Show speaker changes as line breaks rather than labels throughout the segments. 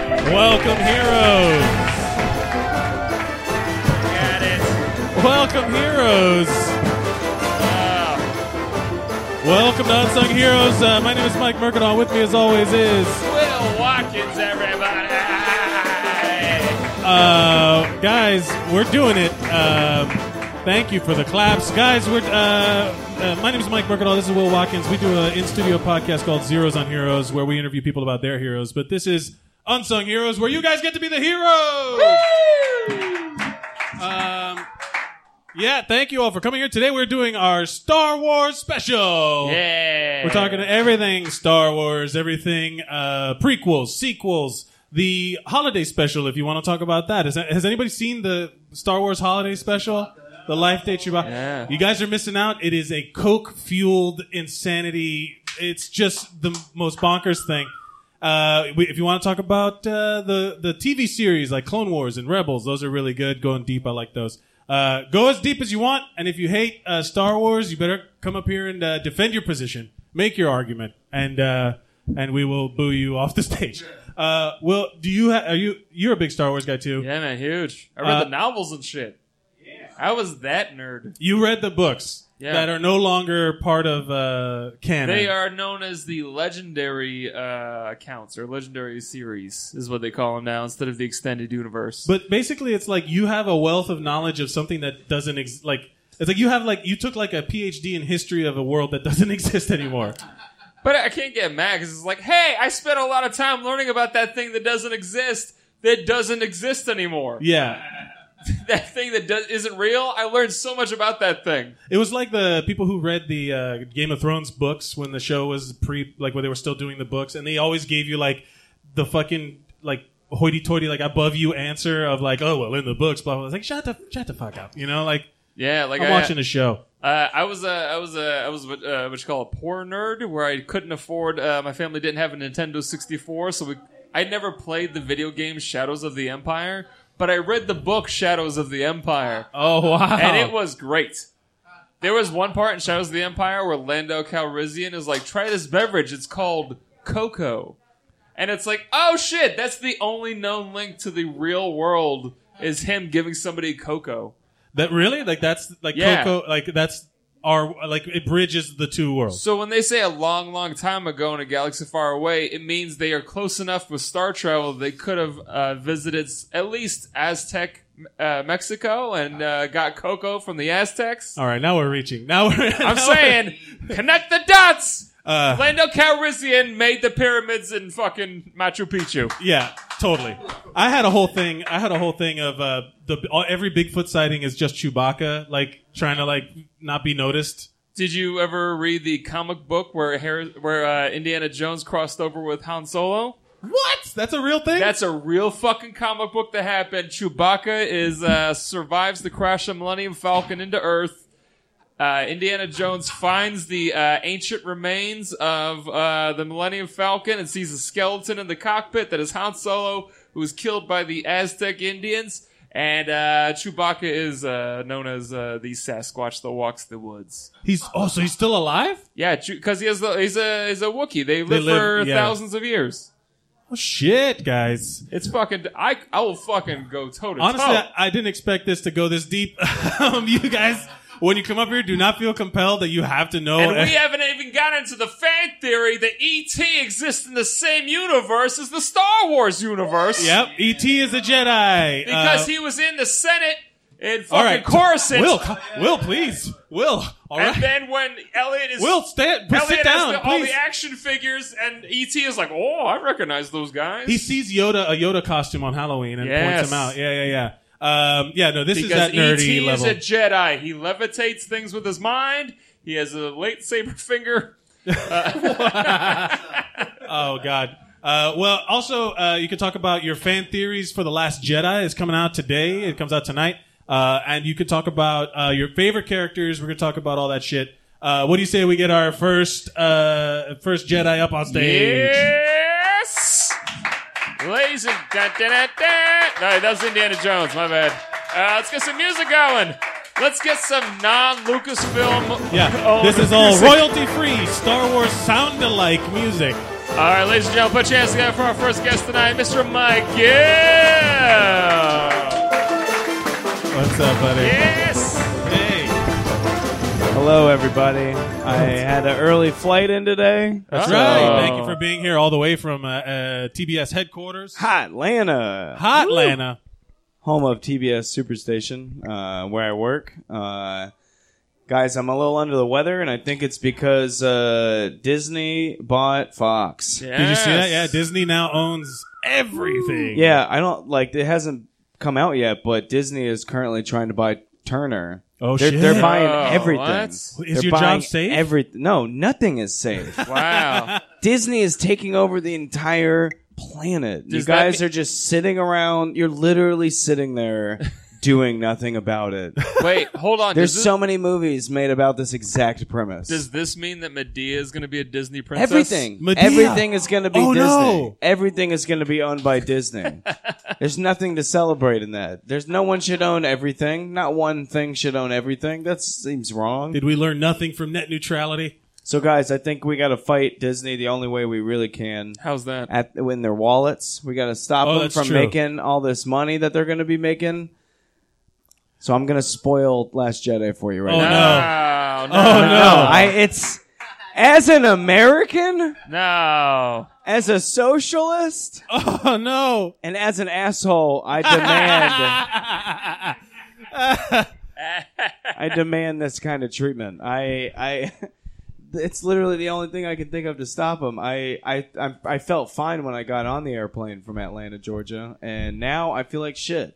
Welcome, heroes.
Got it.
Welcome, heroes. Welcome to Unsung Heroes. Uh, my name is Mike Mercadal. With me, as always, is
Will Watkins, everybody.
uh, guys. We're doing it. Um, thank you for the claps, guys. We're uh, uh, my name is Mike Mercadal. This is Will Watkins. We do an in-studio podcast called Zeros on Heroes, where we interview people about their heroes. But this is Unsung Heroes, where you guys get to be the heroes. Um, yeah, thank you all for coming here. Today we're doing our Star Wars special.
Yeah.
We're talking everything Star Wars, everything uh, prequels, sequels, the holiday special. If you want to talk about that, Is that has anybody seen the Star Wars holiday special? The Life Day Chewbacca.
Yeah.
You guys are missing out. It is a coke fueled insanity. It's just the most bonkers thing. Uh, we- if you want to talk about uh, the the TV series like Clone Wars and Rebels, those are really good. Going deep, I like those. Uh, go as deep as you want, and if you hate uh, Star Wars, you better come up here and uh, defend your position, make your argument, and uh, and we will boo you off the stage. Uh, Will, do you ha- are you you're a big Star Wars guy too?
Yeah, man, huge. I read
Uh,
the novels and shit. I was that nerd.
You read the books
Yeah.
that are no longer part of uh, canon.
They are known as the legendary uh, accounts or legendary series is what they call them now instead of the extended universe.
But basically, it's like you have a wealth of knowledge of something that doesn't ex- like. It's like you have like you took like a PhD in history of a world that doesn't exist anymore.
But I can't get mad because it's like, hey, I spent a lot of time learning about that thing that doesn't exist, that doesn't exist anymore.
Yeah,
That thing that does, isn't real. I learned so much about that thing.
it was like the people who read the uh, Game of Thrones books when the show was pre, like when they were still doing the books, and they always gave you like the fucking like hoity-toity, like above you answer of like, oh well, in the books, blah blah. It's like shut the shut the fuck up, you know? Like
Yeah, like
I'm
I,
watching a show.
Uh, I was a, I was a, I was what, uh, what you call a poor nerd, where I couldn't afford. Uh, my family didn't have a Nintendo 64, so we, I never played the video game Shadows of the Empire, but I read the book Shadows of the Empire,
Oh wow!
and it was great. There was one part in Shadows of the Empire where Lando Calrissian is like, "Try this beverage. It's called cocoa," and it's like, "Oh shit! That's the only known link to the real world is him giving somebody cocoa."
That really like that's like
Yeah.
Coco like that's our like it bridges the two worlds.
So when they say a long, long time ago in a galaxy far away, it means they are close enough with star travel they could have uh, visited s- at least Aztec uh, Mexico and uh, got cocoa from the Aztecs.
All right, now we're reaching. Now we're.
I'm
now we're-
saying, connect the dots.
Uh,
Lando Calrissian made the pyramids in fucking Machu Picchu.
yeah, totally. I had a whole thing. I had a whole thing of uh, the all, every Bigfoot sighting is just Chewbacca, like trying to like not be noticed.
Did you ever read the comic book where Harry, where uh, Indiana Jones crossed over with Han Solo?
What? That's a real thing.
That's a real fucking comic book that happened. Chewbacca is uh, survives the crash of Millennium Falcon into Earth. Uh, Indiana Jones finds the uh, ancient remains of uh, the Millennium Falcon and sees a skeleton in the cockpit that is Han Solo, who was killed by the Aztec Indians. And uh, Chewbacca is uh, known as uh, the Sasquatch that walks the woods.
he's oh, so he's still alive?
Yeah, because he has the, he's a he's a Wookiee. They live,
live-
for
yeah.
thousands of years.
Oh shit, guys.
It's fucking. I I will fucking go toe to toe.
Honestly, I, I didn't expect this to go this deep. um, you guys, when you come up here, do not feel compelled that you have to know.
And we haven't even gotten into the fan theory that ET exists in the same universe as the Star Wars universe.
yep, ET is a Jedi
Because
Uh,
he was in the Senate in fucking
All right,
Coruscant.
Will, co- Will, please, Will. All
and
right,
then when Elliot is
Will, stand,
Elliot
sit
has
down,
the- all
please.
the action figures, and ET is like, "Oh, I recognize those guys."
He sees Yoda a Yoda costume on Halloween and
Yes.
points him out. Yeah, yeah, yeah. Um, yeah, no, this is
because
that nerdy
ET
level.
is a Jedi. He levitates things with his mind. He has a lightsaber finger.
oh God. Uh, well, also uh, you can talk about your fan theories for the Last Jedi. It's coming out today. It comes out tonight, uh, and you can talk about uh, your favorite characters. We're gonna talk about all that shit. Uh, what do you say we get our first uh, first Jedi up on stage?
Yes! Ladies and da, da, da, da. No, that was Indiana Jones, my bad. Uh, let's get some music going. Let's get some non Lucasfilm.
Yeah, this is all royalty free Star Wars sound alike music.
All right, ladies and gentlemen, put your hands together for our first guest tonight, Mr. Mike Gill.
What's up, buddy?
Yes.
Hey,
Hello, everybody. I had an early flight in today.
that's
Oh.
right. Thank you for being here, all the way from uh, uh, TBS headquarters,
Hotlanta,
Hot Atlanta.
home of TBS Superstation, uh, where I work. Uh, guys, I'm a little under the weather, and I think it's because uh, Disney bought Fox. Yeah.
Did you see that? Yeah, Disney now owns everything.
I don't like it hasn't come out yet, but Disney is currently trying to buy Turner.
Oh,
they're,
shit.
They're buying
Oh,
everything.
what?
Is
Is your job safe?
Everything. No, nothing is safe.
Wow.
Disney is taking over the entire planet.
Does
you guys
that mean-
are just sitting around. You're literally sitting there doing nothing about it.
Wait, hold on.
There's
does, this,
so many movies made about this exact premise.
does this mean that Medea is going to be a Disney princess?
Everything,
Medea.
everything is going to be
Oh,
Disney.
no.
Everything is going to be owned by Disney. There's nothing to celebrate in that. There's no one should own everything. Not one thing should own everything. That seems wrong.
Did we learn nothing from net neutrality?
so, guys, I think we got to fight Disney the only way we really can.
How's that?
at in their wallets. We got to stop
Oh,
them
that's
from
true.
making all this money that they're going to be making. So I'm going to spoil Last Jedi for you right
Oh,
now.
no.
Oh,
No.
no.
I it's as an American,
No.
as a socialist,
Oh no!
and as an asshole, I demand I demand this kind of treatment. I I it's literally the only thing I can think of to stop them. I I I'm, I felt fine when I got on the airplane from Atlanta, Georgia, and now I feel like shit.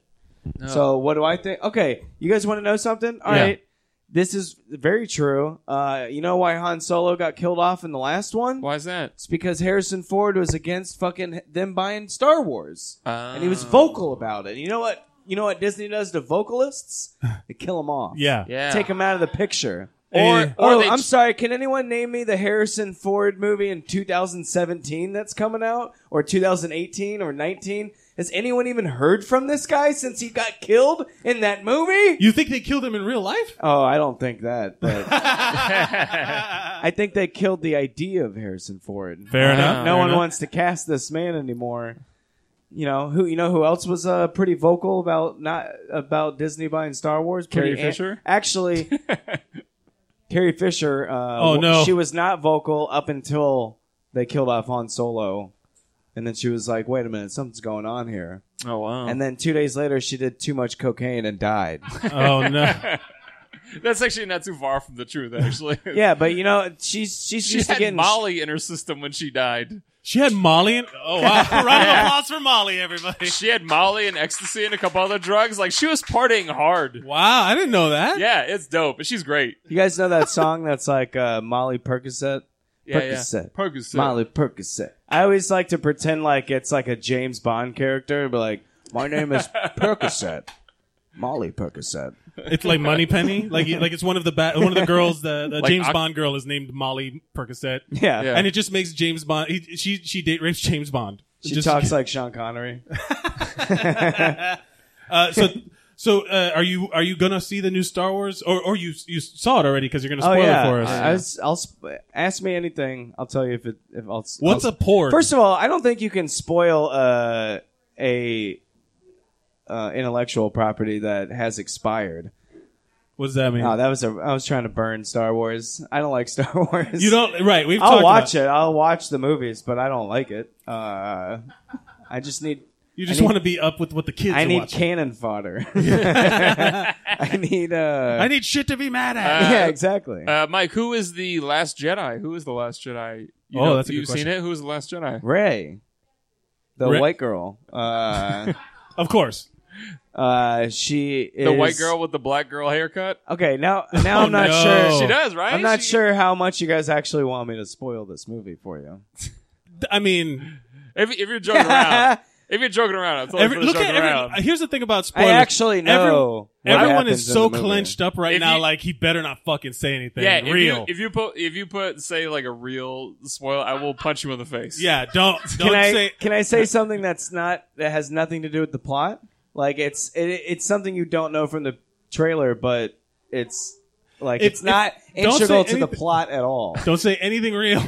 So what do I think? Okay, you guys want to know something? All right,
Yeah.
This is very true. Uh, you know why Han Solo got killed off in the last one?
Why is that?
It's because Harrison Ford was against fucking them buying Star Wars,
Uh,
and he was vocal about it. You know what? You know what Disney does to vocalists? They kill them off.
Yeah.
Yeah.
Take him out of the picture.
Eh.
Or, or
Or
they
I'm
ch-
sorry, can anyone name me the Harrison Ford movie in 2017 that's coming out, or 2018 or 19? Has anyone even heard from this guy since he got killed in that movie?
You think they killed him in real life?
Oh, I don't think that. But I think they killed the idea of Harrison Ford.
Fair
Wow.
enough.
no
Fair
one
enough.
wants to cast this man anymore. You know who? You know who else was uh, pretty vocal about not about Disney buying Star Wars?
Carrie
Pretty an-
Fisher?
actually, Carrie Fisher. Uh,
Oh,
w-
no.
she was not vocal up until they killed off Han Solo, and then she was like, "Wait a minute, something's going on here."
oh, wow.
And then two days later, she did too much cocaine and died.
Oh no!
That's actually not too far from the truth, actually.
yeah, but you know, she's she's
She
used to
had
getting
Molly in her system when she died.
She had Molly and oh wow! Round of applause for Molly, everybody!
She had Molly and ecstasy and a couple other drugs. Like, she was partying hard.
Wow, I didn't know that.
Yeah, it's dope. But she's great.
You guys know that song that's like uh, Molly Percocet.
Yeah, yeah.
Percocet.
Percocet.
Molly Percocet. I always like to pretend like it's like a James Bond character, but like, my name is Percocet. Molly Percocet.
It's like Money Penny, like like it's one of the ba- one of the girls, the, the
Like
James
Oc-
Bond girl is named Molly Percocet,
Yeah.
Yeah.
and it just makes James Bond. He, she she date rapes James Bond.
She
Just-
talks like Sean Connery.
Uh, so so uh, are you are you gonna see the new Star Wars or or you you saw it already because you're gonna spoil
oh, yeah.
it for us?
I, I was- I'll sp- ask me anything. I'll tell you if it. If I'll,
What's a porg?
First of all, I don't think you can spoil uh, a uh, intellectual property that has expired.
what does that mean?
Oh, that was a. I was trying to burn Star Wars. I don't like Star Wars.
you don't right? We've
I'll
talked
watch
about,
it. I'll watch the movies, but I don't like it. Uh, I just need.
You just
I need-
want to be up with what the kids.
I
are
need
watching.
cannon fodder. I need. Uh,
I need shit to be mad at.
yeah, exactly.
Uh, Mike, who is the Last Jedi? Who is the Last Jedi? You
Oh, that's a good
you've seen
question.
it. Who is the Last Jedi?
Ray, the
Ray-
white girl. Uh,
of course.
uh, she is
The white girl with the black girl haircut.
Okay, now now
Oh,
I'm not
no.
sure.
She
She does, right?
I'm not
She-
sure how much you guys actually want me to spoil this movie for you.
I mean,
If, if you're joking around, if you're joking around, I'm totally
Every-
for the
look
joking
at every,
around.
uh, here's the thing about
I
spoilers.
actually know. what
Every, everyone
happens
is
in
so
the movie.
clenched up right
If
now,
you-
like he better not fucking say anything
yeah, if
real.
you if you put if you put say like a real spoiler, I will punch you in the face.
yeah, don't don't
Can I
say.
can I say something that's not that has nothing to do with the plot? Like it's it, it's something you don't know from the trailer, but it's like
If-
it's not
if- don't
integral
say
to the
anything-
plot at all.
Don't say anything real.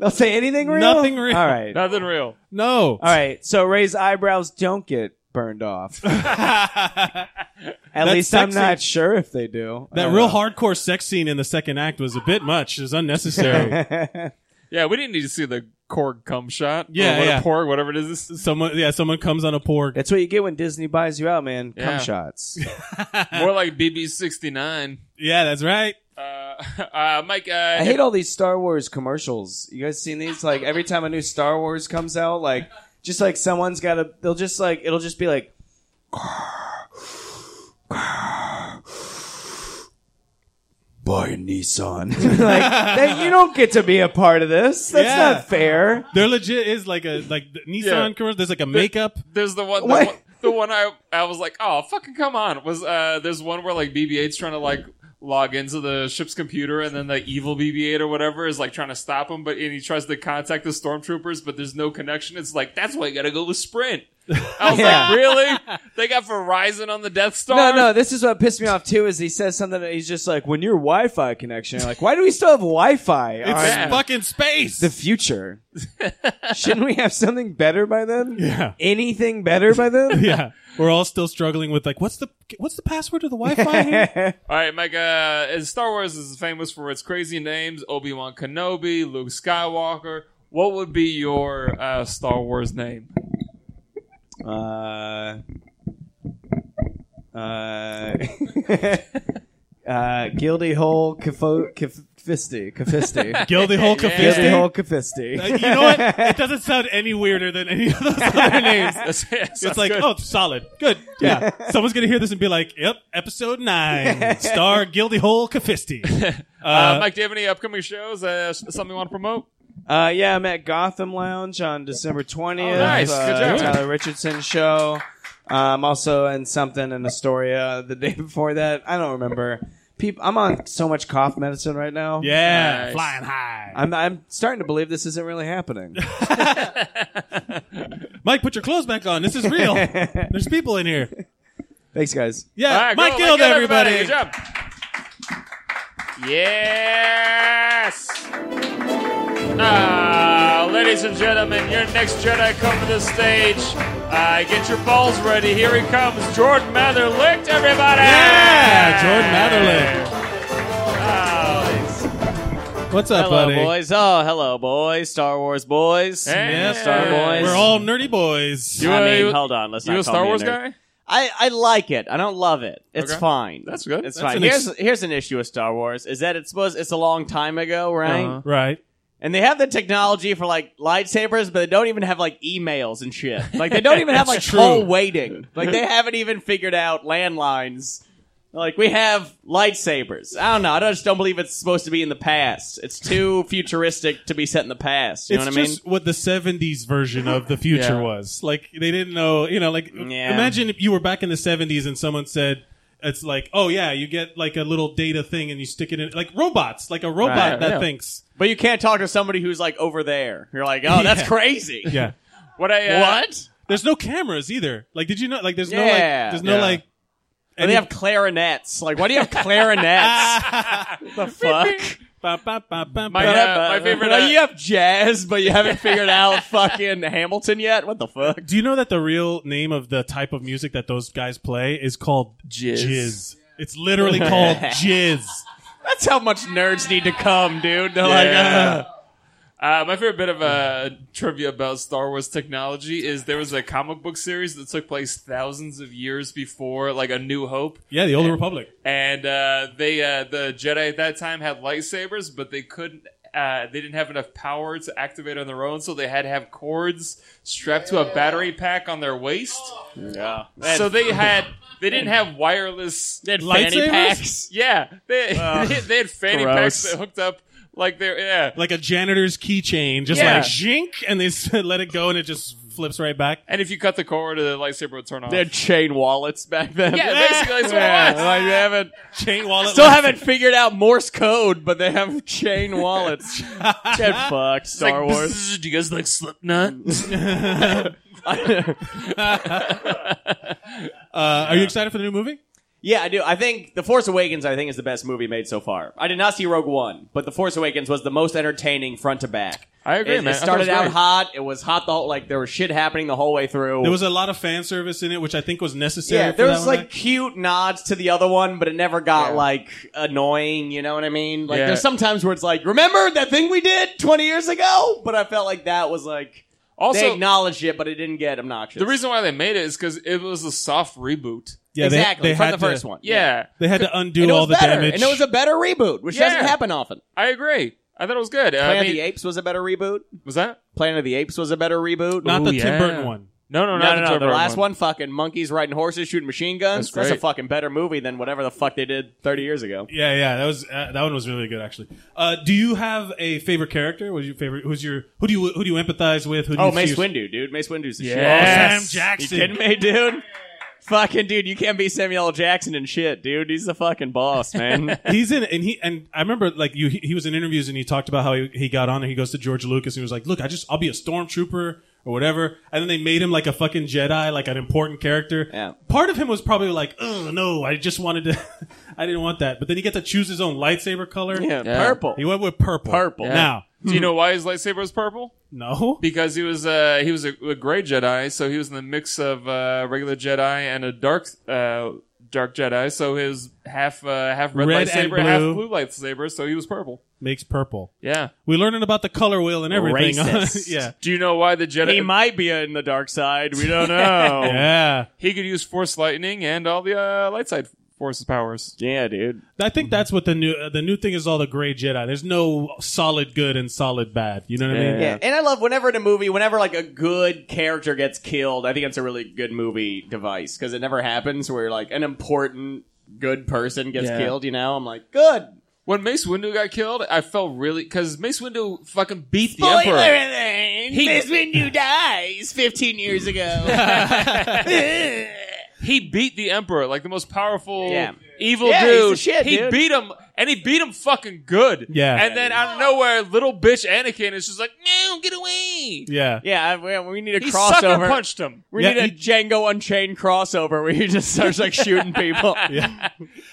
They'll say anything real.
Nothing real.
All right. All
Nothing real.
No.
right. So Ray's eyebrows don't get burned off. At
That's
least I'm
sexy.
not sure if they do.
That real hardcore sex scene in the second act was a bit much. It was unnecessary.
hard.
Yeah, we didn't need to see the Korg cum shot.
Yeah,
or what
yeah.
a Porg, whatever it is.
someone, yeah, someone comes on a porg.
That's what you get when Disney buys you out, man. Cum
Yeah.
shots.
More like BB sixty nine.
Yeah, that's right.
Uh, uh, Mike. Uh,
I hate all these Star Wars commercials. You guys seen these? Like every time a new Star Wars comes out, like just like someone's got to. They'll just like it'll just be like. Buy Nissan. like that, you don't get to be a part of this. That's
Yeah.
not fair.
There legit is like a like the Nissan
Yeah.
commercial. There's like a makeup.
There's the one. The
What?
one the one I I was like, oh fucking come on. Was uh there's one where like BB-8's trying to like log into the ship's computer and then the evil BB-8 or whatever is like trying to stop him, but and he tries to contact the stormtroopers, but there's no connection. It's like that's why you gotta go with Sprint. I was
Yeah.
like, really? They got Verizon on the Death Star?
No, no. This is what pissed me off too. Is he says something? that He's just like, when your Wi-Fi connection. Like, why do we still have Wi-Fi?
It's
on-
yeah.
fucking space.
the future. Shouldn't we have something better by then?
Yeah.
Anything better by then?
yeah, we're all still struggling with like what's the what's the password to the Wi-Fi? here?
All right, Mike. Uh, as Star Wars is famous for its crazy names: Obi Wan Kenobi, Luke Skywalker. What would be your uh, Star Wars name?
uh, uh, uh, Guilty Hole Cafo- Caf- Fisty. Cafisty.
Gildy Hole
Fisty?
Guilty
Cafisty.
Hole
Uh,
Cafisty.
you know what? It doesn't sound any weirder than any of those other names.
That's- that's
It's like,
good.
oh, solid, good, yeah. Someone's gonna hear this and be like, "Yep, episode nine, star Gildy Hole Cafisti."
Uh,
Uh,
Mike, do you have any upcoming shows? Uh, s- something you want to promote?
Uh, yeah, I'm at Gotham Lounge on December 20th.
Oh, nice.
Uh,
Good job.
Tyler Richardson show. Um, also in something in Astoria the day before that. I don't remember. Peop- I'm on so much cough medicine right now.
yeah,
Nice.
flying high.
I'm, I'm starting to believe this isn't really happening.
Mike, put your clothes back on. This is real. There's people in here.
Thanks, guys.
Yeah,
All right,
Mike
cool.
Guild,
Mike Gild,
everybody.
Good job. Yes. Ah, ladies and gentlemen, your next Jedi come to the stage. Uh, get your balls ready. Here he comes, Jordan Matherlicht, everybody.
Yeah, Uh, Jordan Matherlicht.
Oh,
What's up,
Hello,
buddy?
boys. Oh, hello, boys. Star Wars boys.
Hey.
Yeah,
Star Boys.
We're all nerdy boys.
You
I
a-
mean,
you-
hold on. Let's
you
not
a
call
Star
me
Wars
nerd.
guy?
I, I like it. I don't love it. It's
Okay.
fine.
That's good.
It's
That's
fine.
an ex-
here's here's an issue with Star Wars is that it's supposed it's a long time ago, right?
Uh-huh.
Right.
And they have the technology for like lightsabers, but they don't even have like emails and shit. Like they don't even have like
That's
call
true.
waiting. Like they haven't even figured out landlines. Like we have lightsabers. I don't know. I just don't believe it's supposed to be in the past. It's too futuristic to be set in the past. You
it's
know what I mean?
just what the '70s version of the future
Yeah.
was. Like they didn't know, you know. Like
Yeah.
imagine if you were back in the '70s and someone said, "It's like, oh yeah, you get like a little data thing and you stick it in, like robots, like a robot
Right,
that
yeah.
thinks."
But you can't talk to somebody who's like over there. You're like, oh, that's
Yeah.
crazy.
Yeah.
What I uh,
What?
There's no cameras either. Like, did you know? Like, there's no like,
Yeah.
there's no
Yeah.
like.
And they have clarinets. Like, why do you have clarinets? the fuck?
Ba, ba, ba, ba,
My,
ba.
uh, my favorite, uh,
Like, you have jazz, but you haven't figured out fucking Hamilton yet. What the fuck?
Do you know that the real name of the type of music that those guys play is called
Jizz.
jizz. It's literally called jizz.
That's how much nerds need to come, dude. They're
Yeah.
like, uh,
Uh, my favorite bit of uh, trivia about Star Wars technology is there was a comic book series that took place thousands of years before, like A New Hope,
Yeah, the Old Republic.
and uh, they uh, the Jedi at that time had lightsabers, but they couldn't. Uh, they didn't have enough power to activate on their own, so they had to have cords strapped to a battery pack on their waist.
yeah.
So they had they didn't have wireless
they had fanny
Lightsabers?
packs.
yeah, they, they, they had fanny packs
gross.
that hooked up like they're yeah.
like a janitor's keychain, just
Yeah.
like zink, and they s- let it go, and it just flips right back.
And if you cut the cord, the lightsaber would turn off.
They had chain wallets back then.
Yeah, basically, that's what it
Yeah,
was.
Like, they haven't,
Chain wallet.
still haven't figured out Morse code, but they have chain wallets. Get fucked, Star
like,
Wars.
"Bzzz, Do you guys like Slipknot?
Uh, Are you excited for the new movie?
Yeah, I do. I think The Force Awakens, I think, is the best movie made so far. I did not see Rogue One, but The Force Awakens was the most entertaining front to back.
I agree,
It,
man.
it
I thought
started
was
out
great.
hot. It was hot the whole like there was shit happening the whole way through.
There was a lot of fan service in it, which I think was necessary.
yeah,
for
there
that
was
one,
like
right?
cute nods to the other one, but it never got
Yeah.
like annoying. You know what I mean? Like
Yeah.
there's sometimes where it's like, remember that thing we did 20 years ago? But I felt like that was like they
Also,
acknowledged it, but it didn't get obnoxious.
the reason why they made it is because it was a soft reboot.
yeah, they-
exactly
they,
from
had
the first
to,
one.
Yeah,
They had to
And
undo
it was
all the
better,
damage.
and it was a better reboot, which
Yeah.
doesn't happen often.
I agree. I thought it was good. Uh, I
Planet
mean,
of the Apes was a better reboot.
was that?
Planet of the Apes was a better reboot.
not
Ooh,
the
yeah.
Tim Burton one.
No,
no,
no,
no,
not the
no.
Joe
The
Burrow
last one, fucking monkeys riding horses, shooting machine guns.
That's
That's, a
great.
fucking better movie than whatever the fuck they did 30 years ago.
Yeah, yeah, that was uh, that one was really good actually. Uh, do you have a favorite character? Was your favorite? Who's your who do you who do you empathize with? Who do
Oh,
you
Mace
see-
Windu, dude. Mace Windu's the
Yeah.
shit.
Sam
Yes.
Jackson.
You kidding me, dude? Fucking dude, you can't be Samuel L. Jackson and shit, dude. He's the fucking boss, man.
He's in and he and I remember like you he, he was in interviews and he talked about how he, he got on and he goes to George Lucas and he was like, "Look, I just I'll be a stormtrooper or whatever." And then they made him like a fucking Jedi, like an important character.
Yeah.
Part of him was probably like, "Oh, no, I just wanted to I didn't want that." But then he got to choose his own lightsaber color.
yeah,
Yeah.
purple.
He went with purple.
Purple.
Yeah.
Now,
Do you know why his lightsaber was purple?
no.
Because he was uh, he was a, a gray Jedi, so he was in the mix of uh, regular Jedi and a dark uh, dark Jedi. So his half uh, half red,
Red and
lightsaber, half
blue.
blue lightsaber. So he was purple.
Makes purple.
Yeah.
We're learning about the color wheel and everything.
Racist.
yeah.
Do you know why the Jedi?
He might be in the dark side. We don't know. yeah.
Yeah.
he could use force lightning and all the uh, light side forces powers.
dude.
I think that's what the new uh, the new thing is all the gray Jedi. There's no solid good and solid bad. You know what I mean?
Yeah. and I love whenever in a movie, whenever like a good character gets killed, I think it's a really good movie device because it never happens where like an important good person gets
Yeah.
killed. You know, I'm like, good.
When Mace Windu got killed, I felt really because Mace Windu fucking beat the
Spoiler
Emperor.
alert!
He-
Mace Windu dies 15 years ago.
He beat the Emperor, like the most powerful
Yeah.
evil
Yeah, he's
dude.
the shit,
he
dude.
beat him, and he beat him fucking good.
Yeah.
And then out of nowhere, little bitch Anakin is just like, "No, get away!"
Yeah.
yeah, we, we need a
He sucker
crossover.
punched him.
We
Yeah,
need a
he-
Django Unchained crossover where he just starts like shooting people.
Yeah.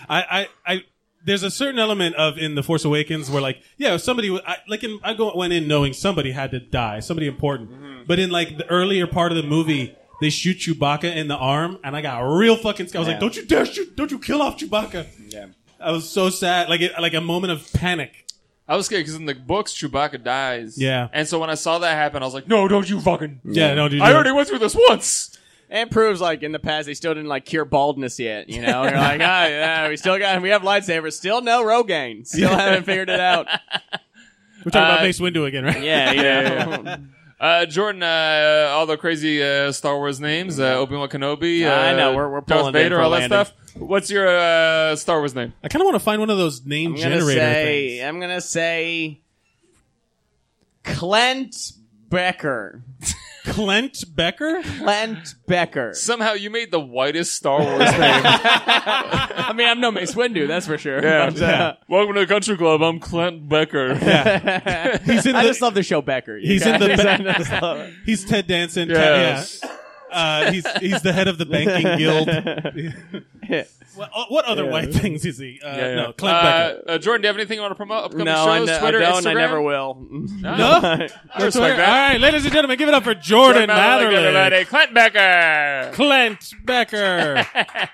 I, I, I, there's a certain element of in the Force Awakens where like, yeah, if somebody w- I, like in, I go, went in knowing somebody had to die, somebody important.
Mm-hmm.
But in like the earlier part of the movie, they shoot Chewbacca in the arm, and I got real fucking. scared. I was
Yeah.
like, don't you dare shoot! Don't you kill off Chewbacca!
Yeah.
I was so sad, like it, like a moment of panic.
I was scared because in the books, Chewbacca dies.
Yeah.
And so when I saw that happen, I was like, "No, don't you fucking!"
Yeah, no, dude.
I
no.
already went through this once.
And it proves like in the past they still didn't like cure baldness yet, you know? You're like, ah, yeah, we still got we have lightsabers, still no Rogaine, still haven't figured it out.
We're talking
uh,
about Mace Windu again, right?
Yeah, yeah.
Uh, Jordan, uh, all the crazy uh, Star Wars names, uh, Obi Wan Kenobi. Uh,
I know, we're- we're
Darth
pulling in
Vader,
for
all that
landing.
stuff. What's your uh, Star Wars name?
I kind of want to find one of those name
I'm gonna
generator
say
things.
I'm gonna say Clint Becker.
Clint Becker.
Clint Becker.
Somehow you made the whitest Star Wars name.
I mean I'm no Mace Windu, that's for sure. But, uh,
yeah. Welcome to the Country Club. I'm Clint Becker.
He's in
I
the-
just love the show Becker. you
He's in
guys.
the-
I just love it.
He's Ted Danson. Ted-
Yes.
yeah. Uh, he's he's the head of the banking guild. what, uh, what other white things is he? Uh,
Yeah, yeah.
No, Clint
uh,
Becker.
uh, Jordan, do you have anything you want to promote? Upcoming
No, I
shows,
ne- I
Twitter,
don't.
Instagram?
I never will.
No,
I respect
All
that.
right, ladies and gentlemen, give it up for Jordan Matherly.
everybody. Clint Becker.
Clint Becker.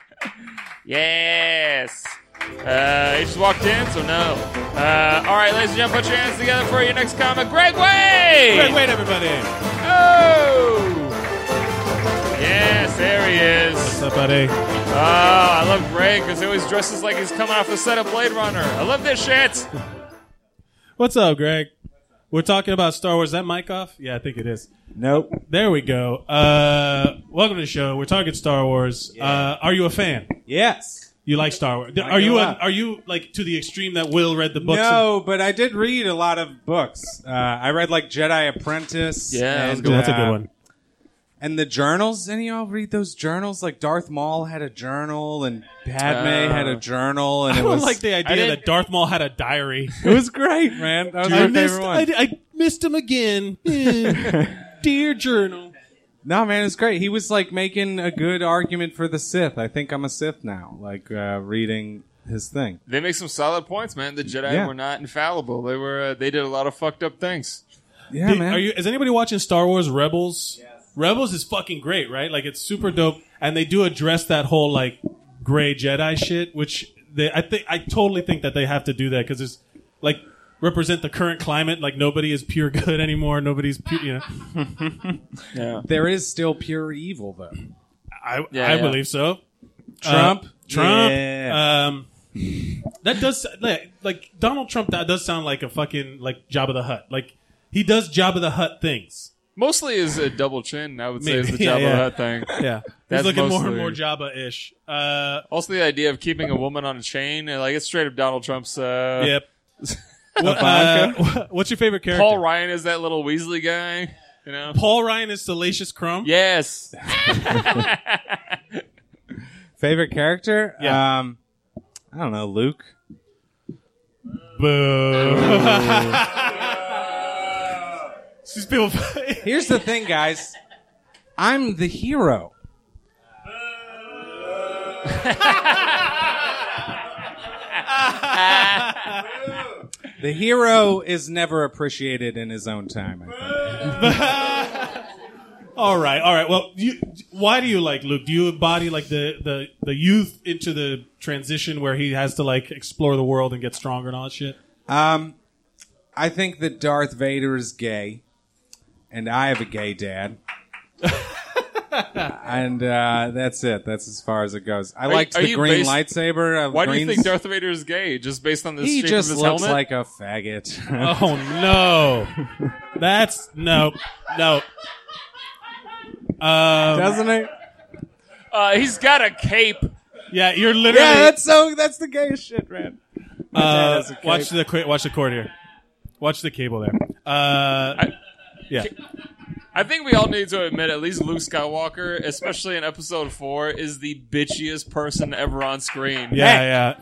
Yes. Uh, he just walked in, so no. Uh, all right, ladies and gentlemen, put your hands together for your next comic, Greg Way.
wait, wait, everybody.
Oh! Yes, there he is.
What's up, buddy?
Oh, I love Greg because he always dresses like he's coming off the set of Blade Runner. I love this shit.
What's up, Greg? We're talking about Star Wars. Is that mic off? Yeah, I think it is.
Nope.
There we go. Uh, welcome to the show. We're talking Star Wars. Uh, are you a fan?
Yes.
You like Star Wars?
I
Are
do
you an,
not.
are you like to the extreme that Will read the books?
no, but I did read a lot of books. Uh, I read like Jedi Apprentice.
Yeah, that was
and,
and- Ooh, that's a good
uh,
one.
And the journals. Any of y'all read those journals? Like Darth Maul had a journal, and Padme
Uh,
had a journal, and
I
it
don't
was
like the idea that Darth Maul had a diary.
it was great, man. That was
I
my
missed,
favorite
I,
one.
I missed him again. Eh. Dear journal.
No, man, it's great. He was like making a good argument for the Sith. I think I'm a Sith now. Like uh, reading his thing.
They make some solid points, man. The Jedi
Yeah.
were not infallible. They were. Uh, they did a lot of fucked up things.
Yeah,
Did-
man.
Are you? Is anybody watching Star Wars Rebels? Rebels is fucking great, right? Like it's super dope, and they do address that whole like gray Jedi shit, which they I think I totally think that they have to do that because it's like represent the current climate. Like nobody is pure good anymore. Nobody's pure. You know,
there is still pure evil though.
I
Yeah,
I
yeah.
believe so.
Trump?
Uh, Trump.
Yeah.
Um, that does like, like Donald Trump. That does sound like a fucking like Jabba the Hutt. Like he does Jabba the Hutt things.
Mostly is a double chin. I would say is the
Maybe. Yeah,
Jabba
yeah.
the Hutt thing.
Yeah,
That's
he's looking more and
mostly-
more Jabba ish. Uh,
Also, the idea of keeping a woman on a chain, uh, like it's straight up Donald Trump's. Uh,
yep. What, uh, what's your favorite character?
Paul Ryan is that little Weasley guy. You know.
Paul Ryan is Salacious Crumb.
Yes.
Favorite character?
Yeah.
Um, I don't know, Luke.
Boo. These people.
Here's the thing, guys. I'm the hero. the hero is never appreciated in his own time. I think.
all right, all right. Well, you, why do you like Luke? Do you embody like the, the the youth into the transition where he has to like explore the world and get stronger and all that shit?
Um, I think that Darth Vader is gay, and I have a gay dad. and uh, that's it. That's as far as it goes. I liked
are
the
you
green
based-
lightsaber. Of
Why do
green
you think Darth Vader is gay? Just based on the
He
shape
just
of
looks
his helmet?
like a faggot.
Oh no, that's no, no. Um,
Doesn't it?
uh, he's got a cape.
yeah, you're literally.
Yeah, that's so. That's the gayest shit, man.
Uh,
has a cape.
watch the qu- watch the cord here. Watch the cable there. Uh, yeah,
I think we all need to admit at least Luke Skywalker, especially in episode four, is the bitchiest person ever on screen.
yeah,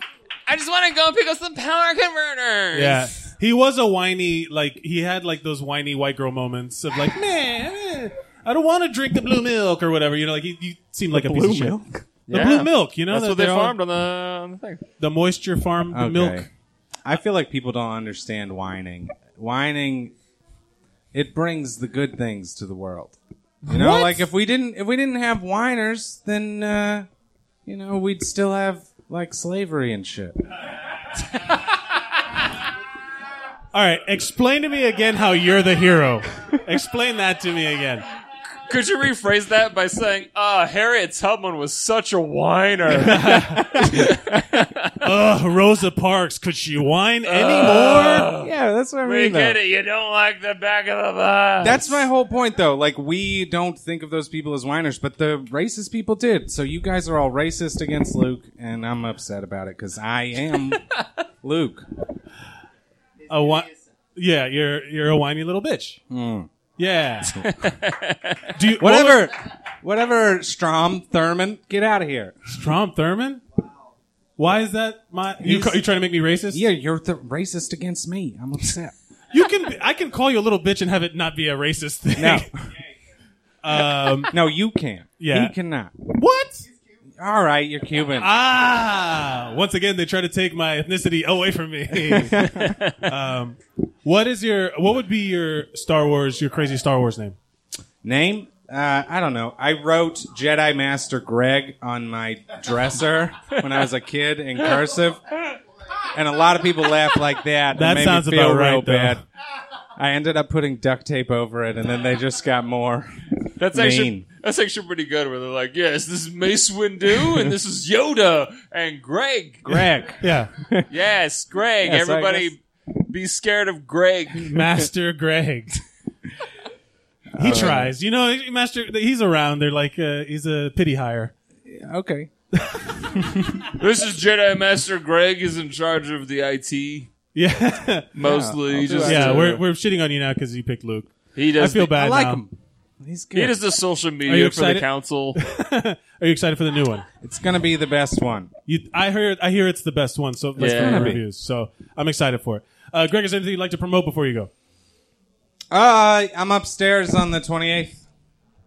I just want to go pick up some power converters.
yeah, yeah. He was a whiny, like he had like those whiny white girl moments of like, man, I don't want to drink the blue milk or whatever. You know, like he, he seemed like a piece of shit. The
Yeah.
blue milk, you know,
That's
that
what they
they're all-
farmed on the, on the thing.
the moisture farm, the
Okay.
milk.
I feel like people don't understand whining. Whining, it brings the good things to the world. You know,
What?
like if we didn't if we didn't have whiners, then uh, you know we'd still have like slavery and shit.
All right, explain to me again how you're the hero. explain that to me again.
Could you rephrase that by saying, uh, Harriet Tubman was such a whiner?
Ugh, Rosa Parks, could she whine
Uh.
anymore?
Yeah, that's what I
we
mean.
get
though.
it. You don't like the back of the bus.
That's my whole point, though. Like we don't think of those people as whiners, but the racist people did. So you guys are all racist against Luke, and I'm upset about it because I am Luke.
a whi- yeah, you're you're a whiny little bitch. Yeah. Do you,
Hmm. Whatever, whatever, Strom Thurmond, get out of here.
Strom Thurmond? Why is that my? You,
He's-
ca- you trying to make me racist?
Yeah, you're the racist against me. I'm upset.
You can. I can call you a little bitch and have it not be a racist thing.
No,
Um,
no, you can't.
Yeah.
he cannot.
what?
All right, you're Cuban.
Ah! Once again, they try to take my ethnicity away from me. um, what is your? What would be your Star Wars? Your crazy Star Wars name?
Name? Uh, I don't know. I wrote Jedi Master Greg on my dresser when I was a kid in cursive, and a lot of people laughed like that. It
That
made
sounds
me feel
about
real
right, though.
bad. I ended up putting duct tape over it, and then they just got more.
That's actually
Mean.
that's actually pretty good. Where they're like, "Yes, this is Mace Windu, and this is Yoda and Greg."
Greg.
Yeah,
Yes, Greg.
Yes, I
Everybody, be scared of Greg.
Master Greg. He tries. You know, Master. He's around. They're like uh, he's a pity hire.
Okay.
this is Jedi Master Greg. Is in charge of the IT
Yeah,
mostly. just
yeah.
uh,
We're we're shitting on you now because you picked Luke.
he
I
does.
feel
the,
bad.
I like
now.
him. He's
He
good.
does the social
Are you
media for the
excited?
council.
Are you excited for the new one?
It's gonna be the best one.
You, I heard. I hear it's the best one. So let's
Yeah.
yeah.
Gotta be.
reviews. So I'm excited for it. Uh, Greg, is there anything you'd like to promote before you go?
Uh, I'm upstairs on the 28th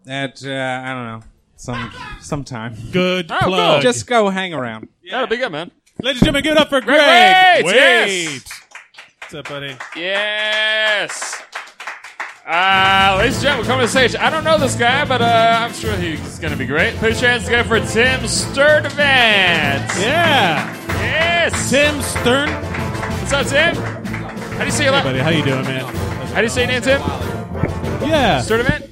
at uh, I don't know some sometime.
Good
Oh,
plug.
cool.
Just go hang around.
That'll be good, man.
ladies and gentlemen, give it up for Greg.
Waits,
Wait.
yes.
What's up, buddy?
Yes. Uh, ladies and gentlemen, we're coming to the stage. I don't know this guy, but uh, I'm sure he's going to be great. Put your hands together for Tim Sturdivant.
Yeah,
Yes.
Tim Stern. Hey,
What's up, Tim? How do you say your last?
buddy, how you doing, man?
How do you say your name, Tim?
Yeah,
Sturdivant.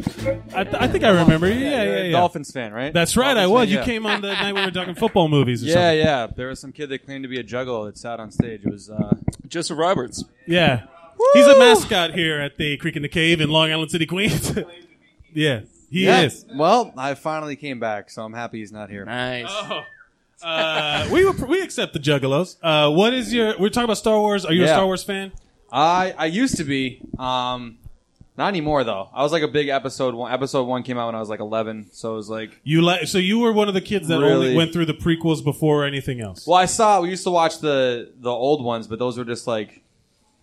I, th- I think I remember. you. Yeah,
You're
yeah,
a
yeah.
Dolphins fan, right?
That's right, I
Dolphins
was.
fan,
You
yeah.
came on the night we were talking football movies or
Yeah,
something.
yeah. There was some kid that claimed to be a juggalo that sat on stage. It was uh,
Joseph Roberts.
Yeah. He's a mascot here at the Creek in the Cave in Long Island City, Queens. yeah, he
yeah.
is.
Well, I finally came back, so I'm happy he's not here.
Nice.
Oh. Uh, we were- we accept the Juggalos. Uh, what is your? We're talking about Star Wars. Are you a
Yeah.
Star Wars fan?
I I used to be, um, not anymore though. I was like a big episode one. Episode one came out when I was like 11, so it was like
You like? So you were one of the kids that only
Really?
went through the prequels before anything else.
Well, I saw we used to watch the the old ones, but those were just like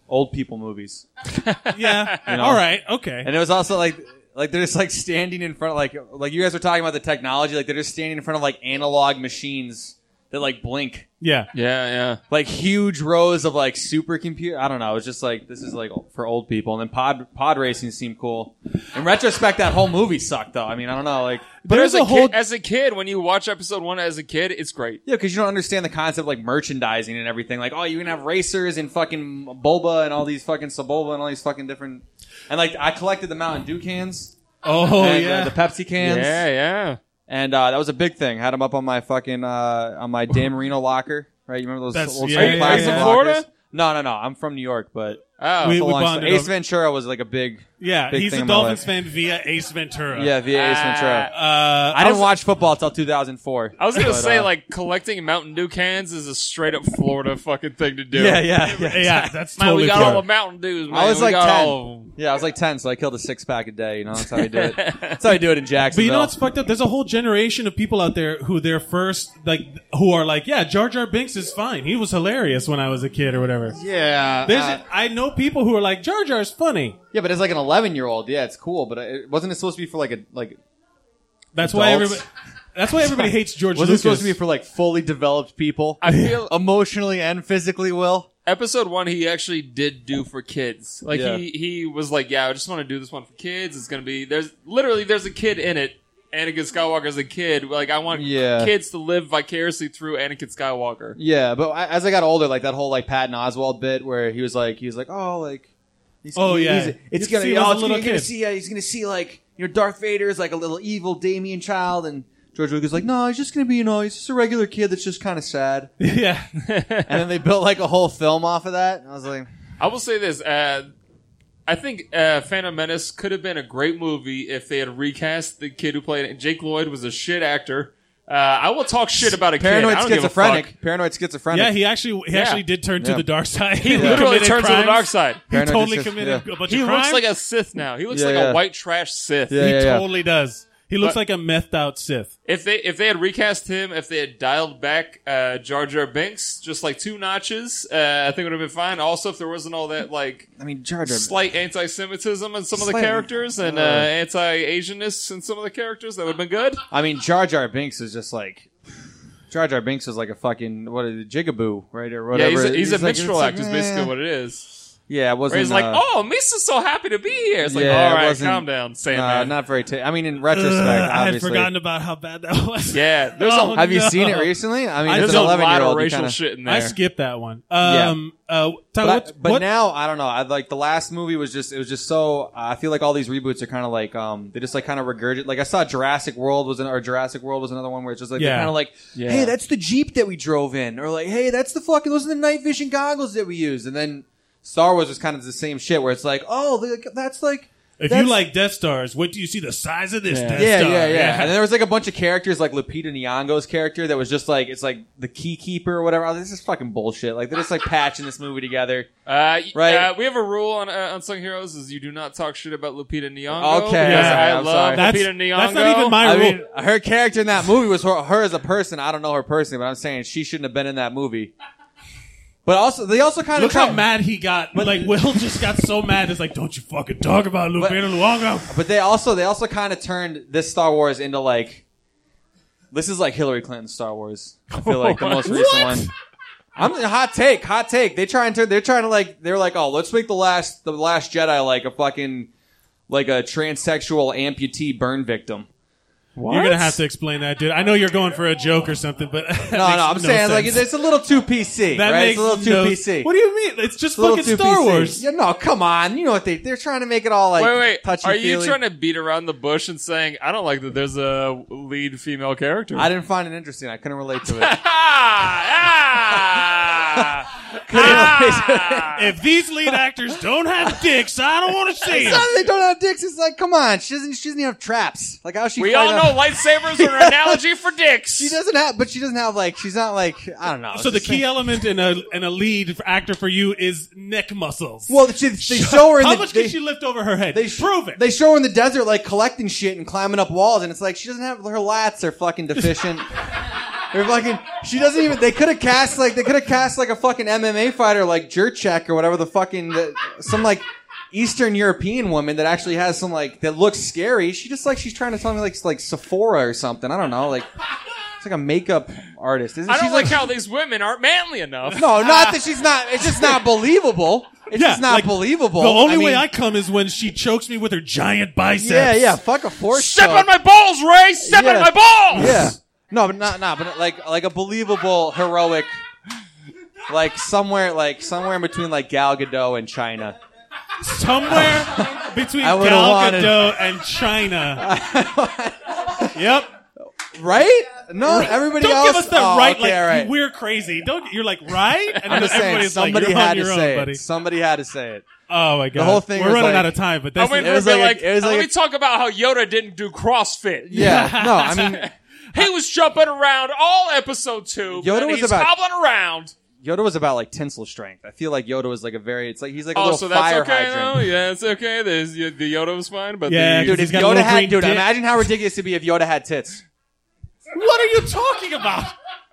old people movies.
yeah.
You know?
All right. Okay.
And it was also like like they're just like standing in front of like like you guys were talking about the technology, like they're just standing in front of like analog machines that like blink.
yeah.
Yeah, yeah.
Like huge rows of like supercomputer. I don't know. It's just like this is like for old people. And then pod pod racing seemed cool. In retrospect, that whole movie sucked though. I mean, I don't know. Like
But
There's
as a,
a whole-
kid, as a kid, when you watch episode one as a kid, it's great.
Yeah, because you don't understand the concept of, like merchandising and everything. Like, oh, you can have racers and fucking Bulba and all these fucking Subulba and all these fucking different. And like, I collected the Mountain Dew cans.
Oh
and, uh,
yeah.
the Pepsi cans.
Yeah, yeah.
And uh, that was a big thing. Had them up on my fucking uh, on my Dan Marino locker. Right? You remember those
That's-
old
yeah,
school
yeah,
plastic
yeah. Are you
from Florida?
lockers? No, no, no. I'm from New York, but
Oh,
We-
it's a long story.
bonded
Ace
over-
Ventura was like a big
yeah.
big
He's
thing
a
in my
Dolphins
life.
fan via Ace Ventura.
yeah via Ace Ventura.
Uh, I
I didn't
was-
watch football until 2004.
I was gonna
But,
say
uh,
like collecting Mountain Dew cans is a straight up Florida fucking thing to do.
yeah, yeah, yeah.
Yeah, that's
Man,
totally.
we got
fair.
all the Mountain Dews. Man.
I was
We
like
got
10.
all of 'em.
Yeah, I was like 10, so I killed a six pack a day. You know, that's how you do it. That's how you do it in
But
Jacksonville.
you know what's fucked up? There's a whole generation of people out there who their first like who are like, yeah, Jar Jar Binks is fine. He was hilarious when I was a kid or whatever.
yeah,
There's
uh,
I know people who are like Jar Jar's funny.
yeah, but it's like an 11 year old. Yeah, it's cool, but uh, it, wasn't it supposed to be for like a like?
That's why
Adults?
everybody. That's why everybody hates George
Was it
Lucas.
supposed to be for like fully developed people,
I feel
emotionally and physically? Will
episode one he actually did do for kids. Like
Yeah.
he he was like, yeah, I just want to do this one for kids. It's gonna be there's literally there's a kid in it. Anakin Skywalker's a kid. Like I want
Yeah.
kids to live vicariously through Anakin Skywalker.
yeah, but I, as I got older, like that whole like Patton Oswald bit where he was like he was like oh like he's,
Oh,
he-
yeah.
he's- it's
You
gonna
see
you
him as
know,
a
it's gonna-
little
you're gonna
kid.
see uh, he's gonna see like you know Darth Vader is like a little evil Damien child and. George Lucas is like, no, he's just gonna be, you know, he's just a regular kid that's just kind of sad.
yeah,
and then they built like a whole film off of that. And I was like,
I will say this. Uh, I think uh, Phantom Menace could have been a great movie if they had recast the kid who played it. Jake Lloyd was a shit actor. Uh, I will talk shit about a kid.
paranoid
I don't give a fuck.
schizophrenic. Paranoid schizophrenic.
yeah. He actually he
Yeah.
actually did turn to
Yeah.
the dark side.
He literally turned to the dark side.
He
Paranoid
totally
schizophrenic,
committed
yeah.
a bunch
He
of
looks
crimes.
like a Sith now. He looks
Yeah,
like a
yeah.
white trash Sith.
Yeah.
he totally does. He looks
But-
like a methed out Sith.
If they if they had recast him, if they had dialed back uh, Jar Jar Binks just like two notches, uh, I think it would have been fine. Also, if there wasn't all that like
I mean, Jar Jar.
slight anti-Semitism in some of the
Slight-
characters and uh,
uh,
anti-Asianness in some of the characters, that would have been good.
I mean, Jar Jar Binks is just like. Jar Jar Binks is like a fucking what is it, jigaboo, right or
Yeah,
whatever.
he's a, he's a
like-
minstrel
it's
act, is
eh.
basically what it is.
Yeah, it
Where
wasn't.
he's like,
uh,
"Oh, Misa's so happy to be here." It's like,
Yeah, it
"All right,
wasn't-
calm down,
nah,
Sandman."
not very. ta- I mean, in
Ugh,
retrospect,
I had
obviously.
forgotten about how bad that was.
yeah, there's
Oh,
a
Have you seen it
No.
recently? I mean,
I
it's
there's
an
a
eleven
lot
year
of
old.
racial shit in there.
I skipped that one. Um, uh, Ty,
But, I-
what-
but
what-
now I don't know. I like the last movie was just it was just so. I feel like all these reboots are kind of like um they just like kind of regurgitate. Like I saw Jurassic World was an, or Jurassic World was another one where it's just like
Yeah.
they're kind of like,
Yeah.
hey, that's the Jeep that we drove in, or like, hey, that's the fucking those are the night vision goggles that we used, and then Star Wars was kind of the same shit where it's like, oh, the- that's like.
if you
that's-
like Death Stars, what do you see the size of this Death
yeah,
Star?
yeah, yeah, And then there was like a bunch of characters, like Lupita Nyong'o's character, that was just like it's like the key keeper or whatever. I was like, this is fucking bullshit. Like they're just like patching this movie together.
Uh, right.
Right.
Uh, we have a rule on uh, Unsung Heroes is you do not talk shit about Lupita Nyong'o.
Okay,
because
yeah,
I
I'm
love
sorry.
That's,
Lupita Nyong'o.
that's not even my
I
rule.
mean, her character in that movie was her, her as a person. I don't know her personally, but I'm saying she shouldn't have been in that movie. But also, they also kind
Look
of
how mad he got. like Will just got so mad. It's like, don't you fucking talk about
But-
Lupita Luongo.
But they also they also kind of turned this Star Wars into like this is like Hillary Clinton's Star Wars. I feel like the most recent one. I'm hot take, hot take. They try and turn. They're trying to like. They're like, oh, let's make the last the last Jedi like a fucking like a transsexual amputee burn victim.
You're gonna have to explain that, dude. I know you're going for a joke or something, but
No, no, I'm saying like it's, it's a little too PC,
that
right?
makes
it's a little too
no-
PC.
What do you mean? It's just
It's a little
fucking
too
Star
PC.
Wars.
Yeah, no, come on. You know what they they're trying to make it all like
wait, wait.
touchy
Are you
feely.
trying to beat around the bush and saying I don't like that there's a lead female character?
I didn't find it interesting. I couldn't relate to it.
ah, ah, ah.
If these lead actors don't have dicks, I don't want to see
It's
them.
not that they don't have dicks. It's like, come on, she doesn't. She doesn't even have traps. Like how she.
We
fight
all
off-
know lightsabers are an analogy for dicks.
she doesn't have, but she doesn't have like. She's not like. I don't know.
So the
It's just
key
like-
element in a in a lead actor for you is neck muscles.
Well, oh, she, they show her. In
How
the,
much
they,
can she lift over her head?
They
They
sh-
prove it.
They show her in the desert, like collecting shit and climbing up walls, and it's like she doesn't have her lats are fucking deficient. They're fucking. She doesn't even. They could have cast like they could have cast like a fucking MMA fighter like Jurchek or whatever the fucking the, some like Eastern European woman that actually has some like that looks scary. She just like she's trying to tell me like s- like Sephora or something. I don't know. Like it's like a makeup artist. Isn't
I don't
she's
like how these women aren't manly enough. Ah!
No, not that she's not. It's just not believable. It's
Yeah,
just not
like,
believable.
The only
I mean,
way I come is when she chokes me with her giant biceps.
Yeah, yeah. Fuck a force.
Step
choke.
on my balls, Ray. Step
Yeah.
on my balls.
Yeah. No, but not not but like like a believable heroic like somewhere like somewhere in between like Gal Gadot and China.
Somewhere between
I would've
Gal
wanted-
Gadot and China. yep.
Right? No, everybody
Don't
else
give us that
oh,
right.
okay,
like
all right.
we're crazy. Don't. You're like right, and then
I'm just saying
everybody's
somebody
like, you're
had
on
to
your own,
say
buddy.
it. Somebody had to say it.
Oh my god.
whole thing
We're
was
running
like-
out of time, but
I
that's
went
the-
for
was
a bit
like
like,
a- it was
let
like
me
a-
talk about how Yoda didn't do CrossFit.
Yeah. No, I mean
He was jumping around all episode two.
Yoda
Yoda
was
was he's
about-
hobbling around.
Yoda was about like tensile strength. I feel like Yoda was like a very it's like he's like a
Oh,
little
so that's
fire
okay though.
hydrant.
Yeah, it's okay. There's the Yoda was fine, but
Yeah,
the,
Dude,
Dude,
he's
if
got a
Yoda
little
had
green
dude,
dick.
imagine how ridiculous it'd be if Yoda had tits.
What are you talking about?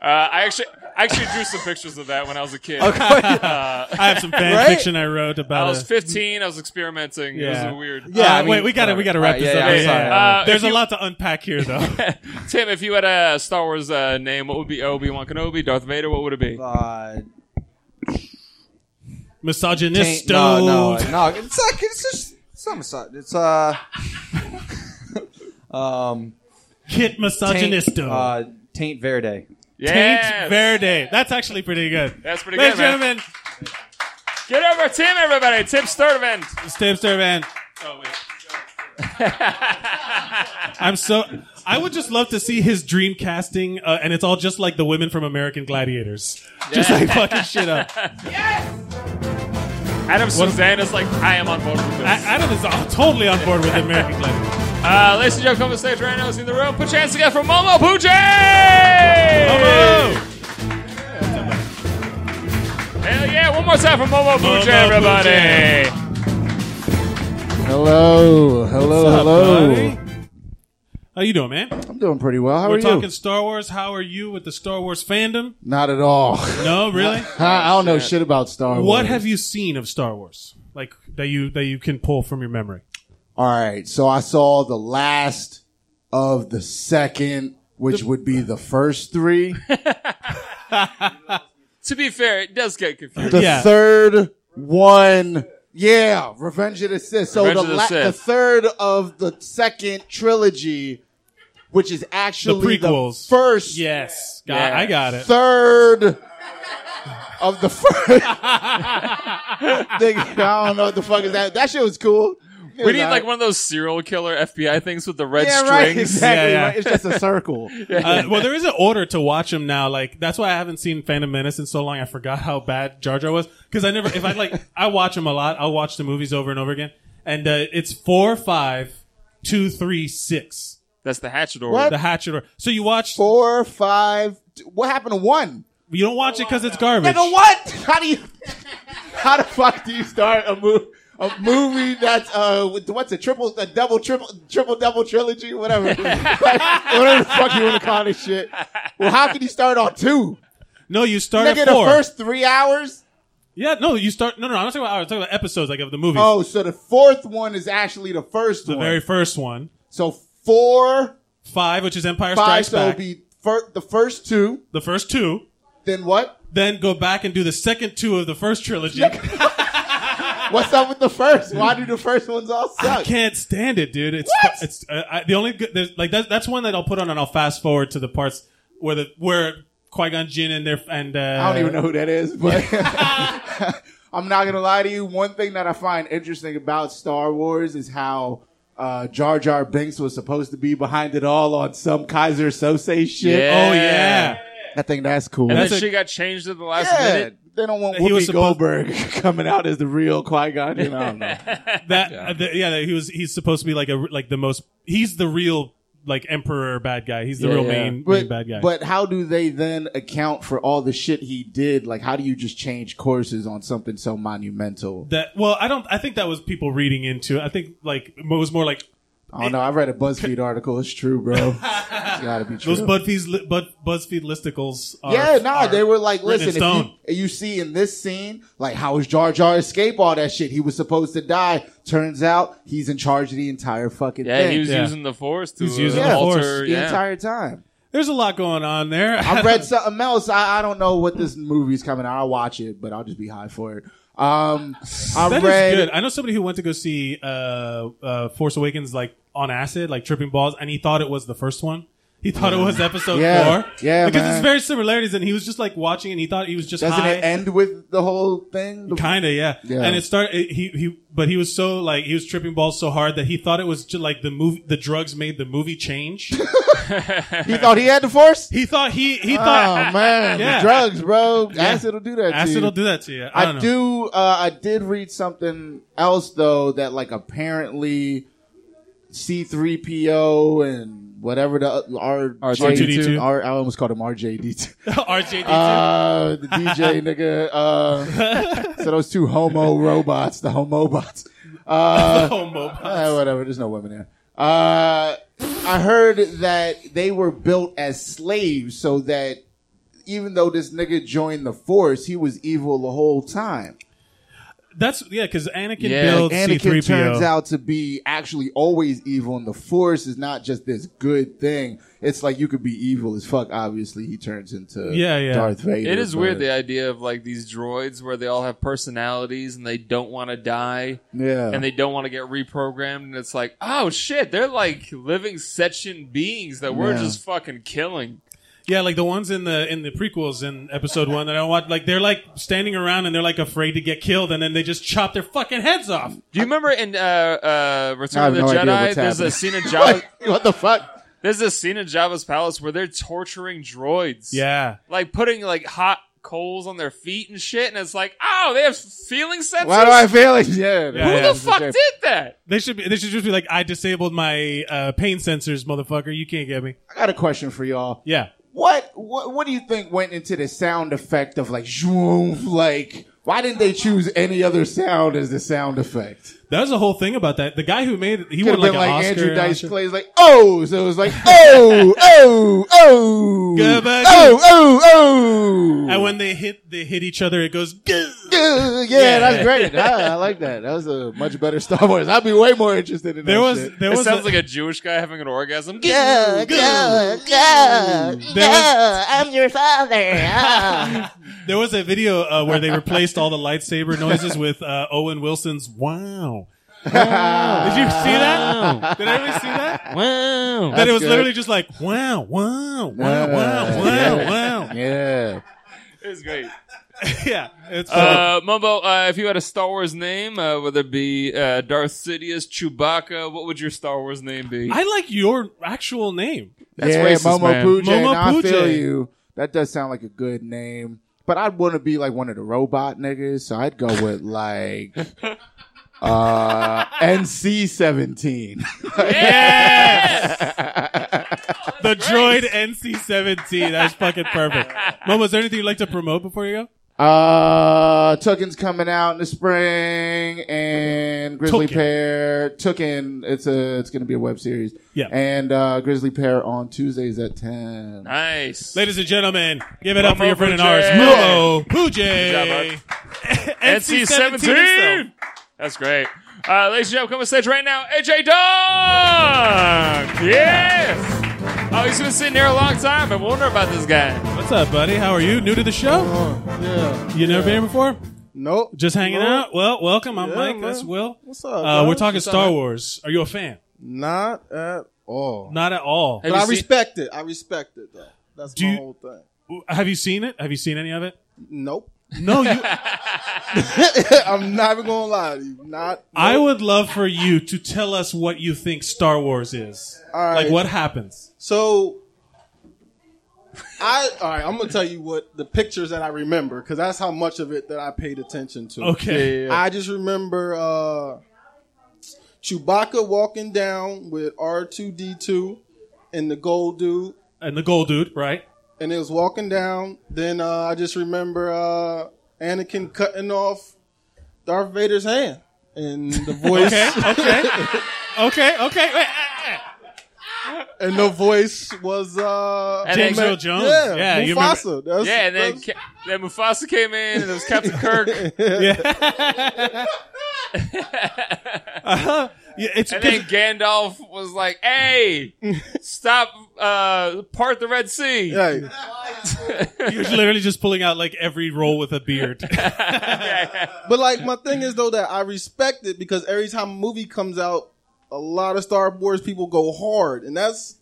uh, I actually I actually drew some pictures of that when I was a kid.
I have some fan
Right?
fiction I wrote
I
about.
was
a-
15. I was experimenting. It
Yeah.
was weird.
Yeah,
I mean,
wait, we got to we got to wrap
Alright,
this
yeah,
up.
yeah, I'm
Yeah,
sorry.
yeah.
Uh,
There's
if
a
you-
lot to unpack here, though.
Tim, if you had a Star Wars uh, name, what would be Obi Wan Kenobi, Darth Vader? What would it be?
Uh,
Misogynisto.
No, no, no. It's like it's just it's not massage. It's uh, um,
Kit
taint,
misogynisto.
Uh, taint Verde.
Yes.
Taint Verde. That's actually pretty good.
That's pretty
Ladies
good, man.
and gentlemen,
Get over Tim, everybody. Tim Sturtevant.
Steve Servan.
Oh wait.
I'm so. I would just love to see his dream casting, uh, and it's all just like the women from American Gladiators, just like fucking shit up.
Adam Suzanne is like, I am on board with
I,
this.
Adam is all, totally on board with American Gladiators.
Uh, ladies and gentlemen, come to stage right now. Is in the room. Put your hands together for Momo Pucci.
Momo!
Hell yeah! One more time for Momo Pucci,
Momo
everybody.
Hello, hello,
What's up,
hello.
buddy? How you doing, man?
I'm doing pretty well. How
We're
are
talking
you?
Star Wars. How are you with the Star Wars fandom?
Not at all.
No, really.
I I don't know shit about Star Wars.
what have you seen of Star Wars? Like that you that you can pull from your memory.
All right, so I saw the last of the second, which would be the first three.
To be fair, it does get confusing.
The
Yeah.
third one, yeah, Revenge of the Sith. So
Revenge of
the,
the
la-
Sith.
the third of the second trilogy, which is actually the,
prequels.
first
Yes, got,
Yeah.
I got it.
third of the first. Nigga, I don't know what the fuck is that. That shit was cool.
We need like one of those serial killer FBI things with the red
yeah,
strings.
right, exactly.
Yeah, yeah.
Right. It's just a circle.
Uh, well, there is an order to watch them now. Like that's why I haven't seen Phantom Menace in so long. I forgot how bad Jar Jar was because I never. If I like, I watch them a lot. I'll watch the movies over and over again. And uh, it's four, five, two, three, six.
That's the hatchet order.
What?
The Hatchet order. So you watch.
Four, five. t- What happened to one?
You don't watch it because it's garbage.
Nigga, what? How do you? How the fuck do you start a movie? A movie that's uh, with- what's a triple, a double, triple, triple, double trilogy, whatever, Like, whatever the fuck you want to call this shit. Well, how can you start on two?
No, you start
Nigga,
at
the
four.
first three hours.
yeah, no, you start. No, no, I'm not talking about. hours. I'm talking about episodes like of the movies.
Oh, so the fourth one is actually the first
the
one.
very first one,
so four,
five, which is Empire
five.
Strikes
So
Back.
it'll be fir- the first two.
the first two.
Then what?
Then go back and do the second two of the first trilogy.
What's up with the first? Why do the first ones all
I
suck?
can't stand it, dude. It's it's uh, I, the only good, there's, like that, that's one that I'll put on and I'll fast forward to the parts where the where Qui Gon Jinn and their and uh,
I don't even know who that is, but I'm not gonna lie to you. One thing that I find interesting about Star Wars is how uh, Jar Jar Binks was supposed to be behind it all on some Kaiser Sose shit.
Oh yeah,
I think that's cool.
And
That's
then
a-
she got changed at the last
yeah,
minute.
they don't want
He was
Whoopi
supposed-
Goldberg coming out as the real Qui Gon. You know, I don't know.
that yeah. the, yeah that he was he's supposed to be like a like the most he's the real like emperor bad guy. He's the real main, main bad guy.
But how do they then account for all the shit he did? Like, how do you just change courses on something so monumental?
that well, I don't. I think that was people reading into. it. I think like it was more like
I don't know. I read a BuzzFeed article. It's true, bro. it's gotta be true.
those BuzzFeed li- Bud, BuzzFeed listicles. Are,
yeah, no,
are-
they were like,
written
listen,
in
if you,
stone.
if you see in this scene, like, how is Jar Jar escape all that shit? He was supposed to die. Turns out he's in charge of the entire fucking
Yeah,
thing.
he was
Yeah.
using the force to
He's
uh,
using
the
alter.
Force.
the
Yeah.
entire time.
There's a lot going on there.
I read something else. I, I don't know what this movie's coming out. I'll watch it, but I'll just be high for it. Um, I
That is
read.
good. I know somebody who went to go see uh, uh, Force Awakens like on acid, like tripping balls, and he thought it was the first one. He thought it was episode
Yeah.
four.
Yeah,
because
man.
there's very similarities, and he was just like watching, and he thought he was just
Doesn't
high.
it end with the whole thing? The-
Kinda, yeah.
Yeah.
And it started. He he, but he was so like he was tripping balls so hard that he thought it was just like the movie, the drugs made the movie change.
He thought he had the force.
he thought he he
Oh
thought
man,
Yeah.
the drugs, bro. Acid will do that. to
acid
you.
will do that to you. I,
I,
don't know.
do. Uh, I did read something else though that like apparently C three PO and whatever the uh, R
R2D2.
R I almost called him RJD two.
RJD.
Uh, the DJ nigga. Uh, so those two homo robots, the homobots. Uh,
oh, mobile.
eh, whatever. There's no women there. Uh, I heard that they were built as slaves, so that even though this nigga joined the force, he was evil the whole time.
That's yeah, because Anakin
Yeah,
builds C three
Anakin turns
PO.
out to be actually always evil, and the force is not just this good thing. It's like you could be evil as fuck. Obviously, he turns into
Yeah, yeah.
Darth Vader.
It is
but-
weird the idea of like these droids where they all have personalities and they don't want to die
yeah,
and they don't want to get reprogrammed and it's like oh shit they're like living sentient beings that we're
Yeah.
just fucking killing.
Yeah, like the ones in the in the prequels in Episode One that I watched. Like they're like standing around and they're like afraid to get killed, and then they just chop their fucking heads off.
Do you remember in uh, uh,
I
Return
have
of the
no idea
Jedi?
what's
There's a
happening.
scene in Jabba.
what the fuck?
there's a scene in Jabba's palace where they're torturing droids.
Yeah,
like putting like hot coals on their feet and shit, and it's like, oh, they have feeling sensors.
Why do I feel like yeah?
Yeah,
Who
yeah.
the fuck did that?
they should be. They should just be like, I disabled my uh, pain sensors, motherfucker. You can't get me.
I got a question for y'all.
Yeah.
What what what do you think went into the sound effect of like zhoom? Like why didn't they choose any other sound as the sound effect?
That was the whole thing about that. The guy who made it, he won
Could have
like
been
an
like
Oscar.
Andrew Dice
Oscar.
Clay's like oh, so it was like oh oh oh
Gabadoo.
oh oh oh.
And when they hit, they hit each other. It goes. "Gah!"
yeah, that's great. Ah, I, I like that. That was a much better Star Wars. I'd be way more interested in
There
that
was.
shit.
There
It
was.
sounds
a-
like a Jewish guy having an orgasm.
Go, go, go,
There
go. Oh, I'm your father. Ah.
There was a video uh, where they replaced all the lightsaber noises with uh, Owen Wilson's "Wow."
Ah.
Did you see that? Did everybody see that?
Wow.
that it was
good.
literally just like "Wow, wow, wow, wow, wow, wow."
Ah, Yeah.
It's great.
Yeah, it's uh,
Uh, Mumbo, uh, if you had a Star Wars name, uh, whether it be uh, Darth Sidious, Chewbacca, what would your Star Wars name be?
I like your actual name.
That's
yeah,
racist,
Momo
man.
Puja.
Momo
and I feel
Puja.
you. That does sound like a good name, but I'd want to be like one of the robot niggas, so I'd go with like uh NC seventeen.
The droid NC-17. That's fucking perfect. Momo, is there anything you'd like to promote before you go?
Uh, Tookin's coming out in the spring, and Grizzly
Tookin.
Pear Tookin. It's a it's gonna be a web series.
Yeah.
and uh, Grizzly Pear on Tuesdays at ten.
nice.
Ladies and gentlemen, give it up for your friend and
Momo
ours,
Puja.
Momo
Good
Pujay.
NC-17. That's great. Uh, ladies and gentlemen, come on stage right now, AJ Dong! Yes! Oh, he's been sitting there a long time. I wonder about this guy.
What's up, buddy? How are you? New to the show?
Yeah,
You never been here before?
Uh-huh. Nope.
Just hanging
Nope.
out. Well, welcome. I'm
Yeah,
Mike.
man.
That's Will.
What's up?
Uh,
bro?
we're talking
What's up,
Star
man?
Wars. Are you a fan?
Not at all.
Not at all.
Have
but
you
I
seen-
respect it. I respect it though. That's
Do
my
you-
whole thing.
Have you seen it? Have you seen any of it?
Nope.
No, you.
I'm not even gonna lie to you. Not.
I would love for you to tell us what you think Star Wars is.
All right.
Like what happens?
So, I all right. I'm gonna tell you what the pictures that I remember because that's how much of it that I paid attention to.
Okay.
I just remember uh, Chewbacca walking down with R2D2 and the gold dude,
And the gold dude, right?
and it was walking down. Then uh, I just remember uh, Anakin cutting off Darth Vader's hand, and the voice
Okay. Okay. okay. Okay. Wait, ah, ah.
and the voice was uh,
And
James
then-
Earl Jones.
yeah,
Yeah. you remember-
Mufasa. That's-
Yeah, and then
that's-
Ca- then Mufasa came in, and it was Captain Kirk.
Uh-huh. Yeah, it's
And then
good.
Gandalf was like, "Hey, stop! Uh, part the Red Sea."
Right.
you're literally just pulling out like every roll with a beard.
But like my thing is though that I respect it because every time a movie comes out, a lot of Star Wars people go hard, and that's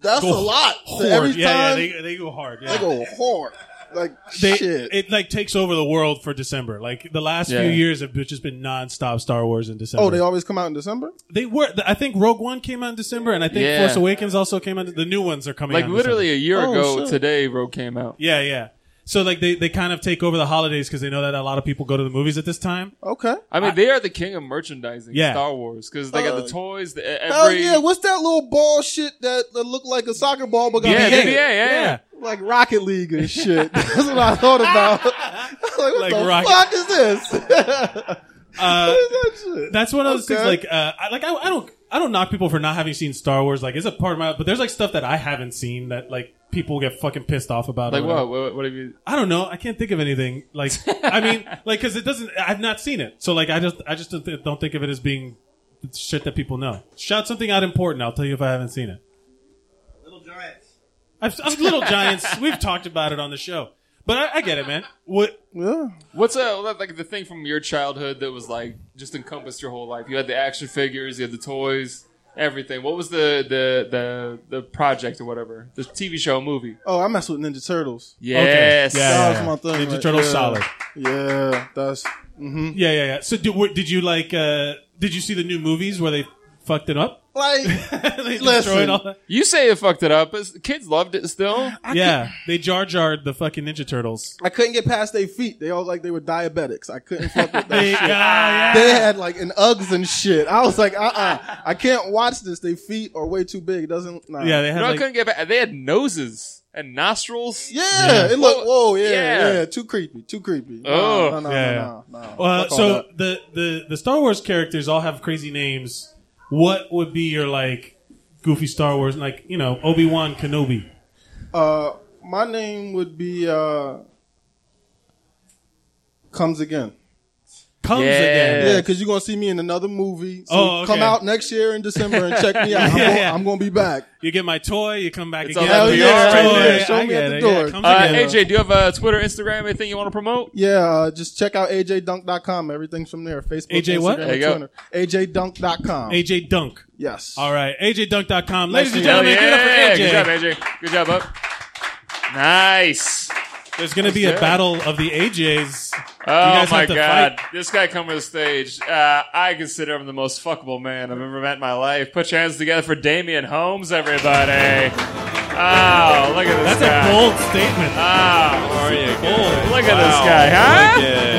that's
Go
a lot.
hard.
So every
yeah, yeah,
time
they, they go hard. Yeah.
they, go hard, like
They-
shit.
It like takes over the world for December. Like the last
Yeah.
few years have just been nonstop Star Wars in December.
oh, they always come out in December.
They were. I think Rogue One came out in December, and I think
Yeah.
Force Awakens also came out. The new ones are coming
Like
out in
literally a year
Oh,
ago
shit.
today, Rogue came out.
December. Yeah, yeah. So like they, they kind of take over the holidays because they know that a lot of people go to the movies at this time.
Okay.
I mean, they are the king of merchandising.
Yeah.
Star Wars because they got
Uh,
the toys. The, e,
Hell
every
yeah! What's that little ball shit that, that looked like a soccer ball but got
yeah,
big?
yeah, yeah, yeah.
like Rocket League and shit. that's what I thought about. I was like, what
Like
the
Rocket-
fuck is this?
Uh,
What is that shit?
that's one of those
Okay.
things. Like, uh, I, like I, I don't, I don't knock people for not having seen Star Wars. Like, it's a part of my. But there's like stuff that I haven't seen that like people get fucking pissed off about. or
Like
whatever.
what? What, what have you?
I don't know. I can't think of anything. Like, I mean, like because it doesn't. I've not seen it, so like I just, I just don't, th- don't think of it as being shit that people know. Shout something out important. I'll tell you if I haven't seen it. Little Giants. I've, I've- Little Giants. We've talked about it on the show, but I, I get it, man. What?
yeah.
What's uh, like the thing from your childhood that was like just encompassed your whole life? You had the action figures, you had the toys, everything. What was the the the, the project or whatever? The TV show, movie?
Oh, I mess with Ninja Turtles.
Yes.
Yeah,
That
yeah.
was my thing.
Ninja
right
Turtles
there.
solid.
Yeah, that's hmm
Yeah, yeah, yeah. So did, what, did you like? uh Did you see the new movies where they fucked it up?
like
they destroyed
Listen.
all that?
You say it fucked it up. It's- Kids loved it still.
Yeah, they jar jarred the fucking Ninja Turtles.
I couldn't get past their feet. They all like they were diabetics. I couldn't fuck with that
They,
shit.
yeah,
They had like an Uggs and shit. I was like, uh, uh I can't watch this. Their feet are way too big. It doesn't. Nah.
yeah. Yeah, they
You
had
know, I
like
couldn't get back. They had noses and nostrils.
Yeah, it looked. Whoa, yeah,
yeah.
yeah, Too creepy. Too creepy.
Oh,
no, no,
yeah.
no, no, no.
Uh,
Fuck all
so
that.
the, the the Star Wars characters all have crazy names. What would be your like goofy Star Wars like you know Obi Wan Kenobi?
uh, my name would be uh, comes again.
Comes
Yeah.
again.
Yeah, because you're gonna see me in another movie. So
Oh, okay.
come out next year in December and check me out. I'm,
Yeah,
gonna,
yeah.
I'm gonna be back.
You get my toy. You come back
It's
again.
all that
You
PR
get my
right
toy,
there. Show
I
me at
get
the
it. Yeah,
door.
comes
Uh,
again.
AJ, do you have a Twitter, Instagram, anything you want to promote?
Yeah, uh, just check out ajdunk.com. Everything's from there. Facebook,
AJ
Instagram,
what?
There you go.
Twitter. ajdunk.com.
AJ Dunk.
yes.
All right, AJDunk.com. Ladies and
to meet
gentlemen, give it up for
yeah.
AJ.
Good job, AJ. Good job, up. Nice.
There's going to be a
good.
battle of the AJs.
Oh
guys
my
have to
god! This guy come to the stage. Uh, I consider him the most fuckable man I've ever met in my life. Put your hands together for Damian Holmes, everybody! Oh, look at this
That's
guy!
a bold statement.
Oh,
How are you?
Bold.
look at this guy,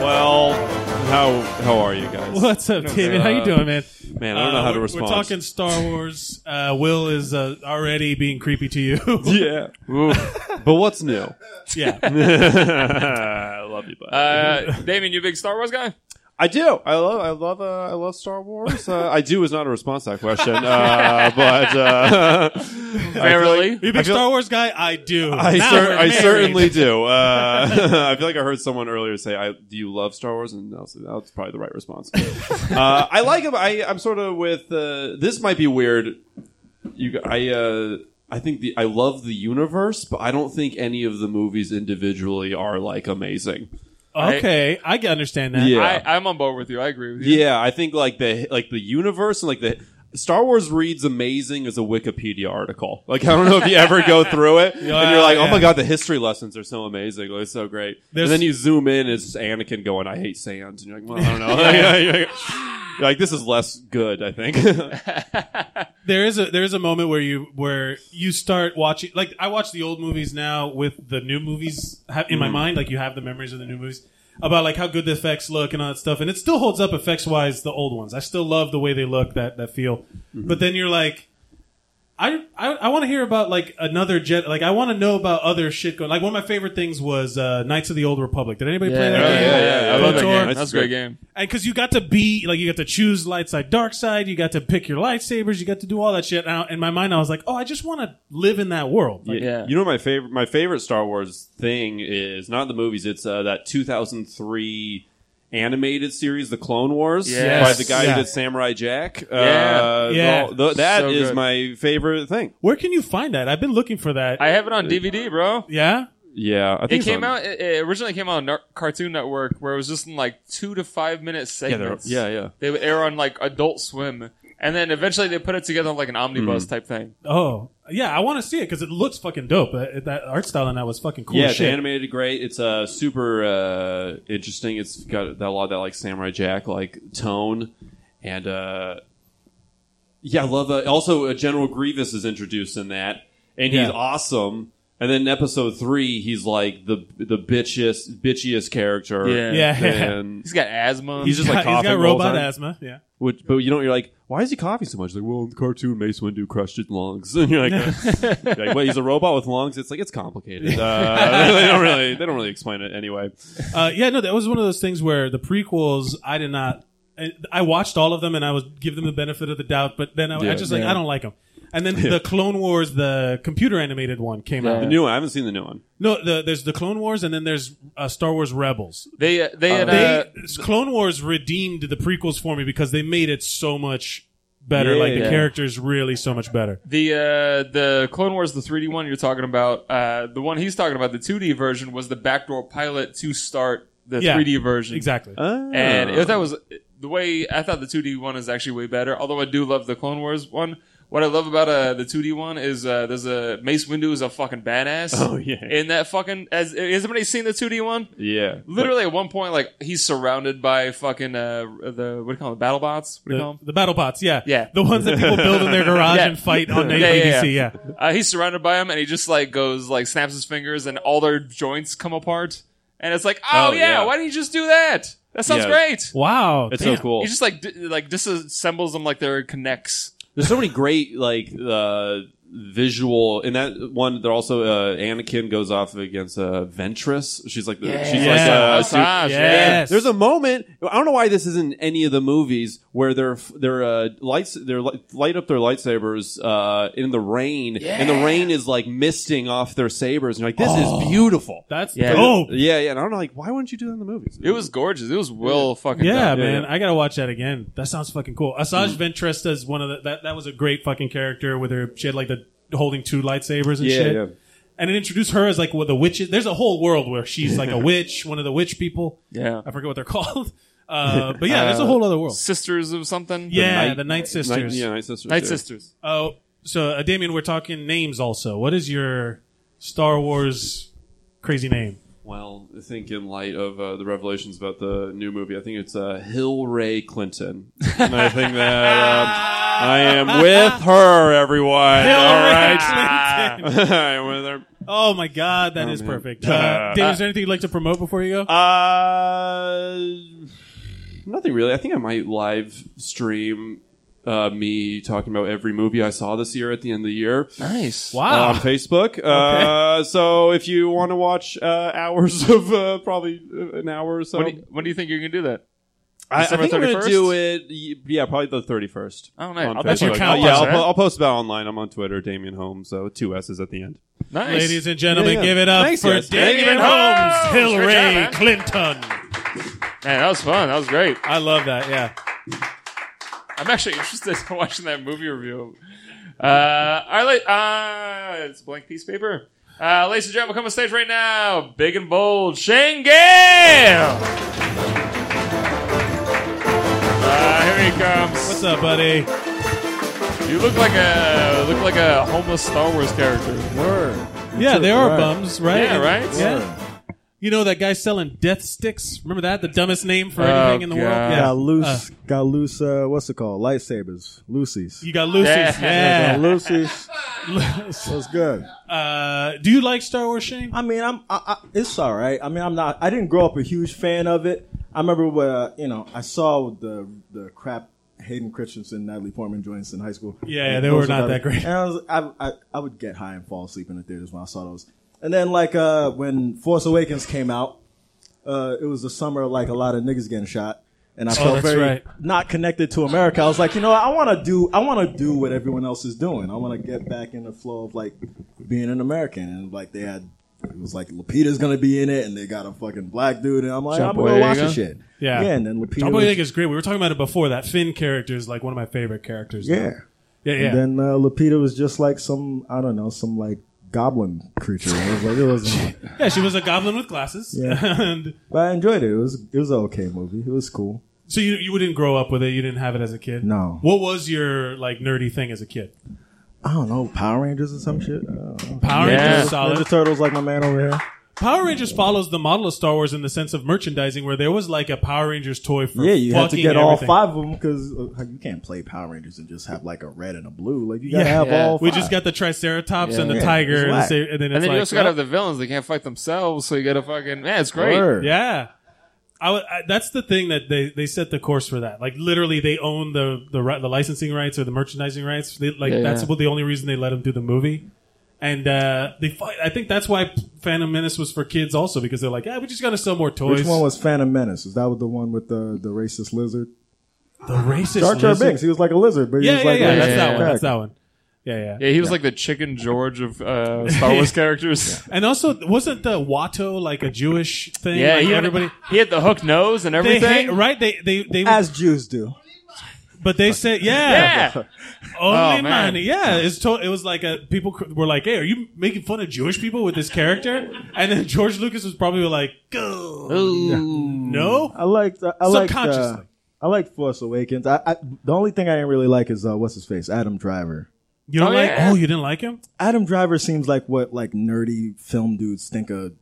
Oh,
Huh?
Well, how how are you guys?
What's up, David? How you doing, man?
Man, I don't know
Uh,
how to
we're-
respond.
We're talking Star Wars. Uh, Will is uh, already being creepy to you.
Yeah. but what's new?
yeah.
I love you, bud.
Uh, Damien, you a big Star Wars guy?
I do. I love. I love. Uh, I love Star Wars. Uh, I do is not a response to that question, uh, but uh, I feel like-
Verily.
You a big
I feel-
Star Wars guy? I do.
I,
Now
cer-
we're
I
married.
certainly do. Uh, I feel like I heard someone earlier say, I, "Do you love Star Wars?" And I was like, that's probably the right response. uh, I like him. I, I'm sort of with. Uh, this might be weird. You, g- I, uh, I think the I love the universe, but I don't think any of the movies individually are like amazing.
I-
Okay, I, can understand that.
Yeah.
I, I'm on board with you. I agree with you.
Yeah, I think like the like the universe and like the Star Wars reads amazing as a Wikipedia article. Like I don't know if you ever go through it and you're like, oh
yeah.
my god, the history lessons are so amazing, like, it's so great.
There's-
and then you zoom in, it's just Anakin going, I hate sand, and you're like, well, I don't know. You're like, you're like, this is less good, I think.
there is a there is a moment where you where you start watching like I watch the old movies now with the new movies ha- in my
Mm.
mind like you have the memories of the new movies about like how good the effects look and all that stuff and it still holds up effects wise the old ones I still love the way they look that that feel
Mm-hmm.
but then you're like I I, I want to hear about like another jet like I want to know about other shit going like one of my favorite things was uh, Knights of the Old Republic did anybody play that
Oh,
game?
I love that
KOTOR?
game.
That's, a great game.
And because you got to be like, you got to choose light side, dark side. You got to pick your lightsabers. You got to do all that shit. And I, in my mind, I was like, oh, I just want to live in that world. Like,
Yeah.
You know my favorite my favorite Star Wars thing is not the movies. It's uh, that 2003 animated series, The Clone Wars,
Yes.
by the guy
Yeah.
who did Samurai Jack.
Yeah.
uh,
Yeah.
the- the- that
So
is
good.
my favorite thing.
Where can you find that? I've been looking for that.
I have it on DVD, bro.
yeah.
Yeah, I
It
think it's
came
on-
out. It, it originally came out on Nar- Cartoon Network, where it was just in like two to five minute
Yeah, they're-
segments.
yeah, yeah.
They would air on like Adult Swim, and then eventually they put it together like an
Hmm.
omnibus type thing.
Oh, yeah. I want to see it because it looks fucking dope. That, that art style and that was fucking cool
yeah, it's
shit.
animated great. It's uh, super uh, interesting. It's got that, a lot of that like Samurai Jack like tone, and uh, yeah, I love. Uh, also, uh, General Grievous is introduced in that, and he's
Yeah.
awesome. And then in episode three, he's like the the bitchiest bitchiest character.
Yeah.
Yeah.
And,
He's got asthma.
He's just, like,
he's got
coughing the whole
robot
time.
asthma. Yeah.
which, but you know, you're like, why is he coughing so much? Like, well, in the cartoon, Mace Windu crushed his lungs, and you're like, you're like, wait, he's a robot with lungs. It's like it's complicated. Uh, they don't really, they don't really explain it anyway.
Uh, yeah, no, that was one of those things where the prequels, I did not. I- I watched all of them and I was give them the benefit of the doubt, but then I, I
Yeah.
just like I don't like them. And then the Clone Wars, the computer animated one came
The
out.
new one, I haven't seen the new one.
No, the, there's the Clone Wars and then there's uh, Star Wars Rebels.
they uh, they had
They,
uh,
Clone Wars redeemed the prequels for me because they made it so much better.
Yeah,
like the
yeah.
characters really so much better.
the uh, the Clone Wars, the 3D one you're talking about. Uh, the one he's talking about, the 2D version, was the backdoor pilot to start the
Yeah.
3D version.
Exactly.
And
Oh.
if that was the way I thought the 2D one is actually way better. Although I do love the Clone Wars one. What I love about uh, the 2D one is uh, there's a Mace Windu is a fucking badass.
Oh, yeah.
In that fucking as has anybody seen the 2D one?
yeah,
Literally at one point, like he's surrounded by fucking uh, the what do you call them? Battle bots? What do you call
The,
them?
the battle bots, yeah,
Yeah.
the ones that people build in their garage
Yeah.
and fight on
Yeah, yeah,
ABC,
yeah.
yeah.
Uh, he's surrounded by him, and he just like goes like snaps his fingers, and all their joints come apart. And it's like, oh,
Oh,
yeah,
yeah.
why didn't you just do that? That sounds
Yeah.
great.
Wow,
it's
damn.
so cool.
He just like d- like disassembles them like they're connects.
There's so many great like uh, visual in that one. There also uh, Anakin goes off against uh, Ventress. She's like the, she's like
Yeah.
uh,
Massage,
su-
Yes.
There's a moment. I don't know why this isn't any of the movies where they're they're uh, lights they're li- light up their lightsabers uh, in the rain, and the rain is like misting off their sabers. And you're like, this is beautiful.
Oh. That's
Yeah.
dope.
Yeah, yeah. And I don't know, like, why wouldn't you do that in the movies?
It was gorgeous. It was well fucking
Yeah,
done.
man,
yeah. Mm.
I gotta watch that again. That sounds fucking cool. Asajj Ventress is one of the that, that was a great fucking character with her. She had like the holding two lightsabers and
Yeah,
shit.
yeah.
And it introduced her as like what the witches. There's a whole world where she's like a witch, one of the witch people.
Yeah.
I forget what they're called. Uh, but yeah, there's a whole other world.
Sisters of something.
yeah,
Night-
the Night
Night,
Sisters.
yeah, Night Sisters.
Night
yeah.
Sisters.
Oh, so uh, Damien, we're talking names also. What is your Star Wars crazy name?
Well, I think in light of uh, the revelations about the new movie, I think it's uh, Hillray Clinton. And I think that um, I am with her, everyone. All right.
Clinton.
I am with her.
Oh my God, that is perfect. Uh, Damien, is there anything you'd like to promote before you go?
Uh, nothing really. I think I might live stream uh, me talking about every movie I saw this year at the end of the year. Uh,
Nice.
wow.
on Facebook. Uh, so if you want to watch uh, hours of uh, probably uh, an hour or so,
When do, you, when do you think you're gonna do that?
I, I
December
think I'm going to
31st?
do it. y- Yeah, probably the 31st.
Oh, nice.
on
I'll bet you
Facebook.
count
I'll- yeah,
on
I'll,
that.
po- I'll post about online. I'm on Twitter, Damien Holmes. So two S's at the end.
Nice.
Ladies and gentlemen,
Yeah, yeah.
give it up
Thanks,
for
guys.
Damien
Thank you.
Holmes,
Oh,
Hillary
good job, man.
Clinton.
man, that was fun. That was great.
I love that. Yeah.
I'm actually interested in watching that movie review. Uh, I like. Uh, it's a blank piece of paper. Uh, ladies and gentlemen, come on stage right now. Big and bold, Shane Gale. Uh, here he comes. What's
up, buddy?
You look like a look like a homeless Star Wars character.
Word. Yeah, they are bums, right?
Yeah, right.
Yeah. You know that guy selling death sticks? Remember that? The dumbest name for
Oh,
anything in the world.
God.
Yeah.
Got loose,
Uh,
got loose. Uh, what's it called? Lightsabers, Lucy's.
you got Lucy's.
Yeah,
Yeah.
got Lucy's. What's good?
Uh, do you like Star Wars, Shane?
I mean, I'm. I, I, it's all right. I mean, I'm not. I didn't grow up a huge fan of it. I remember when uh, you know I saw the the crap Hayden Christensen, Natalie Portman joints in high school.
Yeah, yeah,
And
they were
those
not
about
that
it.
great.
And I, was, I, I I would get high and fall asleep in the theaters when I saw those. And then like uh, when Force Awakens came out, uh, it was the summer of, like a lot of niggas getting shot. And I
Oh,
felt
that's
very
right.
not connected to America. I was like, you know, what? I want to do, I want to do what everyone else is doing. I want to get back in the flow of like being an American. And like they had, it was like Lupita's gonna be in it, and they got a fucking black dude. And I'm like, I'm gonna go watch this shit.
Yeah.
yeah. And then Lupita,
John Boyega
was,
is great. We were talking about it before. That Finn character is like one of my favorite characters.
yeah.
Yeah, yeah.
And then uh, Lupita was just like some, I don't know, some like goblin creature. It was like it was,
yeah, she was a goblin with glasses.
Yeah.
and
but I enjoyed it. It was it was an okay movie. It was cool.
so you you didn't grow up with it. You didn't have it as a kid.
No.
What was your like nerdy thing as a kid?
I don't know, Power Rangers or some shit. I don't know.
Power
Yeah.
Rangers is
Ninja
solid.
Turtles, like my man over here.
Power Rangers follows the model of Star Wars in the sense of merchandising, where there was like a Power Rangers toy for
Yeah, you have to
fucking
get all
everything.
five of them because you can't play Power Rangers and just have like a red and a blue. Like you gotta
Yeah.
have
Yeah.
all.
We
five.
just got the Triceratops and the
Yeah.
tiger,
It's
and, the
whack.
sa- and then it's
And then
like,
you also gotta
well,
have the villains. They can't fight themselves, so you gotta fucking. Yeah, it's great.
Word.
Yeah. I, would- I, that's the thing that they, they set the course for that. Like literally, they own the the, ri- the licensing rights or the merchandising rights. They, like
Yeah,
that's
yeah.
about the only reason they let them do the movie. And uh, they fight. I think that's why Phantom Menace was for kids also because they're like, yeah, we just gotta sell more toys.
Which one was Phantom Menace? Is that the one with the the racist lizard?
the racist?
Jar Jar
lizard?
Binks. He was like a lizard, but he
Yeah,
was
yeah,
like
yeah,
a
That's
racist
that one.
character.
That's that one. Yeah, yeah.
Yeah, he was like the Chicken George of uh, Star Wars characters.
And also, wasn't the Watto like a Jewish thing?
Yeah,
Like,
he had,
everybody.
he had the hook nose and
They
everything.
hate, right? They they they.
As Jews do.
but they said,
Yeah.
Only
Oh, man.
money. Yeah, it's to- it was like a, people cr- were like, "Hey, are you making fun of Jewish people with this character?" And then George Lucas was probably like, "Go, no."
I liked. I- I liked. Uh,
Subconsciously.
I liked Force Awakens. I, I the only thing I didn't really like is uh, what's his face, Adam Driver.
You don't
Oh,
like?
yeah.
Oh, you didn't like him?
Adam Driver seems like what like nerdy film dudes think a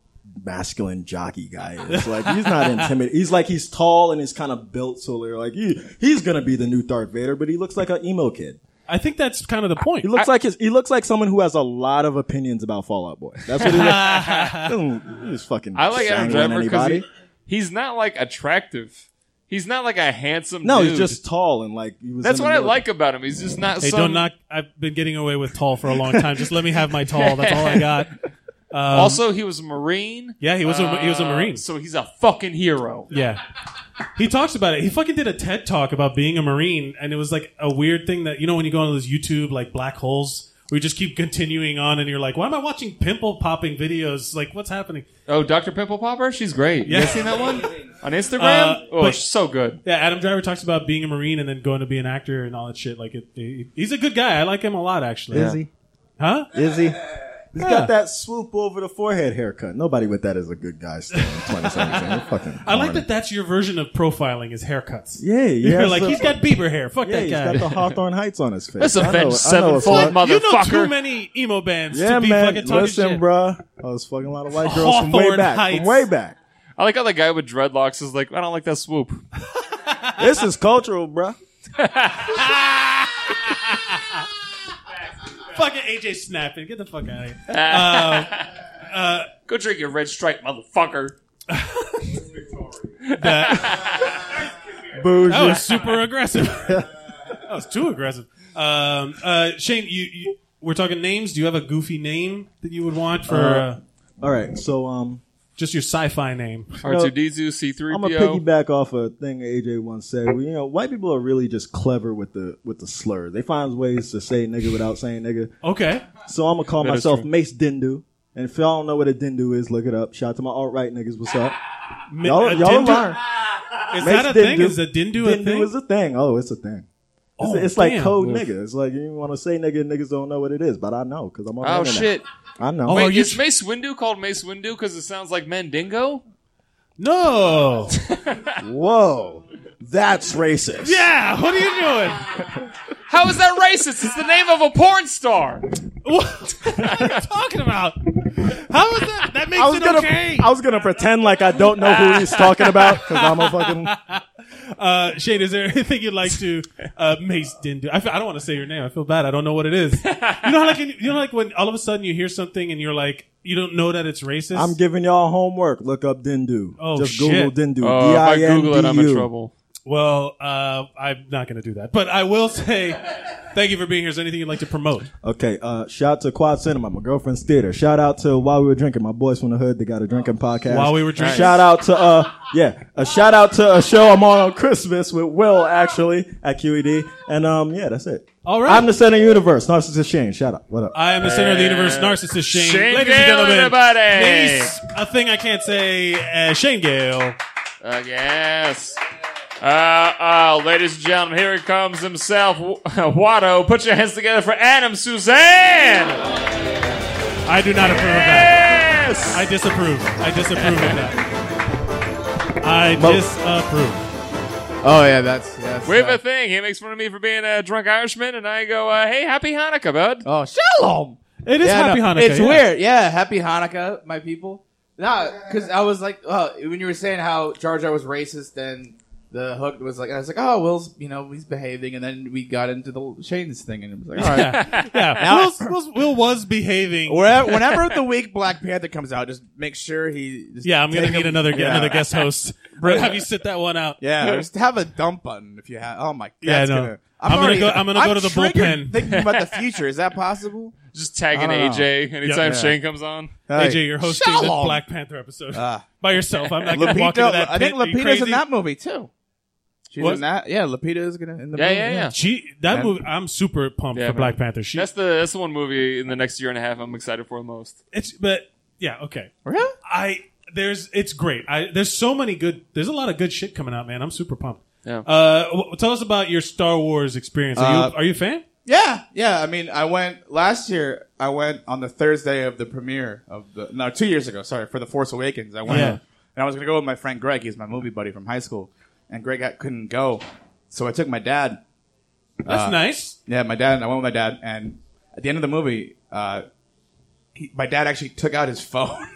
masculine jockey guy is. Like he's not intimidating. He's like he's tall and he's kind of built, so they're like he, he's gonna be the new Darth Vader, but he looks like an emo kid.
I think that's kind of the point.
He looks like his he looks like someone who has a lot of opinions about Fallout Boy. That's what he looks. Doesn't- he's fucking.
I like
sanguine
Adam Driver because
anybody.
he, he's not like attractive. He's not like a handsome.
no,
dude.
he's just tall and like he was.
That's
in the
what I
middle-
like about him. He's just not.
hey,
some,
don't knock. I've been getting away with tall for a long time. Just let me have my tall. That's all I got. Um,
Also, he was a marine.
yeah, he was a he was a
Uh,
marine.
so he's a fucking hero.
Yeah. He talks about it. He fucking did a TED talk about being a Marine, and it was like a weird thing that, you know, when you go on those YouTube, like, black holes, where you just keep continuing on and you're like, why am I watching pimple popping videos? Like, what's happening?
Oh, Doctor Pimple Popper, she's great. You
Yeah.
guys seen that one on
Uh,
Instagram? oh,
but-
she's so good.
Yeah, Adam Driver talks about being a Marine and then going to be an actor and all that shit. Like, it, he- he's a good guy. I like him a lot, actually.
Is he?
Huh?
Is he? He's
Yeah.
got that swoop over the forehead haircut. Nobody with that is a good guy still in 2017. You're fucking
I like
corny.
that that's your version of profiling is haircuts.
Yeah, yeah.
You're like,
so-
he's got Bieber hair. Fuck
yeah,
that
he's
guy.
got the Hawthorne Heights on his face.
That's
I
a
know- I
venge
know a
sevenfold
fuck-
you know
motherfucker.
too many emo bands
Yeah,
to be
man.
fucking talking
Listen,
shit.
bruh. I was fucking a lot of white girls from
Hawthorne
way back.
Heights.
From way back.
I like how the guy with dreadlocks is like, I don't like that swoop.
This is cultural, bruh.
Fucking AJ snapping. Get the fuck out of here. Um,
Go drink your red stripe, motherfucker.
Bougie.
That was super aggressive. that was too aggressive. Um, uh, Shane, you, you we're talking names. Do you have a goofy name that you would want for uh,
All right, so um,
just your sci-fi name?
R2D2,
I'm gonna
C3PO.
piggyback off a thing AJ once said. You know, white people are really just clever with the with the slur. They find ways to say nigga without saying nigga.
Okay,
So I'm gonna call
That is
myself
true.
Mace Dindu. And if y'all don't know what a Dindu is, look it up. Shout out to my alt right niggas. What's up?
Mi-
Y'all,
a
y'all
Dindu?
learn.
Is
Mace
that a thing?
Dindu.
Is a dindu, a
Dindu
thing?
is a thing. Oh, it's a thing. It's,
Oh,
it's like
damn.
code
Oof.
nigga. It's like you want to say nigga, niggas don't know what it is, but I know because I'm on.
Oh,
the internet.
shit.
I know.
Oh,
Wait, is Mace Windu called Mace Windu because it sounds like Mandingo?
No.
Whoa. That's racist.
Yeah, what are you doing?
How is that racist? It's the name of a porn star.
What? talking about? How is that? That makes
I was
it
gonna,
okay.
I was gonna pretend like I don't know who he's talking about because I'm a fucking.
Uh, Shane, is there anything you'd like to uh, Mace Dindu? I, feel, I don't want to say your name. I feel bad. I don't know what it is. You know, how like you know, like when all of a sudden you hear something and you're like, you don't know that it's racist.
I'm giving y'all homework. Look up Dindu.
Oh,
Just Google
shit.
Dindu.
Oh, if I Google it, I'm in
D-I-N-D-U.
trouble. Well, uh, I'm not going to do that, but I will say thank you for being here. Is there anything you'd like to promote?
Okay, uh, shout out to Quad Cinema, my girlfriend's theater. Shout out to While We Were Drinking, my boys from the hood. They got a drinking podcast.
While We Were Drinking.
Shout out to uh, yeah, a shout out to a show I'm on on Christmas with Will actually at QED, and um, yeah, that's it.
All
right, I'm the center of the universe, Narcissist Shane. Shout out. What up?
I am the center of the universe, narcissist Shane.
Shane
Ladies
Gale,
and gentlemen,
everybody.
Mace, a thing I can't say, uh, Shane Gale.
I guess. Uh, uh, ladies and gentlemen, here he comes himself, Watto. Put your hands together for Adam Suzanne.
I do not approve of that. I disapprove. I disapprove of that. I
Mo-
disapprove.
Oh yeah, that's that's.
We have a thing. He makes fun of me for being a drunk Irishman, and I go, uh, "Hey, happy Hanukkah, bud."
Oh, shalom.
It
is
Yeah,
Happy
no,
Hanukkah,
It's
yeah.
weird. Yeah, Happy Hanukkah, my people. Nah, because I was like, oh, when you were saying how Jar Jar was racist and the hook was like, I was like, oh, Will's, you know, he's behaving, and then we got into the Shane's thing, and it was like, all right,
Yeah, Will's- Will's- Will was behaving.
Whenever, whenever the week Black Panther comes out, just make sure he. Just
Yeah, I'm gonna
take
need
him-
another
yeah.
another guest host. Brett, have you sit that one out?
Yeah, just have a dump button if you have. Oh my,
Yeah, I
that's
know.
gonna.
I'm gonna
already-
go- I'm gonna go to the
triggered
bullpen.
Thinking about the future, is that possible?
Just tag in AJ anytime Shane comes on.
AJ, you're hosting the Black Panther episode
Ah.
by yourself. I'm not
Lupita,
gonna walk into that.
I think
pit. Are you
Lupita's in
crazy?
that movie too. She's
What?
in that. Yeah, Lupita is gonna in the
Yeah,
movie.
yeah, yeah.
She that
Yeah.
movie. I'm super pumped for
man.
Black Panther. She,
that's the that's the one movie in the next year and a half I'm excited for the most.
it's but yeah, okay.
Really?
I there's it's great. I there's so many good. There's a lot of good shit coming out, man. I'm super pumped.
Yeah.
Uh, w- tell us about your Star Wars experience. Are
Uh,
you are you a fan?
Yeah, yeah. I mean, I went last year. I went on the Thursday of the premiere of the no, two years ago. Sorry for the Force Awakens. I went,
Yeah.
and I was gonna go with my friend Greg. He's my movie buddy from high school, and Greg had- couldn't go, so I took my dad.
That's
Uh,
nice.
Yeah, my dad. I went with my dad, and at the end of the movie, uh, he, my dad actually took out his phone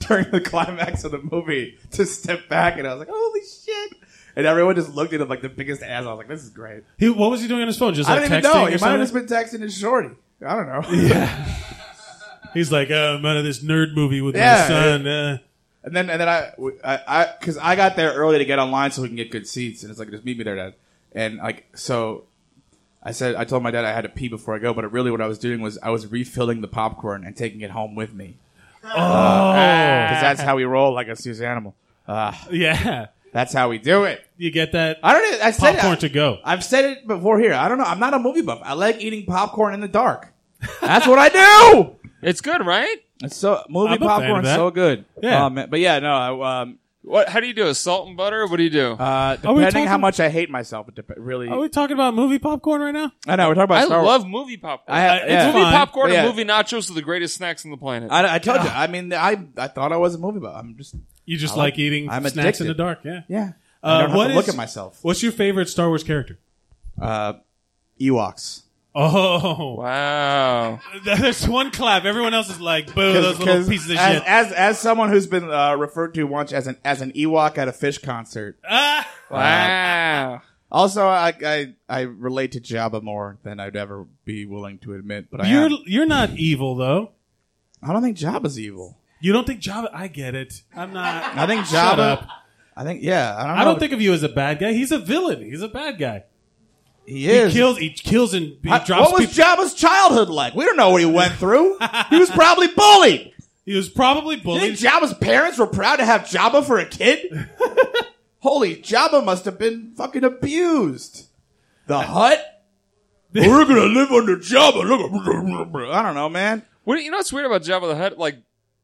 during the climax of the movie to step back, and I was like, "Holy shit!" And everyone just looked at him like the biggest ass. I was like, "This is great."
He, what was he doing on his phone? Just
I
like
don't
texting
even know.
or
He might
something?
have just been texting his shorty. I don't know.
He's like, oh, I'm out of this nerd movie with my
Yeah.
son. Uh,
And then and then I I because I, got there early to get online so we can get good seats, and it's like just meet me there, Dad. And like so, I said I told my dad I had to pee before I go, but really what I was doing was I was refilling the popcorn and taking it home with me. Oh, because that's how we roll like a Seuss animal. Uh,
yeah,
that's how we do it.
you get that.
I don't. know, I said
popcorn
it,
to go.
I've said it before here. I don't know. I'm not a movie buff. I like eating popcorn in the dark. That's what I do.
It's good, right?
It's so movie
I'm a fan of
popcorn's
that.
so good.
Yeah.
Oh, man. but yeah, no. I, um,
What? How do you do it? Salt and butter? What do you do?
Uh,
Are we
depending how
talking-
much I hate myself, it dep- really.
Are we talking about movie popcorn right now?
I know we're talking about.
I
Star Wars.
love movie popcorn. Uh,
I have-
it's
yeah.
movie
fine.
popcorn
Yeah.
and movie nachos are the greatest snacks on the planet.
I, I told you. I mean, I I thought I was a movie, but I'm just
You just
I
like,
like-
eating
I'm
snacks in
addicted.
the dark. Yeah.
yeah. I
Uh,
don't have
what
to look
is-
at myself.
What's your favorite Star Wars character?
Uh, Ewoks.
Oh,
wow.
there's one clap. Everyone else is like, boo, those little pieces of
as,
shit.
as as someone who's been uh, referred to once as an as an Ewok at a fish concert. Uh,
ah!
Wow.
Also, I I, I relate to Jabba more than I'd ever be willing to admit, but I
You're
am.
you're not evil though.
I don't think Jabba's evil.
You don't think Java? I get it. I'm not.
I think
Shut
Jabba.
up.
I think yeah. I don't,
I
know
don't think of you as a bad guy. He's a villain. He's a bad guy.
he is.
He kills. He kills and he
I-
drops
what was
people.
Jabba's childhood like? We don't know what he went through. he was probably bullied.
he was probably
You
bullied.
think Jabba's parents were proud to have Jabba for a kid? Holy, Jabba must have been fucking abused. The hut? We're gonna live under Jabba. Look, I don't know, man.
What, you know what's weird about Jabba the Hutt? Like,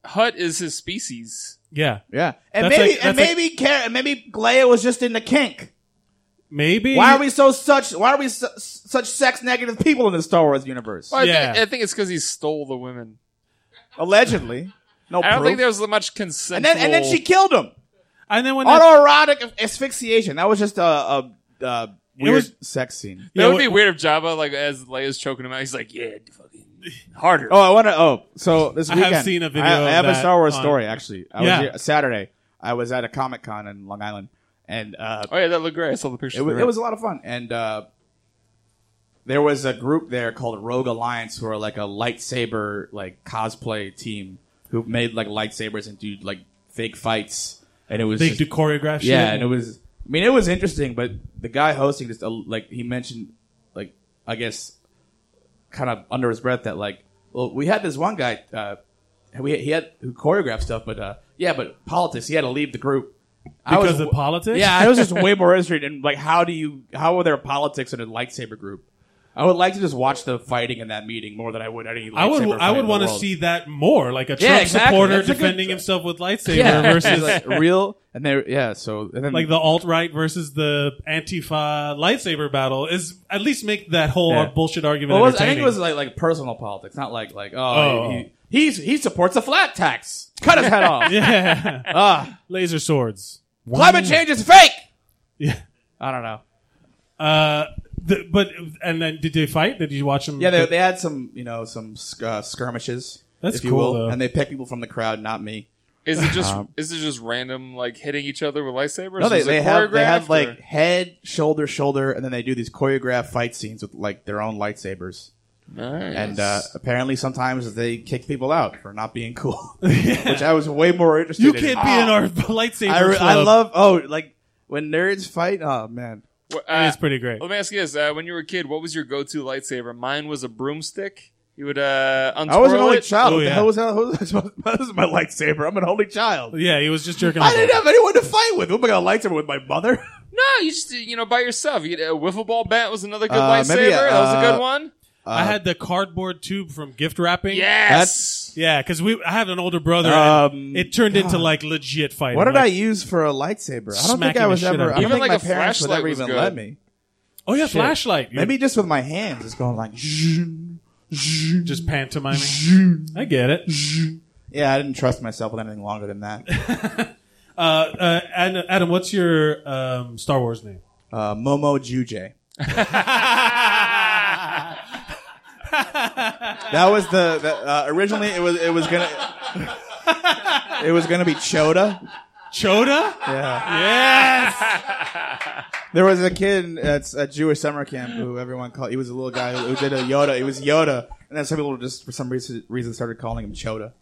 Hutt is his species.
yeah.
Yeah, and
That's
maybe
like-
and
that's like-
maybe Car- and maybe Leia was just in the kink.
Maybe.
Why are we so such? Why are we su- such sex negative people in the Star Wars universe?
Well, I, think, I think it's because he stole the women.
Allegedly, no.
I don't
proof.
think there was much consent.
and then and then she killed him.
And then when
autoerotic asphyxiation. That was just a, a, a weird
was-
sex scene.
That would be weird if Jabba, like, as Leia's choking him out, he's like, "Yeah, fucking harder."
Oh, I want to. Oh, so this
I have
weekend
seen a video
I, I
of
have a
that
Star Wars
on-
story actually. I
Yeah.
was here, Saturday. I was at a Comic Con in Long Island, and uh,
Oh yeah, that looked great. I saw the picture.
it was, it was a lot of fun. And uh, there was a group there called Rogue Alliance, who are like a lightsaber like cosplay team who made like lightsabers and do like fake fights. And it was
They
just-
do choreograph shit?
Yeah, and it was. I mean, it was interesting, but the guy hosting just uh, like he mentioned, like I guess, kind of under his breath that like, well, we had this one guy, uh, we he had who choreographed stuff, but uh, yeah, but politics, he had to leave the group.
Because of politics?
Yeah, I was just way more interested in like how do you how are there politics in a lightsaber group? I would like to just watch the fighting in that meeting more than I would any. Lightsaber
I would I would
want to
see that more, like a Trump
Yeah, exactly.
supporter
That's a good-
defending himself with lightsaber
Yeah.
versus
Like, real and they yeah. So and then
like the alt right versus the Antifa lightsaber battle is at least make that whole uh,
Yeah.
bullshit argument.
Well, it was- I think
entertaining.
it was like like personal politics, not like like oh,
Oh.
He, he's he supports a flat tax. Cut his head off.
yeah.
Ah.
Laser swords.
Climate change is fake.
Yeah.
I don't know.
Uh, the, but and then did they fight? Did you watch them?
Yeah, they, they had some you know some sk- uh, skirmishes.
That's
if you
cool,
will,
though.
And they picked people from the crowd, not me.
Is it just
Um,
is it just random like hitting each other with lightsabers?
no, they,
Is it
they have they have
choreographed,
like
or-
head, shoulder, shoulder, and then they do these choreographed fight scenes with like their own lightsabers.
Nice.
And uh, apparently, sometimes they kick people out for not being cool, which I was way more interested.
You
in.
can't be in our lightsaber
I, re- I
club.
love oh like when nerds fight. Oh man,
What-
it's pretty great.
Uh, Let me ask you this: uh, When you were a kid, what was your go-to lightsaber? Mine was a broomstick. You would uh, untwirl
I was an only
Oh,
it.
child. What the hell was that? What was I supposed- This is my lightsaber. I'm an only child.
Yeah, he was just jerking.
I
off.
didn't have anyone to fight with. Who am I gonna lightsaber with? My mother?
No, you just you know by yourself. You, uh, wiffle ball bat was another good
Uh,
lightsaber.
maybe,
that was a
uh,
good one.
I had the cardboard tube from gift wrapping.
Yes.
yeah, because we I had an older brother.
Um,
and it turned into like legit fighting.
What did
Like,
I use for a lightsaber? I don't think
Smacking
I
the
was
shit out
ever.
of
I
him.
don't think
Even
my
like a
parents would
flashlight
ever
was
even
good.
let me.
Oh yeah,
Shit.
flashlight.
Maybe just with my hands, just going like. zhun, zhun,
just pantomiming.
zhun,
I get it.
zhun. Yeah, I didn't trust myself with anything longer than that.
Uh, uh, Ad- Adam, what's your um, Star Wars name?
Uh, Momo Juje. That was the, the uh, originally it was it was gonna it was gonna be Choda.
Choda?
Yeah.
Yes.
There was a kid at a Jewish summer camp who everyone called. He was a little guy who, who did a Yoda. He was Yoda, and then some people just for some reason reason started calling him Choda.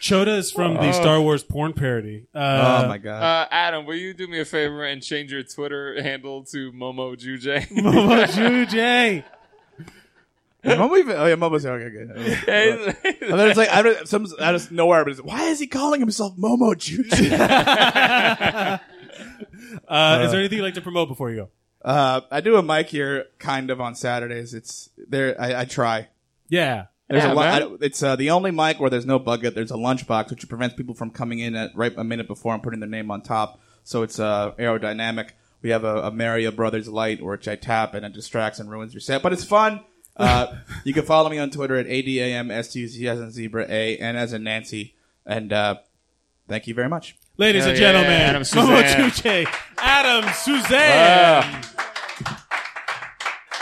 Choda is from the
Oh.
Star Wars porn parody. Uh,
oh my god!
Uh, Adam, will you do me a favor and change your Twitter handle to Momo Juje? Uh,
Momo Jujay.
Momo even, oh yeah, Momo's okay, good.
Yeah,
And then it's like I don't, some out of nowhere, but it's, why is he calling himself Momo Juju?
Uh, is there anything you'd like to promote before you go?
uh, I do a mic here, kind of on Saturdays. It's there. I, I try.
Yeah.
There's
Yeah,
a lu-
man.
I- it's uh, the only mic where there's no bucket. There's a lunchbox, which prevents people from coming in at right a minute before and putting their name on top. So it's uh, aerodynamic. We have a, a Mario Brothers light, which I tap and it distracts and ruins your set, but it's fun. Uh, you can follow me on Twitter at adamstuc as in zebra a and as in Nancy. And uh, thank you very much.
Ladies
Hell
and
yeah,
gentlemen,
Adam
Momo
Suzanne.
Jujay, Adam Suzanne.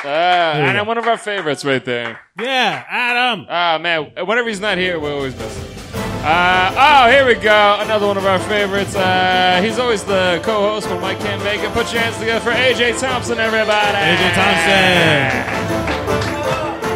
uh, Adam, one of our favorites right there.
Yeah, Adam.
Ah, man. Whenever he's not here, we always miss him. Uh, oh, here we go. Another one of our favorites. Uh, he's always the co host when Mike can't make it. Put your hands together for AJ Thompson, everybody.
AJ Thompson.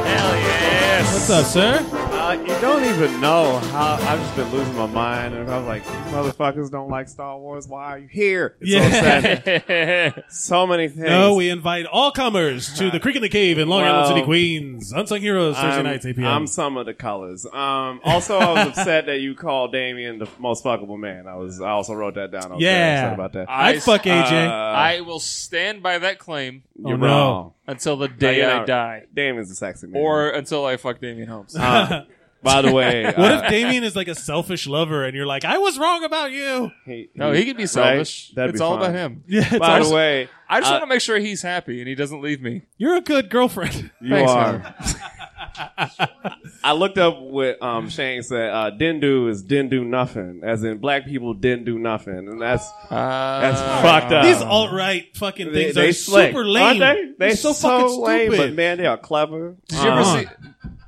Hell yes.
What's up, sir?
Uh, you don't even know how I've just been losing my mind, and I was like, "These motherfuckers don't like Star Wars. Why are you here?" It's
Yeah.
so upsetting. so many things.
No, we invite all comers to the Creek in the Cave in Long Island
Well,
City, Queens. Unsung Heroes, Thursday
I'm,
nights, 8 p.m.
I'm some of the colors. Um, also, I was upset that you called Damien the most fuckable man. I was. I also wrote that down. I was very
Yeah.
upset about that.
I'd fuck AJ.
I will stand by that claim
Uh, You're
Oh, no.
wrong.
until the day
Damien
I die.
Damien's a sexy man.
Or until I fuck Damien Holmes.
Uh, By the way,
what
uh,
if Damien is like a selfish lover and you're like, I was wrong about you?
No, he could be selfish. it's all about him.
Yeah,
By the way,
I just
uh,
want to make sure he's happy and he doesn't leave me.
You're a good girlfriend.
You
Thanks,
are.
man.
I looked up what um, Shane said. Uh, didn't do is didn't do nothing, as in black people didn't do nothing, and that's that's
Uh,
fucked up.
These alt right fucking
They-
things
they
are
slick,
super lame.
aren't they? They
They're so, fucking
lame,
stupid. Uh-huh.
but man, they are clever.
Did you ever
Uh,
see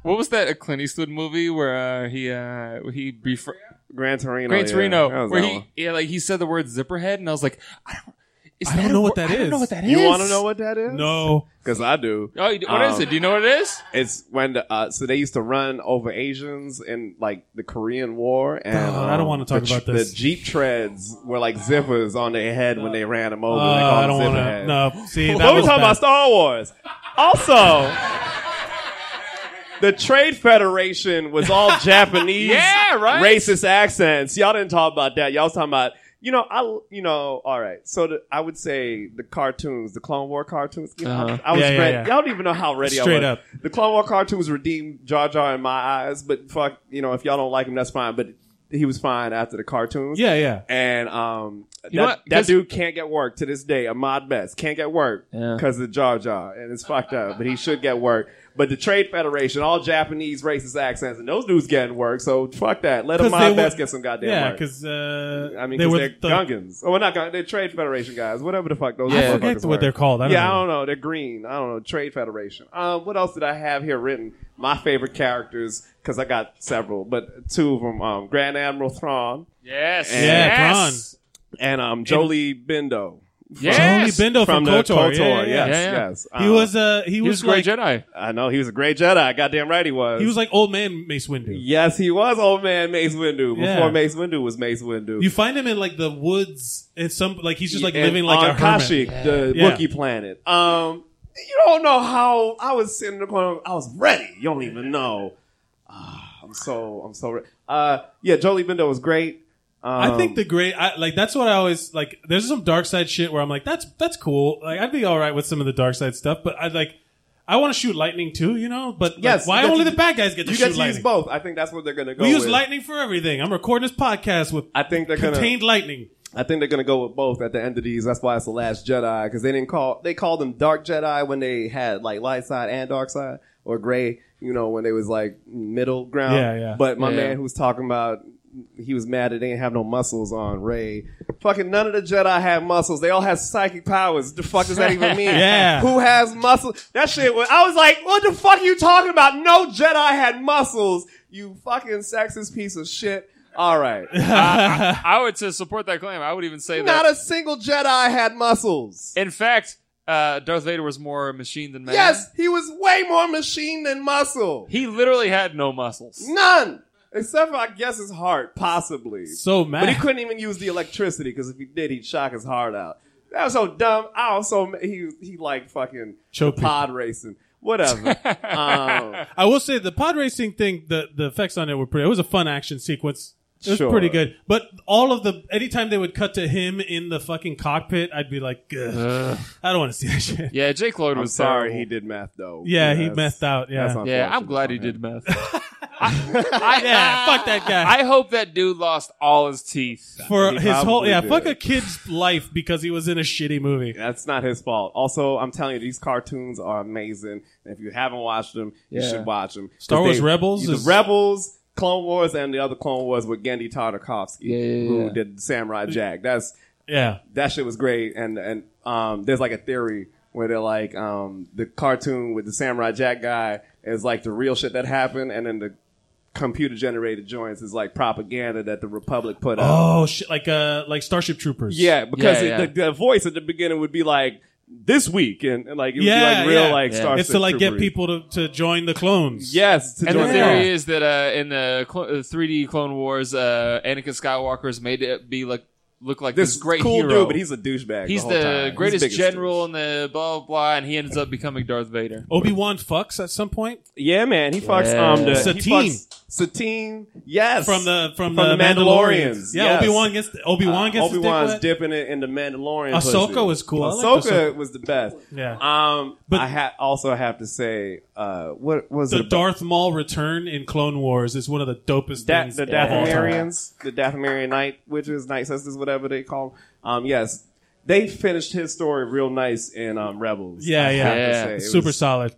what was that uh, Clint Eastwood movie where uh, he uh, he befri-
Gran Torino?
Gran
yeah.
Torino,
That was
where
that
he
one.
yeah, like he said the word zipperhead, and I was like,
I don't know what that is.
I don't know what that is.
You want to know what that is?
No.
Because I do. Um,
Oh, you do- what is it? Do you know what it is?
It's when the, uh, so they used to run over Asians in like the Korean War, and
Oh, I don't
um,
wanna talk
the tr-
about this.
The Jeep treads were like zippers on their head when they ran them over.
Uh,
they called
I don't
them
want to.
zipperheads.
No, see, that
Well, we
was
talking
bad.
about Star Wars. Also, the Trade Federation was all Japanese,
Yeah, right.
racist accents. Y'all didn't talk about that. Y'all was talking about you know I you know all right. So the, I would say the cartoons, the Clone War cartoons. You know,
Uh-huh.
I, I was
Yeah, yeah,
ready.
yeah.
Y'all don't even know how ready I
Straight
was.
up.
The Clone War cartoons redeemed Jar Jar in my eyes, but fuck, you know if y'all don't like him, that's fine. But he was fine after the cartoons.
Yeah, yeah.
And um,
You know
that,
what?
that
'Cause-
dude can't get work to this day. Ahmad Betts can't get work
Yeah.
because of Jar Jar, and it's fucked up. But he should get work. But the Trade Federation, all Japanese racist accents, and those dudes getting work. So fuck that. Let
'Cause they
Ahmad
were-
Betts get some goddamn
Yeah,
work.
because uh,
I mean,
they
'cause
were
they're
the,
Gungans. Oh, well, not Gungans. They're Trade Federation guys. Whatever the fuck those.
I
motherfuckers
forget
were.
what they're called. I don't
yeah,
know.
I don't know. They're green. I don't know. Trade Federation. Um, what else did I have here written? My favorite characters because I got several, but two of them: um, Grand Admiral Thrawn
Yes.
Yeah,
yes.
and um, Jolie Bindo.
Yes.
Tony Bendo from,
From the
KOTOR.
KOTOR,
Yeah, yeah, yeah.
yes,
Yeah, yeah.
yes.
He
Um,
was uh, he
He was
was
a great
like
Jedi.
I know he was a great Jedi. Goddamn right he was.
he was like old man Mace Windu.
Yes, he was old man Mace Windu before
Yeah.
Mace Windu was Mace Windu.
You find him in like the woods and some like he's just like
And
living like
on
a hermit.
Kashyyyk, the
Yeah.
Wookiee planet. Um, you don't know how I was sitting in the corner. I was ready. You don't even know. Ah, I'm so I'm so ready. Uh, yeah, Jolie Bindo was great. Um,
I think the great I, like that's what I always like. There's some dark side shit where I'm like, that's that's cool. Like I'd be all right with some of the dark side stuff, but I like I want to shoot lightning too, you know. But like,
Yes, you
why
get
only
to-
the bad guys get to
you
shoot
get to use
lightning?
both. I think that's what they're gonna go.
we use
with.
lightning for everything. I'm recording this podcast with
I think they're gonna
contained lightning.
I think they're gonna go with both at the end of these. That's why it's the Last Jedi because they didn't call they called them Dark Jedi when they had like light side and dark side or gray. You know when they was like middle ground.
Yeah, yeah.
But my
Yeah.
man who was talking about he was mad that they didn't have no muscles on Ray. Fucking none of the Jedi had muscles. They all had psychic powers. The fuck does that even mean?
Yeah.
Who has muscles? That shit was. I was like, what the fuck are you talking about? No Jedi had muscles. You fucking sexist piece of shit. All right.
I, I- I would to support that claim. I would even say that.
Not a single Jedi had muscles.
In fact, uh, Darth Vader was more machine than man.
Yes, he was way more machine than muscle.
He literally had no muscles.
None. Except for, I guess, his heart, possibly.
So
But he
mad.
couldn't even use the electricity because if he did, he'd shock his heart out. That was so dumb. I also, he, he like fucking
Choke people.
pod racing. Whatever. um,
I will say the pod racing thing, the the effects on it were pretty. It was a fun action sequence. It was
Sure.
pretty good. But all of the anytime they would cut to him in the fucking cockpit, I'd be like, Ugh, I don't want to see that shit.
Yeah, Jake Lloyd
I'm
was
sorry
terrible.
he did math, though.
Yeah, he
That's-
messed out. Yeah.
that's
Yeah, I'm
unfortunate
glad
for
he
him.
did meth.
yeah, fuck that guy.
I hope that dude lost all his teeth.
for
He
his whole
probably
yeah,
did.
fuck a kid's life because he was in a shitty movie.
That's not his fault. Also, I'm telling you, these cartoons are amazing. And if you haven't watched them, you
Yeah.
should watch them. 'Cause
Star Wars
they-
Rebels
the
is-
Rebels, Clone Wars, and the other Clone Wars with Genndy Tartakovsky,
Yeah, yeah,
who
yeah.
did Samurai Jack. That's
Yeah,
that shit was great. And and um, there's like a theory where they're like um, the cartoon with the Samurai Jack guy is like the real shit that happened, and then the computer generated joints is like propaganda that the Republic put out.
Oh shit! Like uh, like Starship Troopers.
Yeah, because
Yeah,
it- The, the voice at the beginning would be like this week, and, and like it would
Yeah,
be like real
yeah.
like
Yeah.
Star.
it's to like get
Troopery.
people to, to join the clones.
Yes, to
And the
join
Yeah.
theory is that uh, in the clo- uh, 3D Clone Wars, uh, Anakin Skywalker is made to be like look like this,
this
great
cool
hero.
dude, but he's a douchebag.
He's
the,
the,
whole time. He's the
greatest
biggest
general
douche.
in the blah blah blah, and he ends up becoming Darth Vader.
Obi Wan fucks at some point.
Yeah, man, he fucks
Yeah.
um the he
Satine.
fucks Satine, yes,
From the- from the Mandalorians. Yeah, Obi-Wan gets- Obi-Wan gets his
Obi
dick
Wan's
wet.
Uh, dipping it into Mandalorian.
Ahsoka
pussy.
was cool. I liked
Ahsoka
Ahsoka.
was the best.
Yeah.
Um, I ha- also have to say, uh, what was
the
it about-
Darth Maul return in Clone Wars is one of the dopest
Da-
things.
the
of all time.
Dathomirians, the Dathomirian Night Witches, Night Sisters, whatever they call them. Um, yes, they finished his story real nice in um, Rebels.
Yeah,
I
yeah,
have to say. It
super
was-
solid.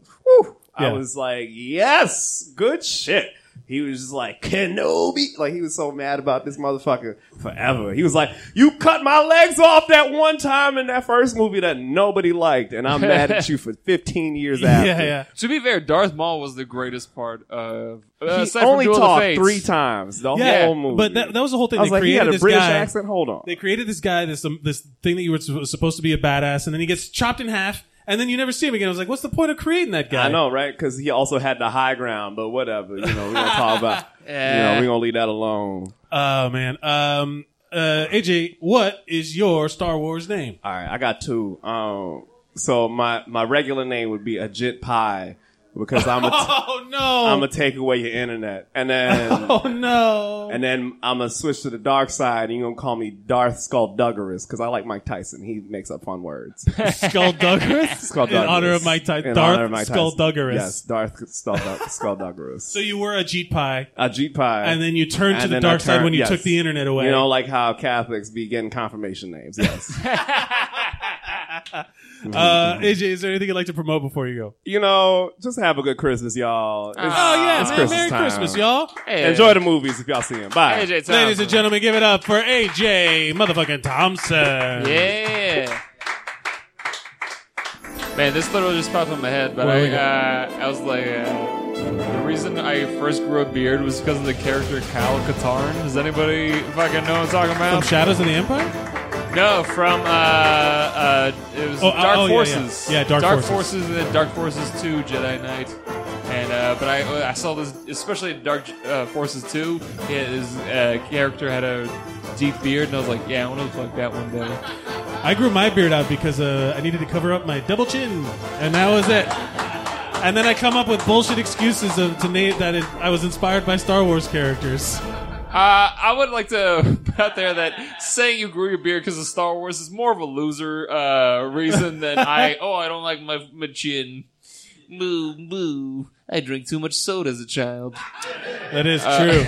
I
Yeah.
was like, yes, good shit. He was just like Kenobi, like he was so mad about this motherfucker forever. He was like, "You cut my legs off that one time in that first movie that nobody liked, and I'm mad at you for 15 years after."
To be fair, Darth Maul was the greatest part of. Uh,
He
aside from
only
Duel of the
talked
Fates.
three times the whole movie.
But that, that was the whole thing.
I was
they
like, he
created
had a
this
British
guy,
accent. Hold on.
They created this guy, this um, this thing that you were sup- supposed to be a badass, and then he gets chopped in half, and then you never see him again. I was like, what's the point of creating that guy?
I know, right? Because he also had the high ground, but whatever. You know, we're gonna talk about.
Yeah.
You know, we're gonna leave that alone.
Oh man. Um. Uh. AJ, what is your Star Wars name?
All right, I got two. Um, so my my regular name would be Ajit Pie because I'm a
oh no.
am gonna take away your internet, and then
Oh no.
and then I'm gonna switch to the dark side, and you're gonna call me Darth Skullduggerus because I like Mike Tyson. He makes up fun words.
Skullduggerus?
Skullduggerus.
In honor of Mike Ty-
In
Darth
honor of Mike Tyson.
Skullduggerus.
Yes, Darth Skuldug- Skullduggerus.
So you were a Jeet Pie.
A Jeet Pie.
And then you turned to
And
the
then I
dark side
turned-
when you
yes.
took the internet away.
You know, like how Catholics be getting confirmation names. Yes.
uh, AJ, is there anything you'd like to promote before you go?
you know, just have a good Christmas, y'all. It's-
Oh, yeah,
it's
man.
Christmas
Merry
time.
Christmas, y'all. Hey.
Enjoy the movies if y'all see them. Bye.
Ladies and gentlemen, give it up for AJ motherfucking Thompson.
Yeah. Man, this literally just popped in my head, but
Where
I,
we
uh, I was like, uh, the reason I first grew a beard was because of the character Kyle Katarn. Does anybody fucking know what I'm talking about?
From Shadows of the Empire?
No, from uh, uh, it was
Oh,
Dark
oh, yeah,
Forces.
yeah. Yeah, Dark
Dark
Forces.
Forces, and then Dark Forces Two, Jedi Knight. And uh, but I I saw this especially in Dark uh, Forces Two. Yeah, his uh, character had a deep beard, and I was like, yeah, I want to look like that one day.
I grew my beard out because uh, I needed to cover up my double chin, and that was it. And then I come up with bullshit excuses of, to name that it, I was inspired by Star Wars characters.
Uh, I would like to put out there that saying you grew your beard because of Star Wars is more of a loser uh, reason than I. Oh, I don't like my, my chin. Moo moo. I drink too much soda as a child.
That is
Uh,
true.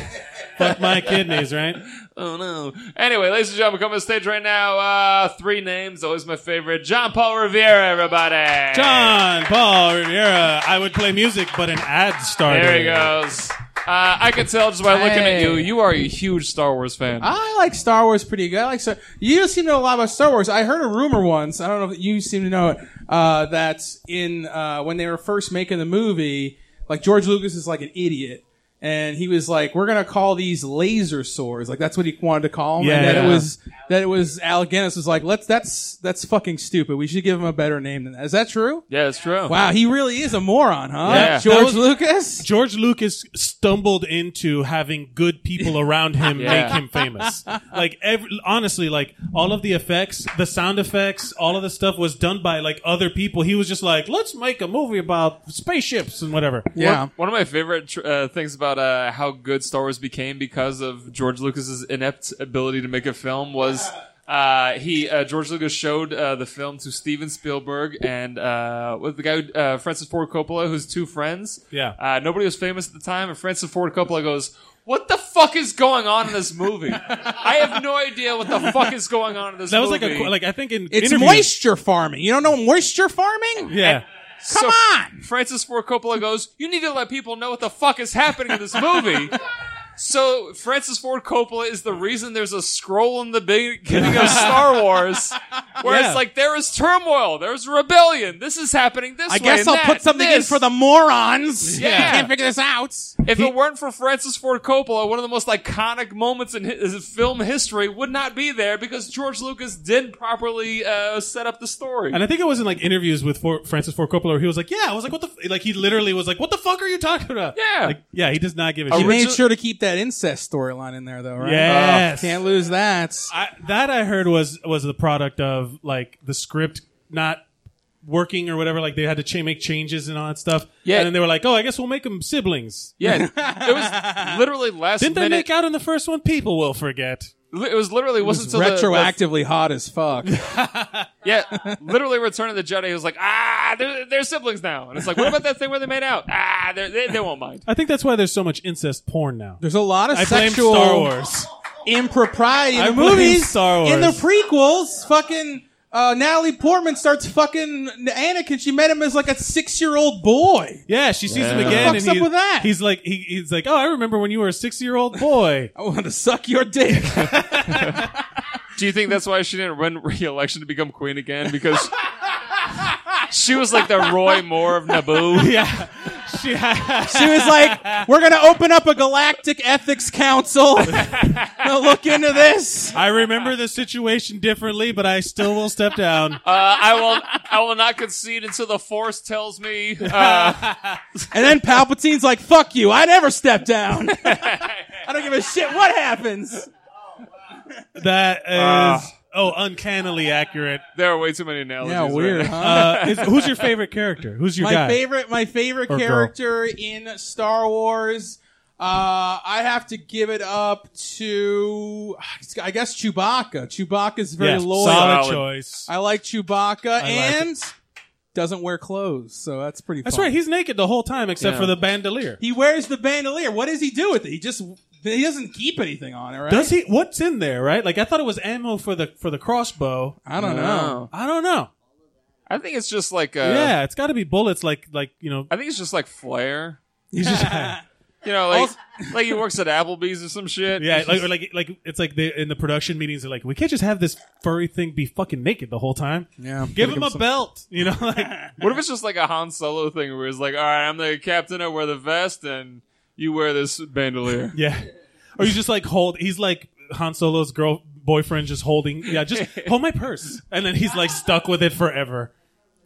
Fuck my kidneys, right?
Oh no. Anyway, ladies and gentlemen, coming to the stage right now. Uh, three names, always my favorite. John Paul Revere, everybody.
John Paul Rivera. I would play music, but an ad started.
There he goes. Uh, I can tell just by looking at
Hey.
you, you are a huge Star Wars fan.
I like Star Wars pretty good. I like Star- you don't seem to know a lot about Star Wars. I heard a rumor once. I don't know if you seem to know it. Uh, that in uh, when they were first making the movie, like George Lucas is like an idiot, and he was like, "We're gonna call these laser swords." Like that's what he wanted to call them. and
Yeah.
that it was that it was Al Guinness was like, "Let's that's that's fucking stupid. We should give him a better name than that." Is that true?
Yeah, that's true.
Wow, he really is a moron, huh?
Yeah.
George
That was-
Lucas.
George Lucas stumbled into having good people around him
Yeah.
make him famous. Like every, honestly, like all of the effects, the sound effects, all of the stuff was done by like other people. He was just like, let's make a movie about spaceships and whatever.
One, one of my favorite tr- uh, things about uh, how good Star Wars became because of George Lucas's inept ability to make a film was uh, he uh, George Lucas showed uh, the film to Steven Spielberg and uh, with the guy who, uh, Francis Ford Coppola, who's two friends.
Yeah.
Uh, nobody was famous at the time, and Francis Ford Coppola goes. What the fuck is going on in this movie? I have no idea what the fuck is going on in this
That was
movie.
like a qu- like I think in
It's
interviews-
moisture farming. You don't know moisture farming?
Yeah.
Come on! Francis Ford Coppola goes, You need to let people know what the fuck is happening in this movie. so, Francis Ford Coppola is the reason there's a scroll in the beginning of Star Wars where
Yeah.
it's like, There is turmoil, there's rebellion, this is happening this
I
way.
guess
and
I'll
that,
put something
this.
in for the morons.
Yeah.
I can't figure this out.
If it weren't for Francis Ford Coppola, one of the most iconic moments in his film history would not be there because George Lucas didn't properly uh, set up the story.
And I think it was in like interviews with For- Francis Ford Coppola where he was like, "Yeah," I was like, "What the?" F-? Like he literally was like, "What the fuck are you talking about?"
Yeah.
like, yeah. He does not give a
He
shit.
made sure to keep that incest storyline in there, though, right?
Yes.
Oh, can't lose that.
I, that I heard was was the product of like the script not working or whatever. Like they had to cha- make changes and all that stuff.
Yeah.
and then they were like, "Oh, I guess we'll make them siblings."
Yeah, it was literally last
Didn't they
minute.
make out in the first one? People will forget.
Li- it was literally wasn't
It's
till the- the-
retroactively hot as fuck.
yeah, literally Return of the Jedi was like, ah, they're, they're siblings now, and it's like, what about that thing where they made out? Ah, they're- they they won't mind.
I think that's why there's so much incest porn now.
There's a lot of
I blame
sexual
Star Wars.
impropriety in
I
the
blame
movies.
Star Wars.
In the prequels, fucking uh, Natalie Portman starts fucking Anakin. She met him as like a six-year-old boy.
Yeah, she sees him
Yeah.
again.
What the fuck's
and he-
up with that?
He's like, he, he's like, oh, I remember when you were a six-year-old boy.
I want to suck your dick.
Do you think that's why she didn't run re-election to become queen again? Because she was like the Roy Moore of Naboo.
Yeah, she,
She was like, "We're gonna open up a galactic ethics council. Now look into this."
I remember the situation differently, but I still will step down.
Uh, I will. I will not concede until the Force tells me. Uh,
And then Palpatine's like, "Fuck you! I never step down. I don't give a shit what happens."
That is,
Ah.
oh, uncannily accurate.
there are way too many analogies.
Yeah, weird,
right now.
Uh, is- who's your favorite character? Who's your
my
guy?
favorite? My favorite
Or girl.
character in Star Wars. Uh, I have to give it up to, I guess Chewbacca. Chewbacca's very
Yeah,
loyal.
solid Solid. choice.
I like Chewbacca
like
and doesn't wear clothes, so that's pretty.
That's
fun.
right. He's naked the whole time except
Yeah.
for the bandolier.
He wears the bandolier. What does he do with it? He just he doesn't keep anything on it, right?
Does he? What's in there? Right? Like I thought it was ammo for the for the crossbow.
I don't know.
I don't know.
I think it's just like. Uh,
yeah, it's got to be bullets. Like like you know.
I think it's just like flair.
He's just
You know, like like he works at Applebee's or some shit.
yeah,
It's
like
just-
or like like it's like they in the production meetings they're like we can't just have this furry thing be fucking naked the whole time.
Yeah,
give him a belt. You know, like
What if it's just like a Han Solo thing where he's like, all right, I'm the captain, I wear the vest, and you wear this bandolier.
yeah, or you just like hold. He's like Han Solo's girl boyfriend just holding. Yeah, just hold my purse, and then he's like stuck with it forever.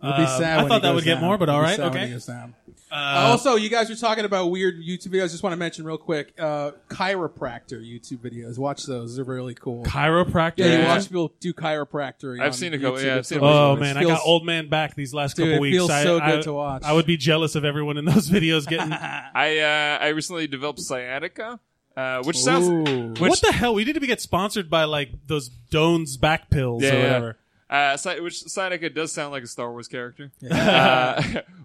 It'll be
Um,
sad
I
when he
thought that
goes
would get
down.
more, but
It'll
all
be
right,
sad when
okay. Uh,
he goes down. Uh, also, you guys were talking about weird YouTube videos. Just want to mention real quick, uh, chiropractor YouTube videos. Watch those; they're really cool.
Chiropractor?
Yeah, you
Yeah.
watch people do chiropractor.
I've
on
seen a couple-
YouTube.
yeah, I've
It's
seen a
really
Oh
cool.
man,
It
I
feels-
got old man back these last
Dude,
couple
it
weeks.
feels
I,
so
I-
good to watch.
I would be jealous of everyone in those videos getting.
I uh, I recently developed sciatica, uh, which sounds
Ooh.
which,
what the hell? We need to be get sponsored by like those Doan's back pills
Yeah,
or
yeah.
whatever.
Uh, Sci- which Sciatica does sound like a Star Wars character. Uh,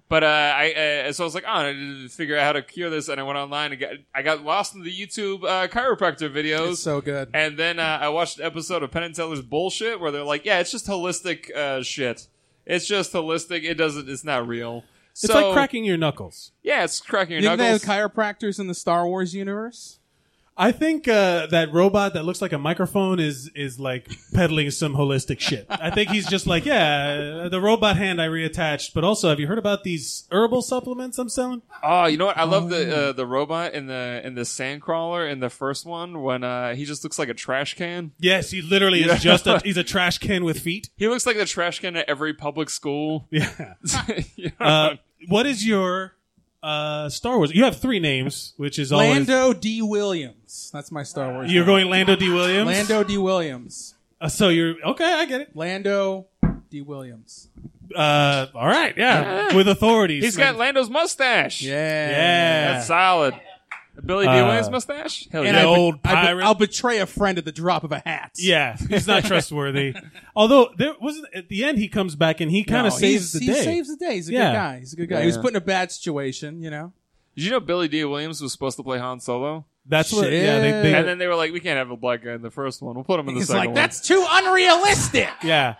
but uh, I uh, so I was like, oh, I need to figure out how to cure this, and I went online and got I got lost in the YouTube uh, chiropractor videos.
It's so good.
And then uh, I watched an episode of Penn and Teller's bullshit where they're like, yeah, it's just holistic uh, shit. It's just holistic. It doesn't. It's not real.
it's like cracking your knuckles.
Yeah, it's cracking your
You think they have
knuckles.
chiropractors in the Star Wars universe?
I think uh, that robot that looks like a microphone is is like peddling some holistic shit. I think he's just like, yeah, uh, the robot hand I reattached. But also, have you heard about these herbal supplements I'm selling?
Oh, you know what? I love the
Oh.
uh, the robot in the in the sandcrawler in the first one when uh, he just looks like a trash can.
Yes, he literally
Yeah.
is just a, he's a trash can with feet.
He looks like the trash can at every public school.
Yeah.
You know?
Uh, what is your uh, Star Wars? You have three names, which is always
Lando D. Williams. That's my Star Wars.
you're
name.
going Lando D. Williams.
Lando D. Williams.
Uh, so you're okay. I get it.
Lando D. Williams.
Uh, all right. Yeah, with authorities.
He's got Lando's mustache.
Yeah.
Yeah.
That's solid. Billy D.
Uh,
Williams mustache? Hell
and
yeah.
I- old
I
pirate.
will betray a friend at the drop of a hat.
Yeah, he's not trustworthy. Although there wasn't at the end, he comes back and he kind
No,
of saves
he's-
the
he
day.
saves the day. He's a
Yeah.
good guy. He's a good guy. He was
Yeah.
put in a bad situation, you know.
Did you know Billy D. Williams was supposed to play Han Solo?
That's what. Yeah, they, they,
And then they were like, we can't have a black guy in the first one. We'll put him in the
He's
second
like,
one.
that's too unrealistic.
yeah.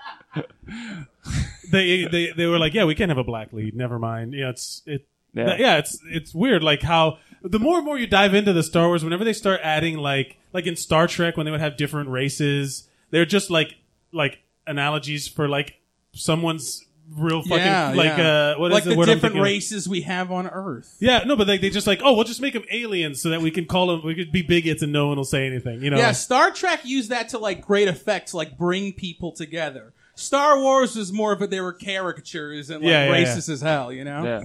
they they they were like, yeah, we can't have a black lead. Never mind. Yeah, it's it.
Yeah.
Yeah. yeah, it's it's weird. Like how the more and more you dive into the Star Wars, whenever they start adding like like in Star Trek when they would have different races, they're just like like analogies for like someone's real fucking
yeah,
like
yeah.
uh what is
like
the,
the
word I'm
different
thinking of?
races we have on Earth.
Yeah, no, but like they just like, oh, we'll just make them aliens so that we can call them, we could be bigots and no one will say anything, you know?
Yeah, Star Trek used that to like great effect, to like bring people together. Star Wars was more of a they were caricatures and like
Yeah, yeah, yeah.
racist as hell, you know.
yeah.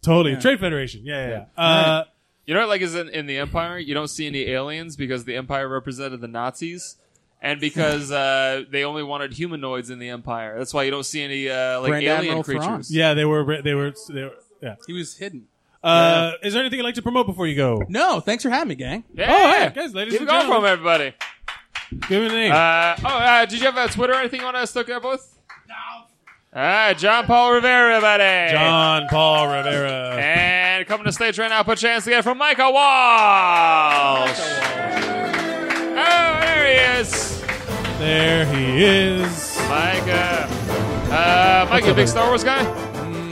Totally. Trade Federation. Yeah, yeah. yeah. Uh,
You know, what, like is in, in the Empire, you don't see any aliens because the Empire represented the Nazis, and because uh, they only wanted humanoids in the Empire. That's why you don't see any uh, like
Grand
alien
Admiral
creatures.
Thrawn. Yeah, they were. They were. They were yeah.
He was hidden.
Uh, Is there anything you'd like to promote before you go?
No, thanks for having me, gang.
Yeah,
Oh, yeah, guys, ladies
keep
and
it going
gentlemen.
for 'em, everybody.
Give it a name.
Uh, oh, uh, did you have a Twitter or anything you want to hook up with? No. All right, John Paul Rivera, everybody.
John Paul Rivera.
And coming to stage right now, put your hands together for Michael Walsh. Oh, there he is.
There he is.
Micah. Uh, Mike, you a big Star Wars guy?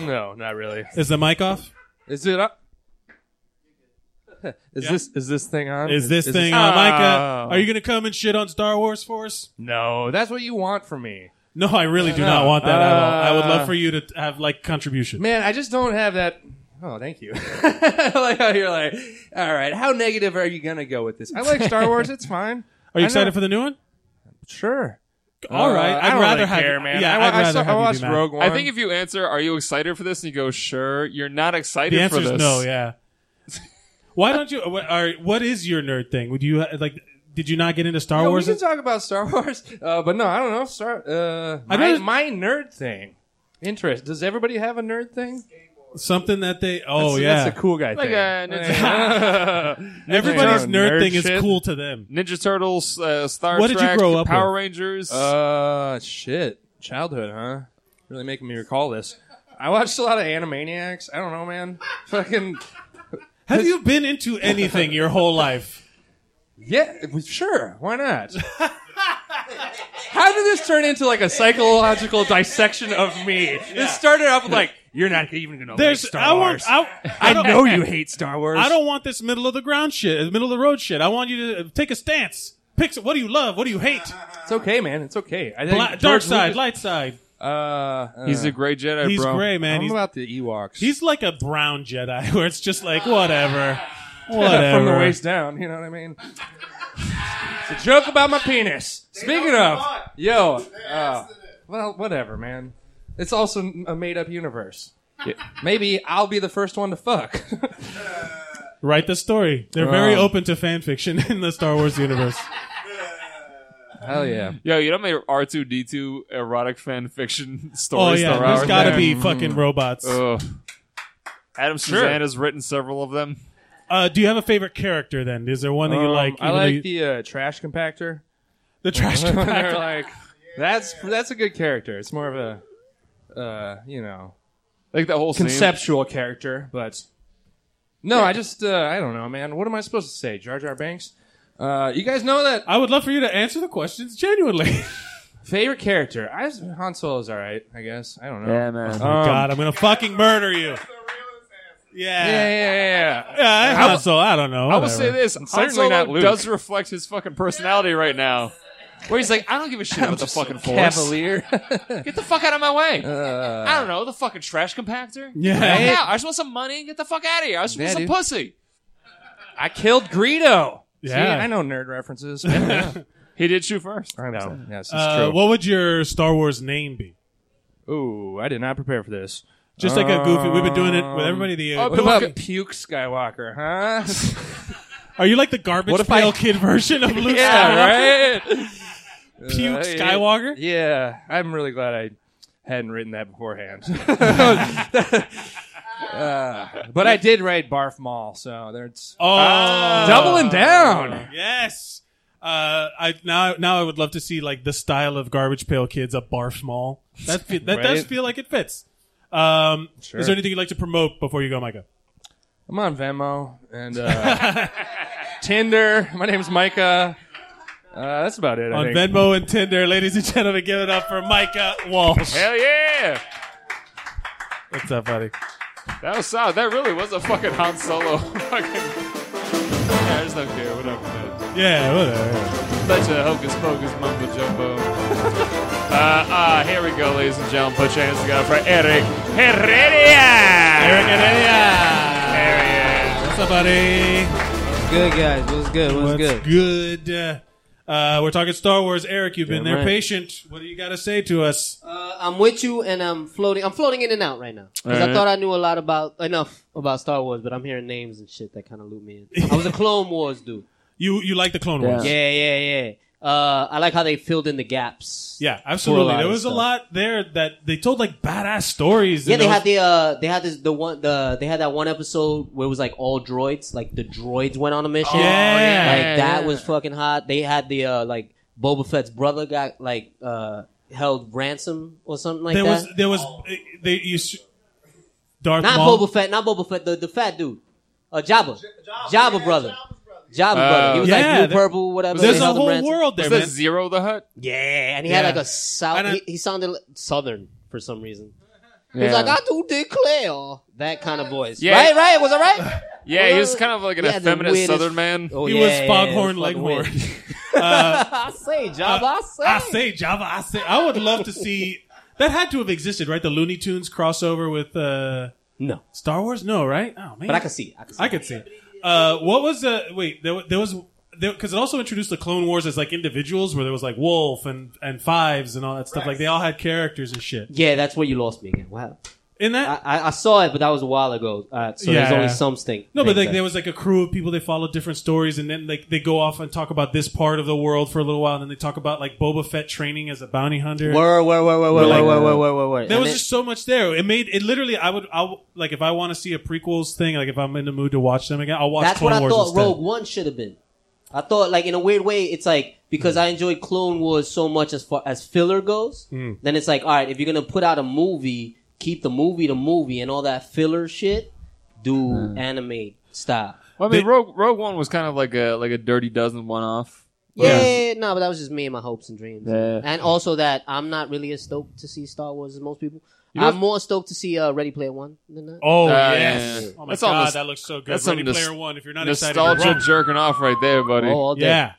No, not really.
Is the mic off?
Is it up? Is this is this thing on?
Is this thing on
Oh.
Micah? Are you going to come and shit on Star Wars for us?
No, Oh, that's what you want from me.
No, I really do not
No.
want that at all. I would
Uh,
love for you to t- have like contribution.
Man, I just don't have that. Oh, thank you. like how you're like, all right, how negative are you gonna go with this? I like Star Wars. It's fine.
Are you
I
excited
know-
for the new one?
Sure.
All right,
Uh,
I'd
I don't
rather
really
have
care,
you-
man.
yeah,
I, wa-
I'd
I
rather
saw- I
have you be
watched
mad.
Rogue One.
I think if you answer, "Are you excited for this?" and you go, "Sure," you're not excited
the
for
answer
this.
is no. Yeah. Why don't you? What, are, what is your nerd thing? Would you uh, like? Did you not get into Star
No,
Wars?
We can talk about Star Wars, uh, but no, I don't know. Star. Uh, my,
I'd rather-
my nerd thing. Interest. Does everybody have a nerd thing?
Something that they. Oh
That's-
yeah,
that's a cool guy Like thing. a Ninja-
Everybody's
Ninja
nerd,
nerd
thing is
shit.
cool to them.
Ninja Turtles, uh, Star
What did you
Trek,
grow up
Power
with?
Rangers.
Uh, shit. Childhood, huh? Really making me recall this. I watched a lot of Animaniacs. I don't know, man. Fucking.
Have you been into anything your whole life?
Yeah, sure. Why not? How did this turn into like a psychological dissection of me? This started off with like, you're not even gonna
There's.
like Star
I want.
Wars.
I, I
I
don't-
know you hate Star Wars.
I don't want this middle of the ground shit, uh, middle of the road shit. I want you to uh, take a stance. Pick. What do you love? What do you hate?
It's okay, man. It's okay. I think
Bla- dark
George
side,
Lucas-
light side.
Uh, uh,
He's a gray Jedi,
He's
bro.
gray, man.
I'm
he's,
about the Ewoks.
He's like a brown Jedi, where it's just like whatever, whatever.
From the waist down, you know what I mean? It's a joke about my penis. Speaking of, yo, uh, well, whatever, man. It's also a made up universe. Maybe I'll be the first one to fuck.
Write the story. They're very
Um.
open to fan fiction in the Star Wars universe.
Hell yeah.
Yo, you know my R two D two erotic fan fiction
Oh
stories.
yeah,
there
there's
are
got to
there.
be
Mm-hmm.
fucking robots.
Ugh. Adam
Sure.
Suzanne has written several of them.
Uh, do you have a favorite character then? Is there one that you
Um,
like?
I
even though
like
you-
the uh, trash compactor.
The trash
They're
compactor.
like, that's that's a good character. It's more of a, uh, you know,
like the whole scene.
conceptual character. But no, I just uh, I don't know, man. What am I supposed to say, Jar Jar Banks? Uh, you guys know that
I would love for you to answer the questions genuinely.
favorite character. I Han Solo's all right, I guess. I don't know. Um,
Yeah, man. Oh my God, I'm gonna fucking murder you.
Yeah,
Yeah.
yeah, yeah. yeah.
Yeah,
I
I,
will-
so I don't know.
I will
whatever.
say this: Han
Certainly
Solo
not Luke.
does reflect his fucking personality right now, where he's like, "I don't give a shit about the fucking force.
Cavalier.
Get the fuck out of my way.
Uh,
I don't know the fucking trash compactor.
Yeah.
yeah. I just want some money. and Get the fuck out of here. I just
Yeah,
want some
dude.
pussy.
I killed Greedo.
Yeah.
See, I know nerd references. Yeah.
He did shoot first.
I know. Yes, it's
Uh,
true.
what would your Star Wars name be?
Ooh, I did not prepare for this.
Just like a goofy- we've been doing it with everybody, the, uh,
Oh, what
Puke-
about Puke Skywalker, huh?
Are you like the garbage
What if
pail
I-
kid version of Luke Skywalker?
yeah, right.
Puke
Uh, yeah.
Skywalker?
Yeah, I'm really glad I hadn't written that beforehand. Uh, but I did write Barf Mall, so there's
Oh,
Uh, doubling down.
Yes. Uh, I now now I would love to see like the style of garbage pail kids up barf mall. That fe- that does
Right.
feel like it fits. Um,
Sure.
Is there anything you'd like to promote before you go, Micah?
I'm on Venmo and uh, Tinder. My name's Micah. Uh, that's about it. I
On
think.
Venmo and Tinder, ladies and gentlemen, give it up for Micah Walsh.
Hell yeah.
What's up, buddy?
That was solid. That really was a fucking Han Solo. fucking. Yeah, I just don't care. Whatever. man.
Yeah, whatever.
Such a hocus pocus mumbo jumbo. uh, uh, here we go, ladies and gentlemen. Put your hands together for Eric Heredia.
Eric
Heredia. There he is.
What's up, buddy?
Good guys, what's good? What's, good?
Good. Uh, we're talking Star Wars. Eric, you've been
Damn
there
right.
patient. What do you got to say to us?
Uh, I'm with you, and I'm floating. I'm floating in and out right now because I
Alright.
thought I knew a lot about enough about Star Wars, but I'm hearing names and shit that kind of loop me in. I was a Clone Wars dude.
You you like the Clone Wars?
Yeah, yeah, yeah. Uh, I like how they filled in the gaps.
Yeah,
for a
absolutely.
lot
There
of
was a
stuff.
lot there that they told like badass stories.
Yeah,
and
they
there
had the uh, they had this the one the they had that one episode where it was like all droids, like the droids went on a
Oh,
mission.
yeah.
like that
yeah.
was fucking hot. They had the uh, like Boba Fett's brother got like uh, held ransom or something like
there
that.
was there was uh, they you s- Darth
not
Maul.
Boba Fett, not Boba Fett, the, the fat dude, uh, Jabba, Jabba brother, Jabba
Oh.
brother. He was
Yeah,
like
that-
blue purple, whatever.
There's
They
a
held him
whole
ransom.
world there, Was that man. Zero the Hut?
Yeah, and he
Yeah.
had like a south. He, he sounded like- southern for some reason. He
Yeah.
was like, I do declare
"Ah,
that kind of voice.
Yeah.
Right, right. Was I right?
Yeah, he was
Well,
kind of like an
yeah, the
effeminate
weirdest-
Southern man.
Oh, He yeah, was yeah, yeah, Foghorn the fucking
Leghorn. Uh,
I say, Jabba. I say.
I say Java. I say I would love to see that had to have existed, right? The Looney Tunes crossover with uh
no
Star Wars, no, right? Oh man,
But I could see it. I could see
I could see. it. Uh, what was the wait? There, wa- there was because it also introduced the Clone Wars as like individuals, where there was like Wolf and and Fives and all that stuff. Like they all had characters and shit.
Yeah, that's where you lost me again. Wow.
In that,
I, I saw it, but that was a while ago. Uh, so there's only some stink.
No, but like
things
there was like a crew of people. They follow different stories, and then like they go off and talk about this part of the world for a little while, and then they talk about like Boba Fett training as a bounty hunter.
Whoa, whoa, whoa, whoa,
But,
whoa,
like,
whoa, whoa, whoa, whoa, whoa.
There
And
was
it-
just so much there. It made it literally. I would, I would- like if I want to see a prequels thing. Like if I'm in the mood to watch them again, I'll watch
That's
Clone
what I
Wars
thought
instead.
Rogue One should have been. I thought, like, in a weird way, it's like
Hmm.
because I enjoyed Clone Wars so much as far as filler goes,
Hmm.
Mm.
then it's like, all right, if you're gonna put out a movie, keep the movie the movie and all that filler shit, do
Hmm.
anime style.
Well, I mean, Rogue, Rogue One was kind of like a like a Dirty Dozen one-off.
yeah, no, but that was just me and my hopes and dreams,
Yeah.
and also that I'm not really as stoked to see Star Wars as most people.
You know-
I'm more stoked to see uh, Ready Player One than that.
Oh
Uh,
yes!
yeah.
Oh my
That's all
god,
nos-
that looks so good.
that's
Ready
some nos-
Player One. If you're not excited, you're
nostalgia
wrong.
jerking off right there, buddy.
Oh,
yeah.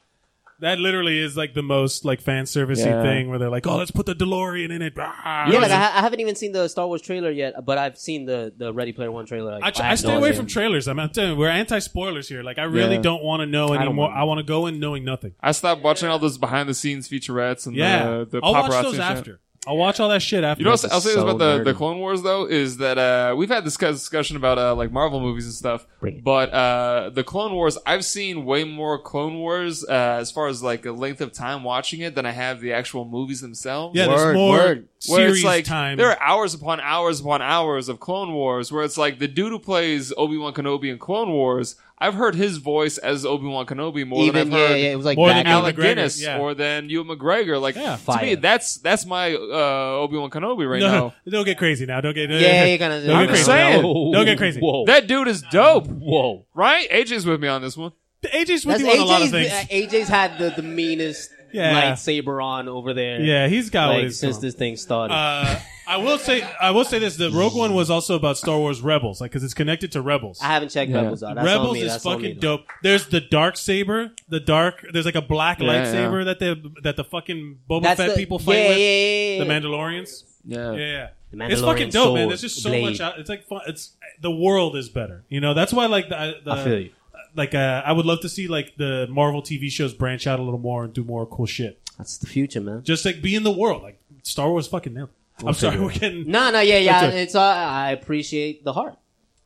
That literally is like the most like fan servicey
Yeah.
thing where they're like, "Oh, let's put the DeLorean in it." Ah.
yeah, like I, ha- I haven't even seen the Star Wars trailer yet, but I've seen the, the Ready Player One trailer. Like,
I, tr-
have
I stay
no
away
idea.
from trailers. I'm, I'm telling you, we're anti spoilers here. Like, I really
Yeah.
don't want to know
I don't
anymore.
wanna
I want to go in knowing nothing.
I stopped watching all those behind the scenes featurettes and
yeah,
the, the
I'll watch
paparazzi
those
and shit.
after. I'll watch all that shit after.
You know, what I'll say this about the, the Clone Wars though is that uh, we've had this kind of discussion about uh, like Marvel movies and stuff, but uh, the Clone Wars I've seen way more Clone Wars uh, as far as like a length of time watching it than I have the actual movies themselves.
Yeah, there's Word, more word.
Where it's
series
like
time.
there are hours upon hours upon hours of Clone Wars where it's like the dude who plays Obi Wan Kenobi in Clone Wars. I've heard his voice as Obi Wan Kenobi more
Even-
than I've
yeah,
heard
yeah, it was like
more
back
than
in-
Alec
McGregor,
Guinness
yeah.
or than Ewan McGregor. Like to me,
Fire.
that's that's my uh, Obi Wan Kenobi right
no,
now.
don't get crazy now. Don't get
Yeah, you're gonna-
don't get
I'm
crazy.
just saying.
No. Don't get crazy.
That dude is dope. Whoa. Right? AJ's with me on this one.
AJ's
That's AJ's uh, AJ's had the, the meanest
Yeah.
lightsaber on over there.
Yeah, he's got what
like,
he's
since
got.
this thing started.
Uh, I will say, I will say this: the Rogue One was also about Star Wars Rebels, like because it's connected to Rebels.
I haven't checked Rebels out. That's on
Rebels
me.
is
That's on me,
fucking dope. There's the dark saber, the dark. There's like a black
Yeah,
lightsaber that the that the fucking Boba
That's
Fett
the-
people fight
yeah,
with.
yeah, yeah, yeah,
The
yeah.
Mandalorians.
Yeah,
yeah.
The
it's fucking
Mandalorian
dope, man.
sword,
There's just so
blade.
much. Out, it's like fun. It's the world is better. You know, that's why like the, I- the
I feel you.
Like uh, I would love to see like the Marvel TV shows branch out a little more and do more cool shit.
That's the future, man.
Just like be in the world. Like Star Wars, fucking nailed. it.
We'll
I'm sorry,
figure it
we're
out.
getting
No, no, yeah, yeah.
That's it.
It's uh, I appreciate the heart.